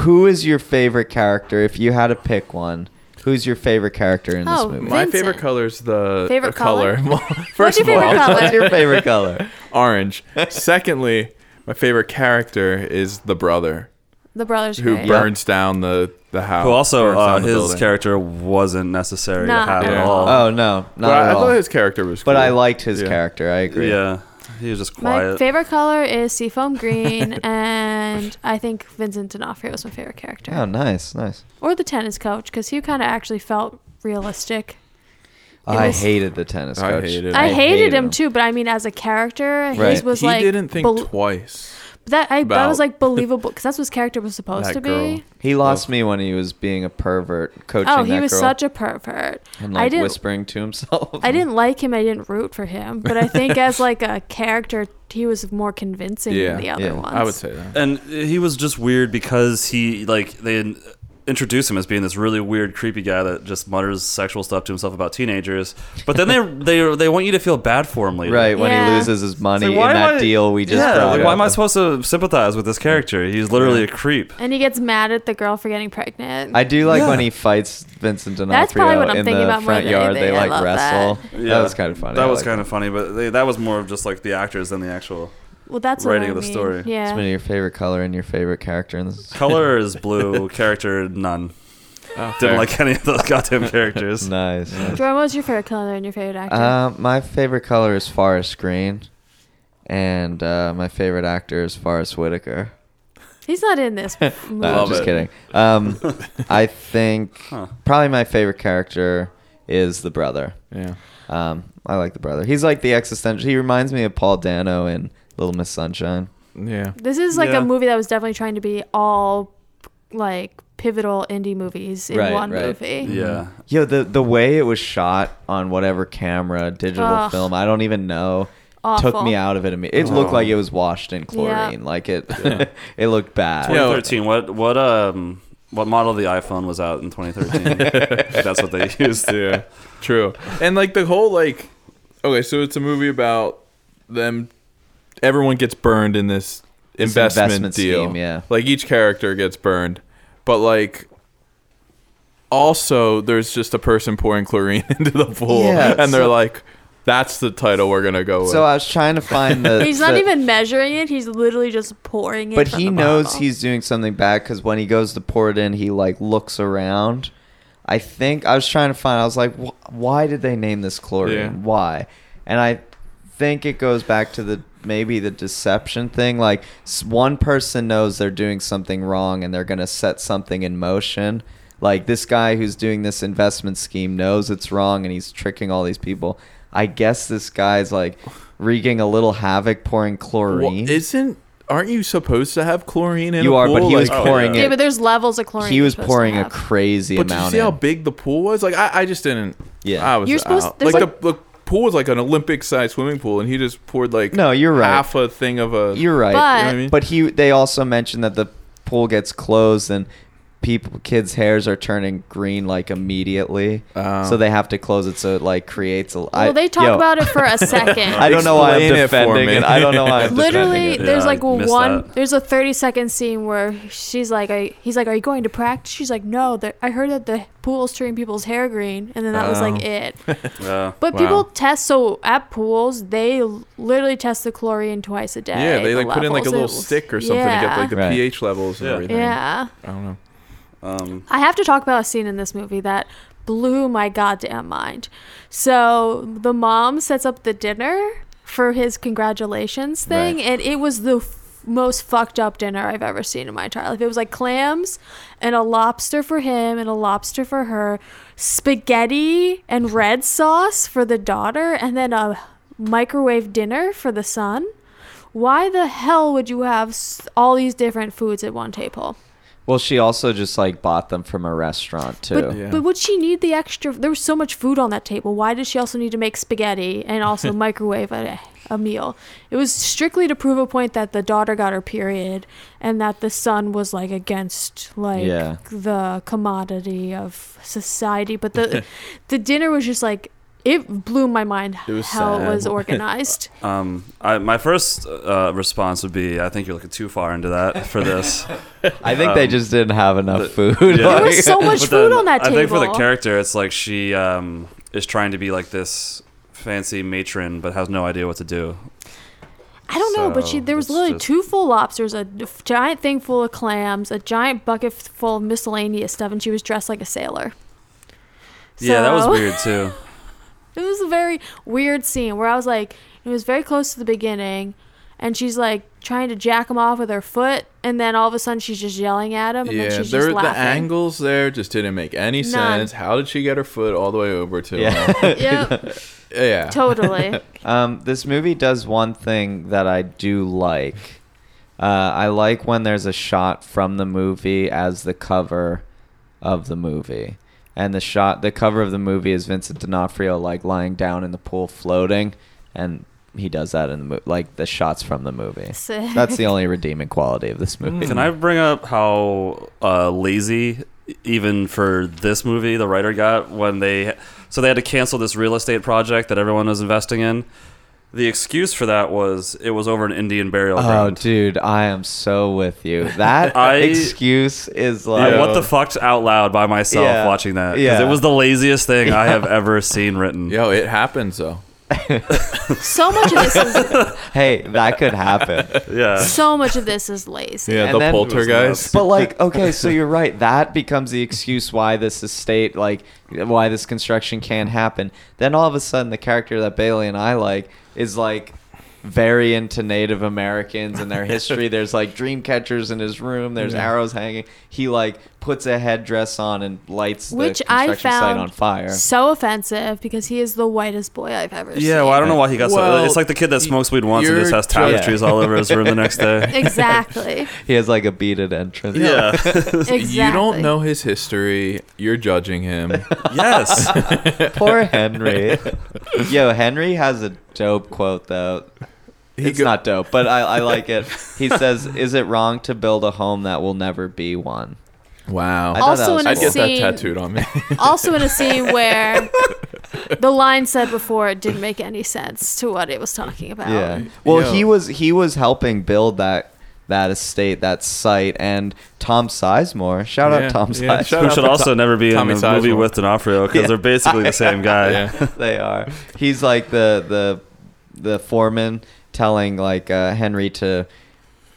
Speaker 1: who is your favorite character? If you had to pick one, who's your favorite character in this
Speaker 2: Oh,
Speaker 1: movie?
Speaker 3: My favorite
Speaker 2: Vincent.
Speaker 3: color is the
Speaker 2: Favorite
Speaker 3: the color. [LAUGHS]
Speaker 2: color?
Speaker 3: Well,
Speaker 2: What's
Speaker 3: First
Speaker 2: your
Speaker 3: of
Speaker 2: favorite
Speaker 3: all,
Speaker 1: [LAUGHS]
Speaker 2: color?
Speaker 1: What's your favorite color?
Speaker 3: [LAUGHS] orange. Secondly, my favorite character is the brother
Speaker 2: The brothers
Speaker 3: who
Speaker 2: great.
Speaker 3: burns down the the house.
Speaker 4: Who also
Speaker 3: burns down
Speaker 4: uh,
Speaker 3: the
Speaker 4: his
Speaker 3: building.
Speaker 4: character wasn't necessary
Speaker 2: Not
Speaker 4: to have
Speaker 2: at
Speaker 4: at
Speaker 3: all.
Speaker 4: all.
Speaker 1: Oh no, not
Speaker 3: But I,
Speaker 1: at
Speaker 3: I
Speaker 1: all.
Speaker 3: thought his character was.
Speaker 1: but I
Speaker 3: cool.
Speaker 1: liked his
Speaker 3: Yeah.
Speaker 1: character. I agree.
Speaker 4: yeah, he was just
Speaker 2: My
Speaker 4: quiet.
Speaker 2: favorite color is seafoam
Speaker 4: [LAUGHS]
Speaker 2: green, and I think Vincent D'Onofrio was my favorite character.
Speaker 1: Oh, nice, nice.
Speaker 2: Or the tennis coach, because he kind of actually felt realistic. It
Speaker 1: I
Speaker 2: was-
Speaker 1: hated the tennis
Speaker 3: I
Speaker 1: coach.
Speaker 3: hated him.
Speaker 2: I,
Speaker 3: I
Speaker 2: hated, him, too, but I mean, as a character, his
Speaker 1: Right.
Speaker 2: was
Speaker 3: he
Speaker 2: like
Speaker 3: didn't think
Speaker 2: bel-
Speaker 3: twice.
Speaker 2: that. I, that
Speaker 3: about-
Speaker 1: [LAUGHS]
Speaker 2: was like believable because that's what his character was supposed
Speaker 3: That
Speaker 2: to be.
Speaker 3: girl.
Speaker 1: He lost me when he was being a pervert coaching
Speaker 2: Oh, he
Speaker 1: that
Speaker 2: was
Speaker 1: girl
Speaker 2: such a pervert.
Speaker 1: and
Speaker 2: I
Speaker 1: like
Speaker 2: didn't.
Speaker 1: whispering to himself. [LAUGHS]
Speaker 2: I didn't like him. I didn't root for him, but I think as like a character, he was more convincing
Speaker 3: Yeah,
Speaker 2: than the other
Speaker 1: yeah.
Speaker 2: ones.
Speaker 3: I would say that.
Speaker 4: and he was just weird because he like they introduced him as being this really weird, creepy guy that just mutters sexual stuff to himself about teenagers.
Speaker 1: [LAUGHS]
Speaker 4: But then they they they want you to feel bad for him later.
Speaker 1: Right when he
Speaker 2: Yeah.
Speaker 1: loses his money
Speaker 4: It's like,
Speaker 1: in
Speaker 4: why am
Speaker 1: that
Speaker 4: I-
Speaker 1: deal we just
Speaker 4: yeah,
Speaker 1: brought
Speaker 4: like, why
Speaker 1: up.
Speaker 4: am I supposed to sympathize with this character? He's literally a creep.
Speaker 2: And he gets mad at the girl for getting pregnant.
Speaker 1: I do like
Speaker 4: Yeah.
Speaker 1: when he fights Vincent D'Onofrio
Speaker 2: That's probably what I'm
Speaker 1: in
Speaker 2: thinking
Speaker 1: the
Speaker 2: about more
Speaker 1: front
Speaker 2: than
Speaker 1: yard. They
Speaker 2: anything. I
Speaker 1: like
Speaker 2: love
Speaker 1: wrestle. That.
Speaker 4: Yeah.
Speaker 1: was kind of funny.
Speaker 4: That was kind of funny, but they, that was more of just like the actors than the actual
Speaker 2: well, that's
Speaker 4: writing
Speaker 2: what I
Speaker 4: of the
Speaker 2: mean.
Speaker 4: story.
Speaker 1: What's been
Speaker 2: Yeah.
Speaker 1: your favorite color and your favorite character in this? [LAUGHS]
Speaker 4: color is blue, character none. Didn't like any of those goddamn
Speaker 1: [LAUGHS]
Speaker 4: characters.
Speaker 1: nice. nice.
Speaker 2: Jordan, what was your favorite color and your favorite actor?
Speaker 1: Uh, my favorite color is forest green, and uh, my favorite actor is Forest Whitaker.
Speaker 2: He's not
Speaker 1: [LAUGHS]
Speaker 2: in this movie.
Speaker 1: No,
Speaker 4: Love
Speaker 1: I'm just
Speaker 4: it.
Speaker 1: kidding.
Speaker 2: [LAUGHS]
Speaker 1: Um, I think
Speaker 4: Huh.
Speaker 1: probably my favorite character is the brother.
Speaker 3: Yeah.
Speaker 1: Um, I like the brother. He's like the existential. He reminds me of Paul Dano in Little Miss Sunshine.
Speaker 3: Yeah.
Speaker 2: This is like
Speaker 4: Yeah.
Speaker 2: a movie that was definitely trying to be all like pivotal indie movies in
Speaker 1: Right,
Speaker 2: one
Speaker 1: right.
Speaker 2: movie.
Speaker 4: Yeah.
Speaker 1: Yo, the the way it was shot on whatever camera, digital
Speaker 2: Ugh.
Speaker 1: film, I don't even know. Took
Speaker 2: Awful.
Speaker 1: me out of it. imme- It looked
Speaker 4: Oh.
Speaker 1: like it was washed in chlorine. Like it, [LAUGHS] it looked bad.
Speaker 3: Yeah.
Speaker 4: 2013. What what um what model of the iPhone was out in 2013? That's what they used.
Speaker 3: yeah, true. And like the whole like, okay, so it's a movie about them. Everyone gets burned in this investment,
Speaker 1: investment
Speaker 3: deal.
Speaker 1: scheme, yeah.
Speaker 3: like each character gets burned, but like. Also, there's just a person pouring chlorine [LAUGHS] into the pool,
Speaker 1: Yeah,
Speaker 3: and they're
Speaker 1: so-
Speaker 3: like, "That's the title we're gonna go with."
Speaker 1: So I was trying to find the.
Speaker 2: He's not
Speaker 1: the-
Speaker 2: even measuring it. He's literally just pouring it.
Speaker 1: But
Speaker 2: from
Speaker 1: he
Speaker 2: the
Speaker 1: knows
Speaker 2: bottle.
Speaker 1: he's doing something bad because when he goes to pour it in, he like looks around. I think I was trying to find. I was like, wh- why did they name this chlorine?
Speaker 3: Yeah.
Speaker 1: Why? And I think it goes back to the maybe the deception thing. Like s- one person knows they're doing something wrong and they're gonna set something in motion. Like this guy who's doing this investment scheme knows it's wrong and he's tricking all these people. I guess this guy's like wreaking a little havoc, pouring
Speaker 3: Well,
Speaker 1: chlorine.
Speaker 3: isn't aren't you supposed to have chlorine in
Speaker 1: You
Speaker 3: a
Speaker 1: are,
Speaker 3: pool?
Speaker 1: but he was
Speaker 3: Like- oh,
Speaker 1: pouring
Speaker 2: Yeah,
Speaker 1: it.
Speaker 2: but there's levels of chlorine.
Speaker 1: he
Speaker 2: you're
Speaker 1: was
Speaker 2: supposed to
Speaker 1: pouring a
Speaker 2: have.
Speaker 1: crazy
Speaker 3: But did you
Speaker 1: amount.
Speaker 3: see how
Speaker 1: in.
Speaker 3: big the pool was? Like I, I just didn't.
Speaker 1: Yeah.
Speaker 3: I was
Speaker 2: You're supposed-
Speaker 3: out.
Speaker 2: there's
Speaker 3: Like,
Speaker 2: like-
Speaker 3: the the pool was like an Olympic-sized swimming pool, and he just poured like
Speaker 1: No, you're right.
Speaker 3: half a thing of a.
Speaker 1: You're right.
Speaker 2: But-
Speaker 3: You know what I mean?
Speaker 1: But he they also mentioned that the pool gets closed and people kids' hairs are turning green like immediately.
Speaker 3: Oh.
Speaker 1: So they have to close it so it like creates a I-
Speaker 2: well, they talk
Speaker 1: yo,
Speaker 2: about it for a
Speaker 1: [LAUGHS]
Speaker 2: second.
Speaker 1: I don't know why I'm
Speaker 3: Explain it for
Speaker 1: defending
Speaker 3: me.
Speaker 1: it. I don't know why
Speaker 3: [LAUGHS]
Speaker 1: I'm
Speaker 2: Literally,
Speaker 1: defending it.
Speaker 2: there's
Speaker 4: Yeah,
Speaker 2: like
Speaker 4: I missed
Speaker 2: one.
Speaker 4: that.
Speaker 2: There's a 30 second scene where she's like, I, he's like, "Are you going to practice?" She's like, "No, that I heard that the pool's turning people's hair green," and then that was
Speaker 3: Oh.
Speaker 2: like it.
Speaker 4: Yeah.
Speaker 2: But
Speaker 3: Wow.
Speaker 2: people test so at pools they l- literally test the chlorine twice a day.
Speaker 3: yeah, they
Speaker 2: the
Speaker 3: like put in like a little
Speaker 2: levels. It-
Speaker 3: stick or something to get like the
Speaker 1: Right.
Speaker 3: pH levels and
Speaker 4: Yeah.
Speaker 3: everything.
Speaker 2: Yeah,
Speaker 3: I don't know.
Speaker 4: Um,
Speaker 2: I have to talk about a scene in this movie that blew my goddamn mind. So the mom sets up the dinner for his congratulations thing,
Speaker 1: Right.
Speaker 2: and it was the f- most fucked up dinner I've ever seen in my entire life. It was like clams and a lobster for him and a lobster for her, spaghetti and red sauce for the daughter, and then a microwave dinner for the son. Why the hell would you have s- all these different foods at one table?
Speaker 1: Well, she also just like bought them from a restaurant too.
Speaker 2: But,
Speaker 3: Yeah.
Speaker 2: but would she need the extra? There was so much food on that table. Why did she also need to make spaghetti and
Speaker 4: [LAUGHS]
Speaker 2: also microwave a, a meal? It was strictly to prove a point that the daughter got her period and that the son was like against like
Speaker 1: Yeah.
Speaker 2: the commodity of society. But
Speaker 4: [LAUGHS]
Speaker 2: the the dinner was just like it blew my mind
Speaker 3: It was
Speaker 2: how
Speaker 3: sad.
Speaker 2: it was
Speaker 4: [LAUGHS]
Speaker 2: organized.
Speaker 4: um, I, my first uh, response would be I think you're looking too far into that for this.
Speaker 1: I think
Speaker 3: Um,
Speaker 1: they just didn't have enough food.
Speaker 4: yeah. There
Speaker 1: [LAUGHS]
Speaker 2: was so much
Speaker 4: But then
Speaker 2: food on that
Speaker 4: I think for the
Speaker 2: table.
Speaker 4: character, it's like she um, is trying to be like this fancy matron, but has no idea what to do.
Speaker 2: I don't know, but she
Speaker 4: So,
Speaker 2: there was
Speaker 4: it's
Speaker 2: literally
Speaker 4: just-
Speaker 2: two full lobsters, a d- giant thing full of clams, a giant bucket f- full of miscellaneous stuff, and she was dressed like a sailor.
Speaker 4: yeah, that was
Speaker 2: So-
Speaker 4: weird too.
Speaker 2: [LAUGHS] It was a very weird scene where I was like, it was very close to the beginning, and she's like trying to jack him off with her foot, and then all of a sudden she's just yelling at him, and then
Speaker 3: Yeah,
Speaker 2: she's
Speaker 3: there,
Speaker 2: just
Speaker 3: the
Speaker 2: laughing.
Speaker 3: angles there just didn't make any
Speaker 2: None.
Speaker 3: sense. How did she get her foot all the way over to?
Speaker 1: Yeah.
Speaker 2: [LAUGHS]
Speaker 3: him?
Speaker 4: [LAUGHS]
Speaker 2: Yep,
Speaker 1: [LAUGHS]
Speaker 3: yeah.
Speaker 2: totally.
Speaker 1: Um, this movie does one thing that I do like. Uh, I like when there's a shot from the movie as the cover of the movie, and the shot, the cover of the movie is Vincent D'Onofrio like lying down in the pool floating, and he does that in the movie. Like the shots from the movie.
Speaker 2: Sick.
Speaker 1: That's
Speaker 2: [LAUGHS]
Speaker 1: the only redeeming quality of this movie.
Speaker 4: Can I bring up how uh, lazy, even for this movie, the writer got when they so they had to cancel this real estate project that everyone was investing in. The excuse for that was it was over an Indian burial
Speaker 1: Oh,
Speaker 4: ground.
Speaker 1: dude, I am so with you. That
Speaker 4: [LAUGHS] I-
Speaker 1: excuse is
Speaker 4: I
Speaker 1: like
Speaker 3: Yeah.
Speaker 4: what the fucked out loud by myself
Speaker 1: Yeah.
Speaker 4: watching that because
Speaker 1: Yeah.
Speaker 4: it was the laziest thing I
Speaker 1: [LAUGHS]
Speaker 4: have ever seen written.
Speaker 3: Yo, it happens though.
Speaker 2: so much of this
Speaker 4: [LAUGHS]
Speaker 2: is
Speaker 1: [LAUGHS] hey, that could happen.
Speaker 4: Yeah.
Speaker 2: so much of this is lazy.
Speaker 3: Yeah,
Speaker 1: And
Speaker 3: the
Speaker 1: then-
Speaker 3: poltergeist.
Speaker 1: But like, okay,
Speaker 3: [LAUGHS]
Speaker 1: so you're right. That becomes the excuse why this estate, like, why this construction can't happen. Then all of a sudden, the character that Bailey and I like is like very into Native Americans and their history. There's like dream catchers in his room. There's
Speaker 3: Yeah.
Speaker 1: arrows hanging. He like puts a headdress on and lights
Speaker 2: Which
Speaker 1: the
Speaker 2: I
Speaker 1: construction site
Speaker 2: found
Speaker 1: on fire.
Speaker 2: so offensive because he is the whitest boy I've ever seen.
Speaker 4: Yeah, well, I don't know why he got
Speaker 3: Well,
Speaker 4: so. It's like the kid that smokes weed once and
Speaker 3: you're
Speaker 4: just has
Speaker 3: just-
Speaker 4: tapestries all over his room the next day.
Speaker 2: Exactly.
Speaker 1: He has like a beaded entrance. [LAUGHS]
Speaker 4: Yeah.
Speaker 2: exactly.
Speaker 3: You don't know his history. You're judging him.
Speaker 4: [LAUGHS]
Speaker 1: [LAUGHS]
Speaker 4: yes.
Speaker 1: Poor Henry. [LAUGHS] Yo, Henry has a dope quote though.
Speaker 3: He
Speaker 1: it's
Speaker 3: go-
Speaker 1: not dope, but I, I like it.
Speaker 3: [LAUGHS]
Speaker 1: He says, "Is it wrong to build a home that will never be one?"
Speaker 3: wow.
Speaker 1: [LAUGHS] I thought that
Speaker 2: Also
Speaker 1: was
Speaker 2: in a
Speaker 1: cool.
Speaker 3: I'd get that
Speaker 2: scene-
Speaker 3: tattooed
Speaker 1: [LAUGHS]
Speaker 3: on me.
Speaker 2: [LAUGHS] also in a scene where the line said before it didn't make any sense to what it was talking about.
Speaker 1: Yeah. Well,
Speaker 3: Yo.
Speaker 1: he was he was helping build that that estate, that site, and Tom Sizemore. Shout
Speaker 3: Yeah,
Speaker 1: out Tom
Speaker 3: yeah,
Speaker 1: Sizemore.
Speaker 3: shout
Speaker 4: Who
Speaker 3: out
Speaker 4: should
Speaker 3: to
Speaker 4: also
Speaker 3: Tom-
Speaker 4: never be in
Speaker 3: Tommy
Speaker 4: a movie
Speaker 3: Sizemore.
Speaker 4: with D'Onofrio because
Speaker 1: Yeah.
Speaker 4: they're basically the same
Speaker 3: [LAUGHS]
Speaker 4: guy.
Speaker 3: Yeah.
Speaker 1: [LAUGHS] they are. He's like the the the foreman telling like uh, Henry to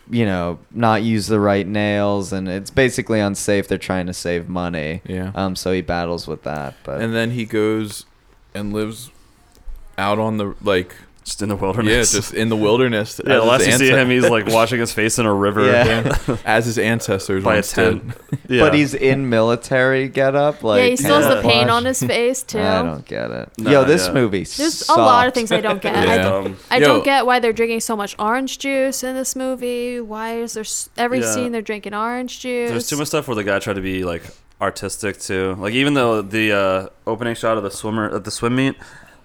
Speaker 1: you know not use the right nails and it's basically unsafe they're trying to save money
Speaker 3: Yeah.
Speaker 1: um so he battles with that but
Speaker 3: and then he goes and lives out on the like
Speaker 4: just in the
Speaker 3: Yeah,
Speaker 4: wilderness.
Speaker 3: just in the wilderness.
Speaker 4: [LAUGHS] yeah.
Speaker 3: as
Speaker 4: The last you
Speaker 3: his
Speaker 4: see
Speaker 3: ance-
Speaker 4: him,
Speaker 3: [LAUGHS]
Speaker 4: he's like washing his face in a river
Speaker 1: Yeah.
Speaker 3: as his ancestors
Speaker 4: by a
Speaker 3: once did.
Speaker 4: tent. [LAUGHS] Yeah.
Speaker 1: But he's in military getup. Like
Speaker 2: yeah, he still has the
Speaker 1: camouflage.
Speaker 2: paint
Speaker 1: [LAUGHS]
Speaker 2: on his face too.
Speaker 1: I don't get it.
Speaker 4: Nah,
Speaker 1: Yo, this
Speaker 4: yeah.
Speaker 1: movie.
Speaker 2: There's
Speaker 1: sucked.
Speaker 2: a lot of things I don't get. I,
Speaker 3: Yeah.
Speaker 2: don't-
Speaker 4: Um,
Speaker 2: I
Speaker 3: Yo.
Speaker 2: don't get why they're drinking so much orange juice in this movie. Why is there s- every
Speaker 4: Yeah.
Speaker 2: scene they're drinking orange juice? [LAUGHS]
Speaker 4: There's too much stuff where the guy tried to be like artistic too. Like even though the uh, opening shot of the swimmer at the swim meet,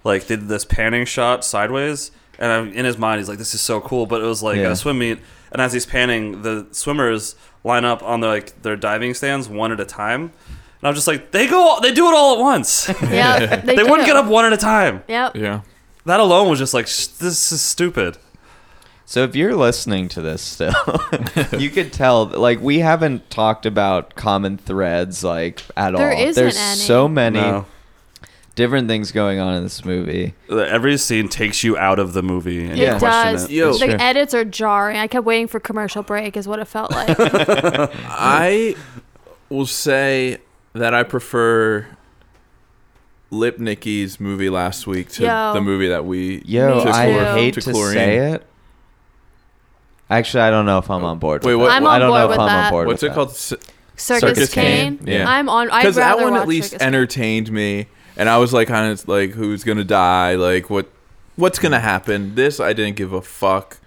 Speaker 4: like they did this panning shot sideways, and I'm, in his mind he's like, "This is so cool," but it was like
Speaker 1: Yeah.
Speaker 4: a swim meet, and as he's panning, the swimmers line up on their like their diving stands one at a time, and I'm just like, "They go, they do it all at once. [LAUGHS]
Speaker 2: Yep,
Speaker 4: they
Speaker 2: do.
Speaker 4: wouldn't get up one at a time."
Speaker 2: Yep.
Speaker 3: Yeah.
Speaker 4: That alone was just like, "Sh- "This is stupid."
Speaker 1: [LAUGHS] So if you're listening to this
Speaker 3: [LAUGHS]
Speaker 1: still, you could tell like we haven't talked about common threads like at
Speaker 2: There
Speaker 1: all.
Speaker 2: isn't
Speaker 1: There's
Speaker 2: any.
Speaker 1: so many
Speaker 4: No.
Speaker 1: different things going on in this movie.
Speaker 4: Every scene takes you out of the movie. And you
Speaker 1: Yeah.
Speaker 2: It
Speaker 4: question
Speaker 2: does.
Speaker 4: It.
Speaker 3: Yo.
Speaker 2: the
Speaker 1: Sure.
Speaker 2: edits are jarring. I kept waiting for commercial break, is what it
Speaker 1: [LAUGHS]
Speaker 2: felt like.
Speaker 3: I will say that I prefer Lipnicki's movie last week to
Speaker 2: Yo.
Speaker 3: the movie that we.
Speaker 1: Yo,
Speaker 2: Me
Speaker 1: I
Speaker 2: too.
Speaker 1: hate
Speaker 3: To
Speaker 1: to,
Speaker 3: chlorine.
Speaker 1: say it. Actually, I don't know if I'm on board.
Speaker 3: Wait,
Speaker 1: with
Speaker 3: what-
Speaker 1: that.
Speaker 3: I'm
Speaker 1: I
Speaker 2: on
Speaker 1: don't
Speaker 2: board
Speaker 1: know if
Speaker 2: with
Speaker 1: I'm
Speaker 2: that.
Speaker 1: on board.
Speaker 3: What's
Speaker 1: with that.
Speaker 3: it called?
Speaker 2: Circus,
Speaker 1: Circus
Speaker 2: Kane.
Speaker 1: Kane,
Speaker 3: yeah.
Speaker 2: I'm on. I'd
Speaker 3: Because that
Speaker 2: rather
Speaker 3: one
Speaker 2: watch
Speaker 3: at least
Speaker 2: Circus Kane.
Speaker 3: entertained me, and I was like, kind of like, who's gonna die? Like, what, what's gonna happen? This I didn't give a fuck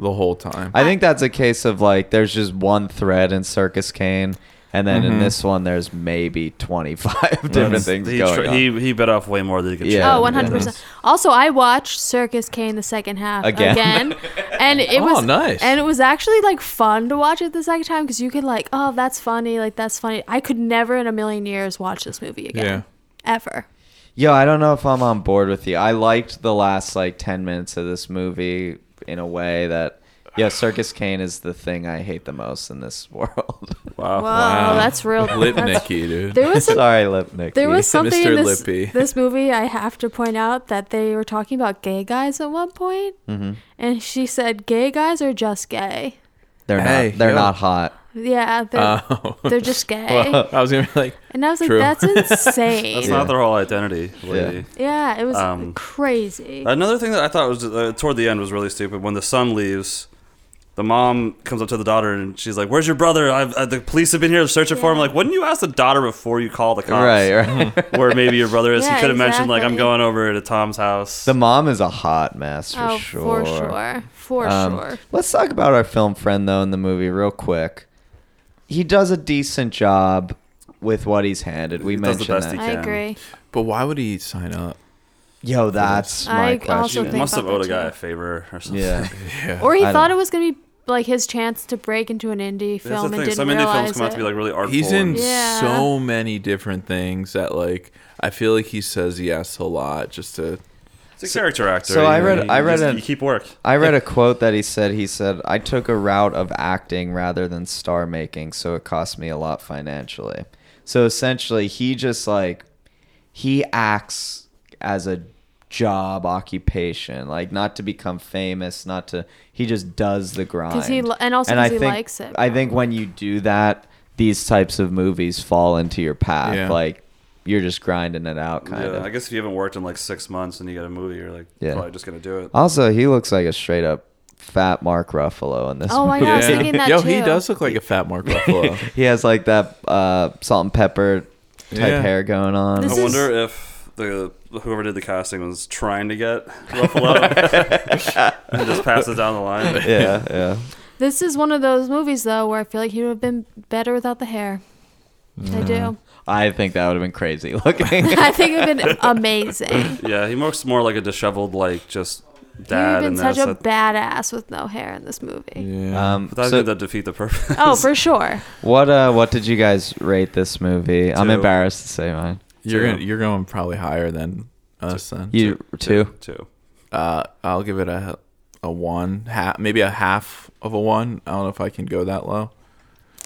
Speaker 3: the whole time.
Speaker 1: I think that's a case of like there's just one thread in Circus Kane, and then
Speaker 3: Mhm.
Speaker 1: in this one there's maybe [LAUGHS] 25 different things
Speaker 4: Mm-hmm. he,
Speaker 1: going
Speaker 4: tr-
Speaker 1: on.
Speaker 4: he he bit off way more than he could. chew.
Speaker 1: Yeah.
Speaker 2: Oh, 100%. Also, I watched Circus Kane the second half
Speaker 1: Again.
Speaker 2: again. and it
Speaker 3: Oh,
Speaker 2: was
Speaker 3: nice.
Speaker 2: And it was actually like fun to watch it the second time cuz you could like, oh, that's funny, like that's funny. I could never in a million years watch this movie again. Ever.
Speaker 1: Yo, I don't know if I'm on board with you. I liked the last like 10 minutes of this movie in a way that yeah, Circus Kane is the thing I hate the most in this [LAUGHS] world.
Speaker 4: Wow.
Speaker 2: Whoa, that's real [LAUGHS] that's-
Speaker 3: Lipnicki, dude.
Speaker 2: There
Speaker 1: [LAUGHS]
Speaker 2: was some,
Speaker 1: Sorry, Lipnick.
Speaker 2: there was something in
Speaker 3: Mr.
Speaker 2: this,
Speaker 3: Lippy.
Speaker 2: this movie I have to point out that they were talking about gay guys at one point, and she said gay guys are just gay.
Speaker 1: they're not
Speaker 3: Hey,
Speaker 1: they're
Speaker 3: yo.
Speaker 1: not hot.
Speaker 2: Yeah, they're,
Speaker 3: Oh.
Speaker 2: they're just gay.
Speaker 3: [LAUGHS] Well, I was gonna be like,
Speaker 2: And I was like,
Speaker 3: True.
Speaker 2: that's insane.
Speaker 4: That's
Speaker 1: Yeah.
Speaker 4: not their whole identity. Lady.
Speaker 1: Yeah.
Speaker 2: yeah, it was
Speaker 4: Um,
Speaker 2: crazy.
Speaker 4: Another thing that I thought was uh, toward the end was really stupid. When the son leaves, the mom comes up to the daughter and she's like, "Where's your brother? I've, uh, the police have been here searching for him."
Speaker 2: Yeah.
Speaker 4: Like, wouldn't you ask the daughter before you call the cops? Mm-hmm.
Speaker 1: Right, right.
Speaker 4: Where maybe your brother is. he
Speaker 2: Yeah,
Speaker 4: could have mentioned like, "I'm
Speaker 2: exactly.
Speaker 4: going over to Tom's
Speaker 1: [LAUGHS]
Speaker 4: house."
Speaker 1: the mom is a hot mess for
Speaker 2: oh,
Speaker 1: sure.
Speaker 2: for sure. For
Speaker 1: Um,
Speaker 2: sure.
Speaker 1: Let's talk about our film friend though in the movie real quick. He does a decent job with what he's handed. We
Speaker 4: He does the
Speaker 1: mentioned
Speaker 4: best
Speaker 1: that.
Speaker 4: he
Speaker 2: I
Speaker 4: can.
Speaker 2: agree.
Speaker 3: but why would he sign up?
Speaker 1: Yo, that's my
Speaker 2: I also
Speaker 1: question.
Speaker 4: she
Speaker 2: think
Speaker 4: must have
Speaker 2: about
Speaker 4: owed a
Speaker 2: that,
Speaker 4: guy
Speaker 2: too.
Speaker 4: a favor or something.
Speaker 1: yeah.
Speaker 3: Yeah.
Speaker 2: Or he
Speaker 1: I
Speaker 2: thought
Speaker 1: don't-
Speaker 2: it was going to be like his chance to break into an indie
Speaker 4: That's
Speaker 2: film and
Speaker 4: the
Speaker 2: didn't
Speaker 4: thing. Some indie
Speaker 2: realize
Speaker 4: films come
Speaker 2: it.
Speaker 4: out to be like really artful.
Speaker 3: He's in
Speaker 4: and-
Speaker 2: Yeah.
Speaker 3: so many different things that like I feel like he says yes a lot just to
Speaker 4: He's a character actor.
Speaker 1: so I
Speaker 4: you know,
Speaker 1: read-
Speaker 4: you
Speaker 1: I read
Speaker 4: just-
Speaker 1: an-
Speaker 4: You keep work.
Speaker 1: I read a quote that he said. He said, "I took a route of acting rather than star making, so it cost me a lot financially." So essentially, he just like he acts as a job occupation, like not to become famous, not to. He just does the grind.
Speaker 2: 'Cause he li- and also 'cause he
Speaker 1: think,
Speaker 2: likes it,
Speaker 1: I think when you do that, these types of movies fall into your path.
Speaker 3: Yeah.
Speaker 1: Like you're just grinding it out, kind
Speaker 4: yeah,
Speaker 1: of.
Speaker 4: I guess if you haven't worked in like six months and you get a movie, you're like
Speaker 1: Yeah.
Speaker 4: probably just gonna do it.
Speaker 1: Also, he looks like a straight up fat Mark Ruffalo in this.
Speaker 2: Oh, I know. I was thinking that
Speaker 3: [LAUGHS] Yo,
Speaker 2: too.
Speaker 3: he does look like a fat Mark Ruffalo.
Speaker 1: He has like that uh, salt and pepper type
Speaker 3: Yeah.
Speaker 1: hair going on.
Speaker 2: This
Speaker 4: I
Speaker 2: is-
Speaker 4: wonder if the whoever did the casting was trying to get Ruffalo
Speaker 1: [LAUGHS]
Speaker 4: and just pass it down the line.
Speaker 1: yeah, yeah.
Speaker 2: This is one of those movies, though, where I feel like he would have been better without the hair. I do.
Speaker 1: I think that would have been crazy [LAUGHS] looking.
Speaker 2: [LAUGHS]
Speaker 4: [LAUGHS]
Speaker 2: I think it would have been amazing.
Speaker 4: Yeah, he looks more like a disheveled, like just
Speaker 2: He would have
Speaker 4: dad,
Speaker 2: been
Speaker 4: and
Speaker 2: such
Speaker 4: that's
Speaker 2: a
Speaker 4: that.
Speaker 2: badass with no hair in this movie.
Speaker 3: yeah.
Speaker 1: um,
Speaker 4: I
Speaker 1: so
Speaker 4: think that defeat
Speaker 1: [LAUGHS]
Speaker 4: the purpose.
Speaker 2: Oh, for sure.
Speaker 1: what uh, what did you guys rate this movie? I'm
Speaker 4: Two.
Speaker 1: embarrassed to say mine.
Speaker 3: you're
Speaker 4: two.
Speaker 3: gonna, you're going probably higher than us then.
Speaker 1: You two?
Speaker 4: Two.
Speaker 3: Uh, I'll give it a a one half, maybe a half of a one. I don't know if I can go that low.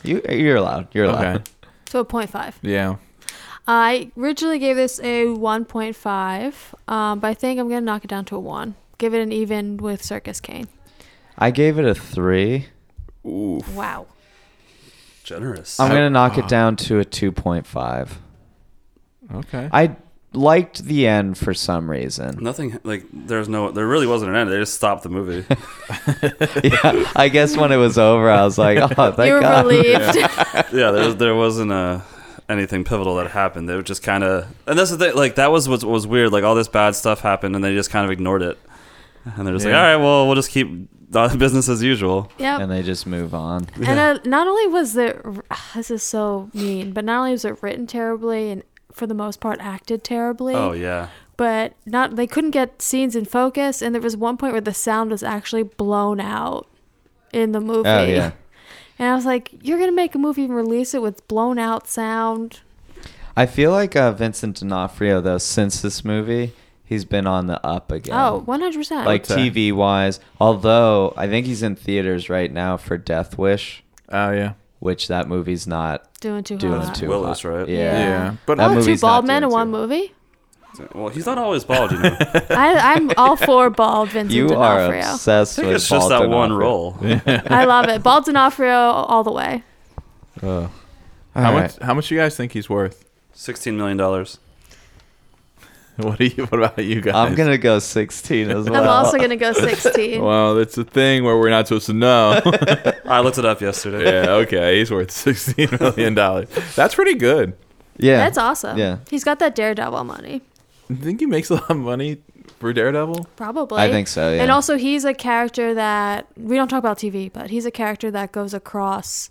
Speaker 1: You you're allowed. You're allowed.
Speaker 3: Okay.
Speaker 2: To a point five.
Speaker 3: Yeah.
Speaker 2: I originally gave this a 1.5, um, but I think I'm going to knock it down to a 1. Give it an even with Circus Kane.
Speaker 1: I gave it a three.
Speaker 3: Ooh.
Speaker 2: Wow.
Speaker 4: Generous.
Speaker 1: I'm
Speaker 3: I-
Speaker 4: Ah.
Speaker 1: gonna knock it down to a two point five.
Speaker 3: Okay.
Speaker 1: I liked the end for some reason.
Speaker 4: Nothing like there's no there really wasn't an end. They just stopped the movie.
Speaker 1: [LAUGHS] yeah, I guess when it was over, I was like,
Speaker 2: [LAUGHS]
Speaker 1: oh, thank
Speaker 2: you were
Speaker 1: God. [LAUGHS]
Speaker 2: relieved. [LAUGHS]
Speaker 4: yeah, there was, there wasn't a anything pivotal that happened. They were just kind of and that's the thing. Like that was what was weird. Like all this bad stuff happened, and they just kind of ignored it. And they're just
Speaker 3: Yeah.
Speaker 4: like, all right, well, we'll just keep uh, [LAUGHS] business as usual.
Speaker 2: yep.
Speaker 1: And they just move on.
Speaker 2: And uh, not only was it, this is so mean, but not only was it written terribly and for the most part acted terribly,
Speaker 4: Oh yeah,
Speaker 2: but not they couldn't get scenes in focus, and there was one point where the sound was actually blown out in the movie.
Speaker 1: Oh, yeah.
Speaker 2: And I was like, you're gonna make a movie and release it with blown out sound.
Speaker 1: I feel like uh, Vincent D'Onofrio, though, since this movie, he's been on the up again.
Speaker 2: Oh, 100 percent.
Speaker 1: like
Speaker 3: Okay.
Speaker 1: TV wise. Although I think he's in theaters right now for Death Wish,
Speaker 3: Oh yeah.
Speaker 1: which that movie's not
Speaker 2: doing too
Speaker 1: doing
Speaker 2: hot.
Speaker 1: too
Speaker 4: Willis,
Speaker 1: hot.
Speaker 4: right?
Speaker 1: Yeah.
Speaker 3: Yeah. But
Speaker 1: That
Speaker 2: Oh, two
Speaker 1: movie's
Speaker 2: bald
Speaker 1: not
Speaker 2: men
Speaker 1: doing
Speaker 2: in
Speaker 1: too
Speaker 2: one
Speaker 1: hot.
Speaker 2: movie.
Speaker 4: well, he's not always bald, you know. I
Speaker 2: I, I'm all
Speaker 1: [LAUGHS]
Speaker 2: for bald Vincent
Speaker 1: You are
Speaker 2: D'Onofrio.
Speaker 1: obsessed
Speaker 4: think
Speaker 1: with
Speaker 4: it's just
Speaker 1: Bald
Speaker 4: that one
Speaker 1: D'Onofrio.
Speaker 4: role.
Speaker 2: I love it. Bald D'Onofrio all the way.
Speaker 3: Ugh.
Speaker 1: All
Speaker 3: how
Speaker 1: right.
Speaker 3: much? How much you guys think he's worth? [LAUGHS]
Speaker 4: Sixteen million dollars.
Speaker 3: What do you? What about you guys?
Speaker 1: I'm gonna go 16 as well.
Speaker 2: [LAUGHS] I'm also gonna go 16.
Speaker 3: Well, that's a thing where we're not supposed to [LAUGHS] know.
Speaker 4: I looked it up yesterday.
Speaker 3: yeah. Okay. He's worth [LAUGHS] sixteen million dollars. That's pretty good.
Speaker 1: yeah,
Speaker 2: That's awesome.
Speaker 1: Yeah.
Speaker 2: He's got that Daredevil money,
Speaker 3: You think he makes a lot of money for Daredevil?
Speaker 2: probably.
Speaker 1: I think so. Yeah.
Speaker 2: And also, he's a character that we don't talk about TV, but he's a character that goes across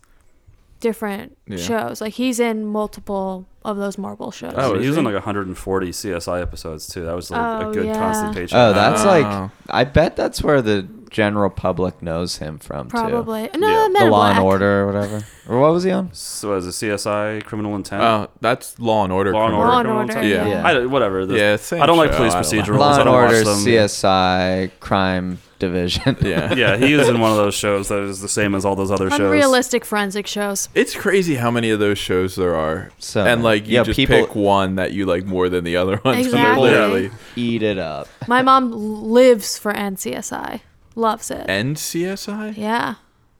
Speaker 2: different
Speaker 3: Yeah.
Speaker 2: shows. Like he's in multiple of those Marvel shows.
Speaker 3: Oh,
Speaker 4: Oh,
Speaker 3: is
Speaker 4: [LAUGHS] he was in
Speaker 3: he?
Speaker 4: like 140 CSI episodes too. That was like
Speaker 2: Oh,
Speaker 4: a good
Speaker 2: yeah.
Speaker 4: constant paycheck. Uh,
Speaker 1: oh, that's
Speaker 3: Oh.
Speaker 1: like I bet that's where the general public knows him from too.
Speaker 2: probably. No,
Speaker 4: Yeah.
Speaker 2: Men
Speaker 1: The
Speaker 2: in
Speaker 1: Law and
Speaker 2: Black.
Speaker 1: Order or whatever. Or what was he on?
Speaker 4: so as a CSI Criminal Intent.
Speaker 3: Oh, that's Law and Order.
Speaker 4: Law and
Speaker 3: criminal.
Speaker 4: Order.
Speaker 2: Law and
Speaker 4: Criminal
Speaker 2: Order,
Speaker 4: Intent?
Speaker 3: yeah.
Speaker 1: Yeah.
Speaker 4: I don't- whatever. The-
Speaker 3: Yeah, same
Speaker 4: I don't like
Speaker 3: show.
Speaker 4: police
Speaker 3: I don't like-
Speaker 4: procedurals.
Speaker 1: Law
Speaker 4: I
Speaker 1: and
Speaker 4: don't
Speaker 1: Order,
Speaker 4: watch them.
Speaker 1: CSI, Crime Division.
Speaker 3: [LAUGHS] Yeah.
Speaker 4: [LAUGHS] yeah, he was in one of those shows that is the same as all those other shows.
Speaker 2: Unrealistic forensic shows.
Speaker 3: It's crazy how many of those shows there are.
Speaker 1: So
Speaker 3: and like you
Speaker 1: yeah,
Speaker 3: just
Speaker 1: people-
Speaker 3: pick one that you like more than the other [LAUGHS] ones. and they're
Speaker 2: Exactly.
Speaker 3: Literally.
Speaker 1: Eat it up.
Speaker 2: My mom lives for NCSI. Loves it.
Speaker 3: NCSI?
Speaker 2: yeah.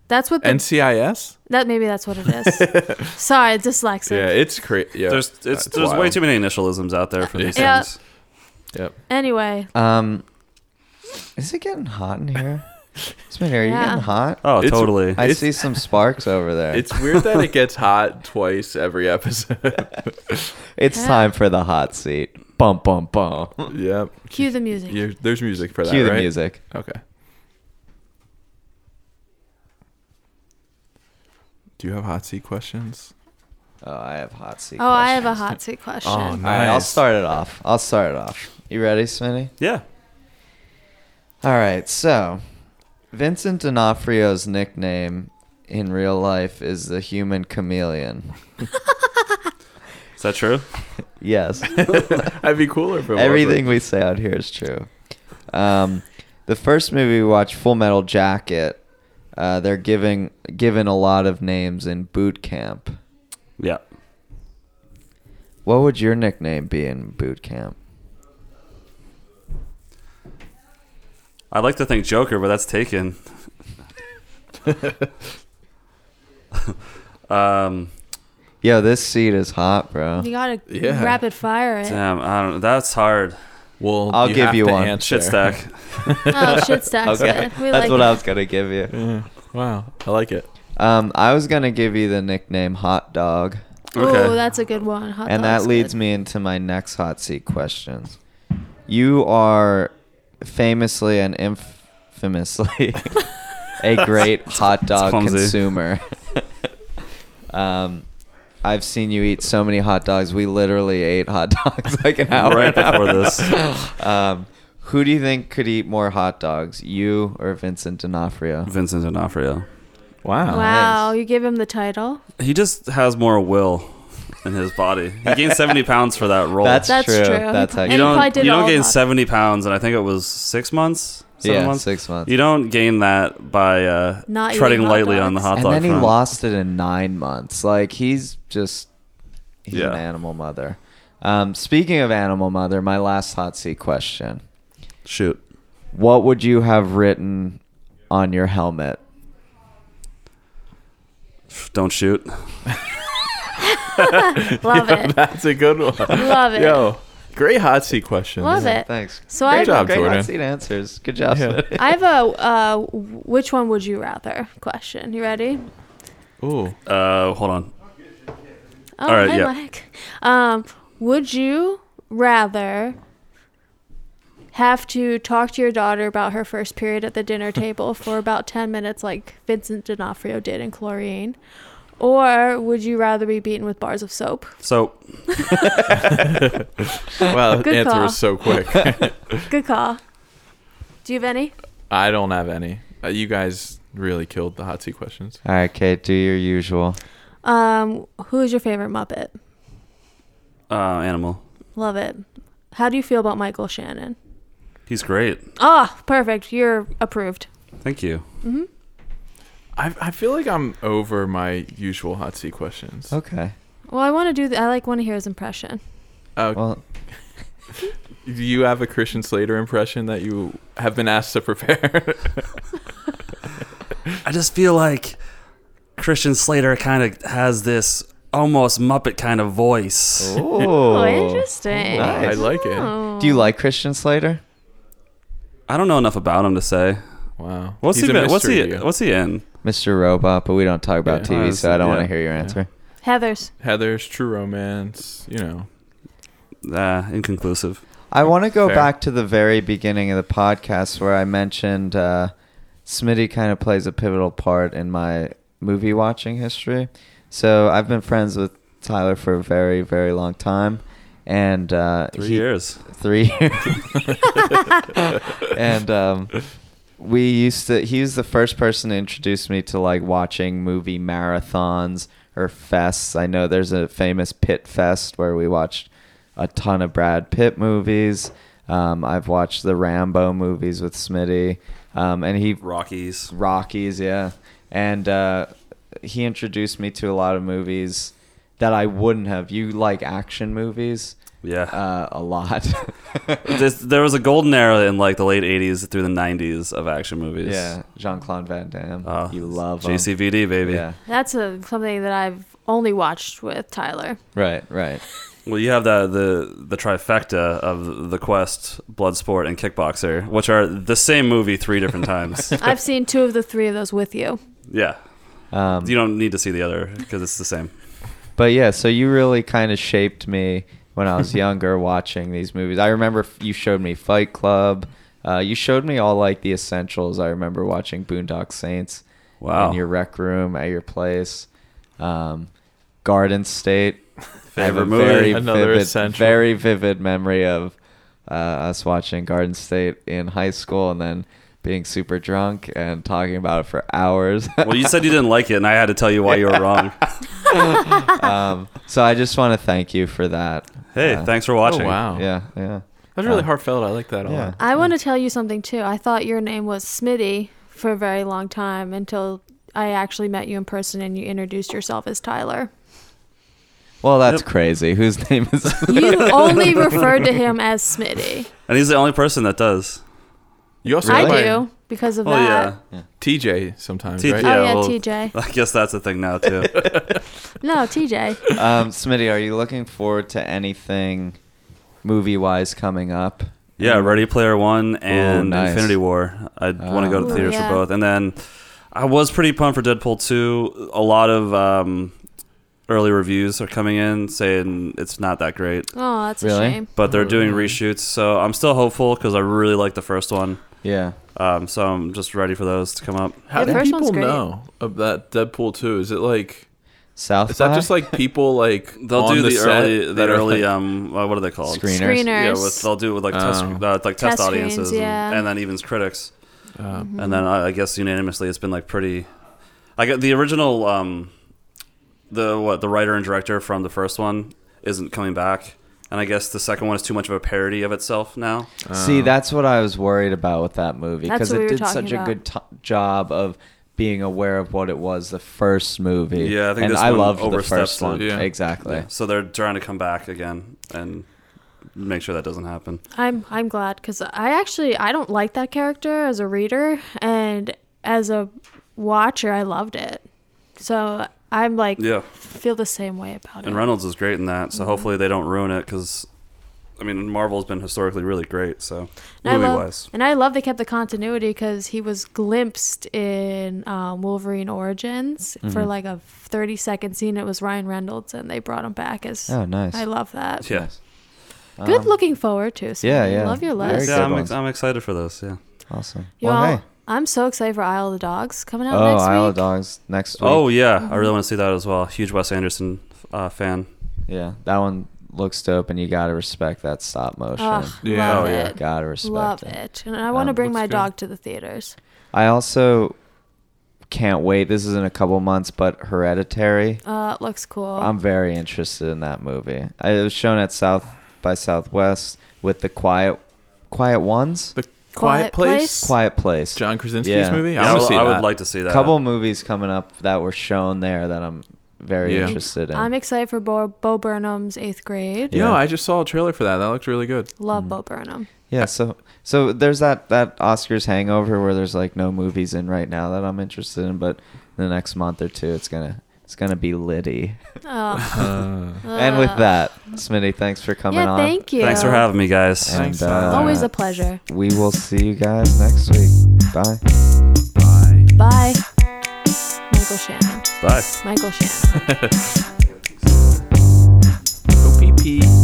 Speaker 2: That's what the,
Speaker 3: NCIS?
Speaker 2: that maybe that's what it is. Sorry, dyslexic.
Speaker 3: Yeah, it's crazy. Yeah.
Speaker 4: There's it's,
Speaker 3: That's
Speaker 4: there's way
Speaker 3: wild.
Speaker 4: too many initialisms out there for these
Speaker 2: Yeah.
Speaker 4: things.
Speaker 3: Yep.
Speaker 2: Anyway,
Speaker 1: Um, is it getting hot in
Speaker 3: [LAUGHS]
Speaker 1: here? Smitty, are you
Speaker 2: Yeah.
Speaker 1: getting hot?
Speaker 4: Oh,
Speaker 3: It's-
Speaker 4: totally.
Speaker 1: I
Speaker 3: It's-
Speaker 1: see some sparks over there. It's,
Speaker 3: It's weird that it gets hot twice every
Speaker 1: [LAUGHS]
Speaker 3: episode. [LAUGHS]
Speaker 2: Yeah.
Speaker 1: time for the hot seat. Bum bum bum.
Speaker 3: yep.
Speaker 2: cue the music.
Speaker 3: you there's music for that,
Speaker 1: Cue the
Speaker 3: right?
Speaker 1: music.
Speaker 3: Okay. Do you have hot
Speaker 2: [LAUGHS]
Speaker 3: seat questions? [LAUGHS]
Speaker 1: Oh, I have hot seat.
Speaker 2: Oh, I have a
Speaker 1: questions.
Speaker 2: hot seat question.
Speaker 3: Oh,
Speaker 1: All right, I'll
Speaker 3: Nice.
Speaker 1: start it off. I'll start it off. You ready, Smitty?
Speaker 4: yeah.
Speaker 1: All right. So, Vincent D'Onofrio's nickname in real life is the human chameleon.
Speaker 4: Is that true?
Speaker 1: Yes.
Speaker 3: I'd be cooler if it wasn't.
Speaker 1: Everything we say out here is true. Um, the first movie we watched, Full Metal Jacket, uh, they're giving given a lot of names in boot camp.
Speaker 4: Yeah.
Speaker 1: What would your nickname be in boot camp?
Speaker 4: I like to think Joker, but
Speaker 1: [LAUGHS]
Speaker 4: that's taken. um,
Speaker 1: Yo, this seat is hot, bro.
Speaker 2: You gotta
Speaker 3: Yeah.
Speaker 2: rapid fire it.
Speaker 4: damn, uh, I don't. That's hard.
Speaker 3: Well,
Speaker 1: I'll give
Speaker 3: have
Speaker 1: you
Speaker 3: to
Speaker 1: one.
Speaker 3: answer.
Speaker 4: Shit stack.
Speaker 2: [LAUGHS] Oh,
Speaker 1: [LAUGHS]
Speaker 2: shit stacks
Speaker 1: Okay,
Speaker 2: good. We
Speaker 1: that's
Speaker 2: like
Speaker 1: what
Speaker 2: it.
Speaker 1: I was gonna give you.
Speaker 3: Yeah. Wow, I like it.
Speaker 1: Um, I was gonna give you the nickname Hot Dog,
Speaker 4: Okay.
Speaker 2: Oh, that's a good one. Hot
Speaker 1: and that
Speaker 2: dog's
Speaker 1: leads
Speaker 2: good.
Speaker 1: me into [LAUGHS] my next hot seat questions. You are famously and infamously [LAUGHS] a
Speaker 4: [LAUGHS]
Speaker 1: great hot dog
Speaker 4: clumsy.
Speaker 1: consumer. um, I've seen you eat so many hot dogs. We literally ate hot [LAUGHS] dogs like an hour and
Speaker 4: Right before
Speaker 1: hour. [LAUGHS]
Speaker 4: this.
Speaker 1: Um, who do you think could eat more hot dogs, you or Vincent D'Onofrio?
Speaker 4: [LAUGHS] Vincent D'Onofrio.
Speaker 3: Wow.
Speaker 1: [LAUGHS]
Speaker 2: Wow,
Speaker 1: nice.
Speaker 2: you give him the title.
Speaker 4: He just has more will in his body. He gained 70 pounds for that role.
Speaker 1: That's,
Speaker 2: That's
Speaker 1: true.
Speaker 2: true.
Speaker 1: That's how
Speaker 2: You he
Speaker 4: you
Speaker 2: probably
Speaker 4: don't,
Speaker 2: did
Speaker 4: you
Speaker 2: all
Speaker 4: don't
Speaker 2: of
Speaker 4: gain
Speaker 2: that.
Speaker 4: 70 pounds, and I think it was six months? Seven
Speaker 1: yeah,
Speaker 4: months?
Speaker 1: six months.
Speaker 4: You don't gain that by uh,
Speaker 2: Not
Speaker 4: treading
Speaker 2: eating hot
Speaker 4: lightly on the
Speaker 2: dogs.
Speaker 4: hot
Speaker 1: and
Speaker 4: dog
Speaker 1: then he
Speaker 4: front.
Speaker 1: lost it in nine months. Like he's just he's
Speaker 4: Yeah.
Speaker 1: an animal mother. Um, speaking of animal mother, my last hot seat question:
Speaker 4: Shoot.
Speaker 1: What would you have written on your helmet?
Speaker 4: Don't shoot. [LAUGHS]
Speaker 2: Love it.
Speaker 3: [LAUGHS] That's a good one.
Speaker 2: Love it.
Speaker 3: Yo, Great hot seat questions.
Speaker 2: Love it.
Speaker 1: Thanks.
Speaker 2: Uh, So
Speaker 1: great
Speaker 2: I-
Speaker 3: job,
Speaker 1: great
Speaker 3: Jordan.
Speaker 1: hot seat answers. Good job. [LAUGHS]
Speaker 3: Yeah.
Speaker 1: Smitty.
Speaker 2: I have a uh, which one would you rather question. You ready?
Speaker 1: [LAUGHS]
Speaker 3: Ooh.
Speaker 4: Uh, hold on.
Speaker 2: Oh,
Speaker 4: All right,
Speaker 2: hey,
Speaker 4: yeah.
Speaker 2: Mike. Um, would you rather have to talk to your daughter about her first period at the dinner
Speaker 4: [LAUGHS]
Speaker 2: table for about 10 minutes, like Vincent D'Onofrio did in Chlorine? Or would you rather be beaten with bars of soap?
Speaker 4: So
Speaker 3: Wow, the
Speaker 2: Good
Speaker 3: answer
Speaker 2: call.
Speaker 3: was
Speaker 1: [LAUGHS]
Speaker 3: so quick.
Speaker 2: Good call. Do you have any?
Speaker 3: I don't have any. Uh, you guys really killed the hot seat questions.
Speaker 1: All right, Kate, do your usual.
Speaker 2: Um, who is your favorite Muppet?
Speaker 4: uh, animal.
Speaker 2: Love it. How do you feel about Michael Shannon?
Speaker 4: He's great.
Speaker 2: Ah, perfect. You're approved. Mm-hmm.
Speaker 4: Thank you.
Speaker 3: I, I feel like I'm over my usual hot seat questions.
Speaker 1: Okay.
Speaker 2: Well, I want to do. Th- I like want to hear his impression.
Speaker 3: Uh,
Speaker 1: Well,
Speaker 3: do you have a Christian Slater impression that you have been asked to prepare? [LAUGHS]
Speaker 4: I just feel like Christian Slater kind of has this almost Muppet kind of voice.
Speaker 2: Oh,
Speaker 1: oh,
Speaker 2: interesting.
Speaker 1: Nice.
Speaker 3: I like it.
Speaker 2: Oh.
Speaker 1: Do you like Christian Slater?
Speaker 4: I don't know enough about him to say.
Speaker 3: Wow.
Speaker 4: What's
Speaker 3: He's
Speaker 4: he?
Speaker 3: a
Speaker 4: Been, what's
Speaker 3: mystery
Speaker 4: he?
Speaker 3: to you.
Speaker 4: What's he in?
Speaker 1: Mr. Robot, but we don't talk about
Speaker 4: Yeah.
Speaker 1: TV, so I don't
Speaker 3: Yeah.
Speaker 1: want to hear your answer.
Speaker 2: Heather's.
Speaker 3: Heather's True Romance, you know.
Speaker 4: Uh, inconclusive.
Speaker 1: I want to go
Speaker 3: Fair.
Speaker 1: back to the very beginning of the podcast where I mentioned uh, Smitty kind of plays a pivotal part in my movie watching history. So I've been friends with Tyler for a very, very long time, and uh,
Speaker 4: Three
Speaker 1: he-
Speaker 4: years.
Speaker 1: three [LAUGHS] years. [LAUGHS] and um, we used to. He was the first person to introduce me to like watching movie marathons or fests. I know there's a famous Pitt Fest where we watched a ton of Brad Pitt movies. Um, I've watched the Rambo movies with Smitty, um, and he
Speaker 4: Rockies.
Speaker 1: Rockies, yeah. And uh, he introduced me to a lot of movies that I wouldn't have. You like action movies?
Speaker 4: Yeah.
Speaker 1: Uh, a lot. [LAUGHS]
Speaker 4: this, there was a golden era in like the late '80s through the '90s of action movies.
Speaker 1: yeah, Jean Claude Van Damme.
Speaker 4: Uh,
Speaker 1: you love 'em.
Speaker 4: JCVD, baby.
Speaker 1: Yeah.
Speaker 2: That's a, something that I've only watched with Tyler.
Speaker 1: Right, right.
Speaker 4: Well, you have the, the the trifecta of the Quest, Bloodsport, and Kickboxer, which are the same movie three
Speaker 1: [LAUGHS]
Speaker 4: different times.
Speaker 2: I've seen two of the three of those with you.
Speaker 4: yeah,
Speaker 1: Um,
Speaker 4: you don't need to see the other because it's the same.
Speaker 1: But yeah, so you really kind of shaped me when I was younger watching these movies. I remember f- you showed me Fight Club. Uh, you showed me all like the essentials. I remember watching Boondock Saints
Speaker 4: Wow.
Speaker 1: in your rec room at your place. Um, Garden
Speaker 4: [LAUGHS]
Speaker 1: State. I have a
Speaker 4: Favorite movie.
Speaker 1: Very
Speaker 3: Another
Speaker 1: vivid,
Speaker 3: essential.
Speaker 1: very vivid memory of uh, us watching Garden State in high school and then being super drunk and talking about it for hours. [LAUGHS]
Speaker 4: Well, you said you didn't like it, and I had to tell you why you were wrong.
Speaker 1: um, so I just want to thank you for that.
Speaker 4: Hey,
Speaker 1: Uh,
Speaker 4: thanks for watching.
Speaker 3: [LAUGHS] Oh, wow.
Speaker 1: Yeah, yeah.
Speaker 3: That's really
Speaker 1: Uh,
Speaker 3: heartfelt. I like that a
Speaker 1: yeah.
Speaker 3: lot.
Speaker 2: I want to tell you something too. I thought your name was Smitty for a very long time until I actually met you in person and you introduced yourself as Tyler.
Speaker 1: Well, that's
Speaker 4: Yep.
Speaker 1: crazy. [LAUGHS] Whose name
Speaker 4: [LAUGHS]
Speaker 1: is?
Speaker 2: You only referred to him as Smitty.
Speaker 4: And he's the only person that does.
Speaker 3: You also
Speaker 2: I
Speaker 3: go by
Speaker 2: do because of
Speaker 4: Oh
Speaker 2: that.
Speaker 3: TJ sometimes,
Speaker 4: T-
Speaker 3: right?
Speaker 4: yeah.
Speaker 2: Oh yeah,
Speaker 4: well-
Speaker 2: TJ.
Speaker 4: yeah, I guess that's a thing now too.
Speaker 2: No, TJ.
Speaker 1: um, Smitty, are you looking forward to anything movie-wise coming up?
Speaker 4: Yeah, Ready Player One and
Speaker 1: Mm. nice.
Speaker 4: Infinity War. I would want to go to the
Speaker 2: Ooh,
Speaker 4: theaters
Speaker 2: yeah.
Speaker 4: for both. And then I was pretty pumped for Deadpool Two. A lot of um, early reviews are coming in saying it's not that great,
Speaker 2: Oh, that's
Speaker 1: Really?
Speaker 2: a shame.
Speaker 4: but they're doing
Speaker 3: Really?
Speaker 4: reshoots. So I'm still hopeful because I really like the first one.
Speaker 1: Yeah.
Speaker 4: Um, so I'm just ready for those to come up.
Speaker 3: How
Speaker 2: Yeah, the
Speaker 3: do
Speaker 2: first one's
Speaker 3: people
Speaker 2: great.
Speaker 3: know of that Deadpool 2? Is it like
Speaker 1: South
Speaker 3: is that
Speaker 1: by?
Speaker 3: just like people like
Speaker 4: [LAUGHS] They'll
Speaker 3: on
Speaker 4: do the,
Speaker 3: set,
Speaker 4: early, that
Speaker 3: they're
Speaker 4: early.
Speaker 3: like-
Speaker 4: um, uh, what are they called?
Speaker 1: Screeners.
Speaker 4: Yeah,
Speaker 2: Screeners.
Speaker 4: with, they'll do it with like test,
Speaker 3: Oh.
Speaker 4: uh, like test,
Speaker 2: Test screens,
Speaker 4: audiences,
Speaker 2: yeah.
Speaker 4: and, and then even critics.
Speaker 3: Uh,
Speaker 4: and then I, I guess unanimously it's been like pretty. I got the original, um, the what the writer and director from the first one isn't coming back, and I guess the second one is too much of a parody of itself now.
Speaker 1: See,
Speaker 4: uh,
Speaker 1: that's what I was worried about with that movie
Speaker 2: That's
Speaker 1: because
Speaker 2: what
Speaker 1: it
Speaker 2: we were
Speaker 1: did
Speaker 2: talking
Speaker 1: such a
Speaker 2: about.
Speaker 1: good t- job of being aware of what it was the first movie.
Speaker 4: Yeah, I think
Speaker 1: and
Speaker 4: this
Speaker 1: I
Speaker 4: one
Speaker 1: loved the
Speaker 4: oversteps
Speaker 1: first
Speaker 4: it.
Speaker 1: one.
Speaker 3: Yeah.
Speaker 1: Exactly.
Speaker 4: So they're trying to come back again and make sure that doesn't happen.
Speaker 2: I'm I'm glad because I actually I don't like that character as a reader and as a watcher I loved it. So I'm like
Speaker 4: Yeah,
Speaker 2: feel the same way about
Speaker 4: and
Speaker 2: it. Mm-hmm.
Speaker 4: Reynolds is great in that. So hopefully they don't ruin it because I mean, Marvel's been historically really great. So
Speaker 2: And I
Speaker 4: movie
Speaker 2: love-
Speaker 4: wise,
Speaker 2: And I love they kept the continuity because he was glimpsed in um, Wolverine Origins for
Speaker 4: Mm-hmm.
Speaker 1: Mhm.
Speaker 2: like a 30 second scene. It was Ryan Reynolds and they brought him back as.
Speaker 1: Oh, nice.
Speaker 2: I love that.
Speaker 4: Yeah.
Speaker 1: Nice.
Speaker 2: Good
Speaker 1: Um,
Speaker 2: looking forward to. Sam.
Speaker 1: yeah, yeah.
Speaker 2: Love your
Speaker 1: Very
Speaker 2: list.
Speaker 1: good
Speaker 4: yeah, I'm,
Speaker 1: ones.
Speaker 4: ex- I'm excited for this. Yeah.
Speaker 1: Awesome.
Speaker 2: You
Speaker 1: well,
Speaker 2: all,
Speaker 1: hey.
Speaker 2: I'm so excited for Isle of the Dogs coming out
Speaker 1: Oh,
Speaker 2: next
Speaker 1: Isle of
Speaker 2: week.
Speaker 1: Dogs next week.
Speaker 4: Oh yeah, I
Speaker 2: Mm-hmm.
Speaker 4: really want to see that as well. Huge Wes Anderson uh, fan.
Speaker 1: yeah. That one looks dope, and you gotta respect that stop motion.
Speaker 2: Ugh,
Speaker 3: Yeah.
Speaker 2: love
Speaker 3: Oh, yeah.
Speaker 2: it.
Speaker 1: Gotta respect
Speaker 2: Love
Speaker 1: it.
Speaker 2: it. And I want to
Speaker 1: Um,
Speaker 2: bring
Speaker 3: looks
Speaker 2: my
Speaker 3: good.
Speaker 2: dog to the theaters.
Speaker 1: I also can't wait. This is in a couple months, but Hereditary.
Speaker 2: Uh, it looks cool.
Speaker 1: I'm very interested in that movie. I- It was shown at South by Southwest with the Quiet Quiet Ones,
Speaker 3: The Quiet,
Speaker 2: Quiet
Speaker 3: Place.
Speaker 2: Place?
Speaker 1: Quiet Place.
Speaker 3: John Krasinski's
Speaker 1: Yeah.
Speaker 3: movie. I
Speaker 4: Yeah, I,
Speaker 3: want
Speaker 4: would-
Speaker 3: to see
Speaker 4: I
Speaker 3: that.
Speaker 4: would like to see that.
Speaker 1: couple movies coming up that were shown there that I'm very
Speaker 3: Yeah.
Speaker 1: interested in.
Speaker 2: I'm excited for Bo, Bo Burnham's Eighth Grade.
Speaker 1: Yeah.
Speaker 3: You know, I just saw a trailer for that. That looked really
Speaker 4: [LAUGHS]
Speaker 3: good.
Speaker 2: Love Bo Burnham.
Speaker 1: yeah, so so there's that that Oscars hangover where there's like no movies in right now that I'm interested in, but in the next month or two it's gonna it's gonna be Liddy.
Speaker 2: Oh.
Speaker 3: Uh,
Speaker 1: and with that, Smitty, thanks for coming
Speaker 2: uh, yeah,
Speaker 1: on.
Speaker 2: thank you.
Speaker 4: Thanks for having me, guys.
Speaker 1: And,
Speaker 3: Thanks,
Speaker 1: uh,
Speaker 3: Tyler.
Speaker 2: Always a pleasure.
Speaker 1: We will see you guys next week. Bye.
Speaker 3: Bye.
Speaker 2: Bye. Michael Shannon.
Speaker 4: Bye. [LAUGHS]
Speaker 2: Michael Shannon.
Speaker 3: Go pee pee.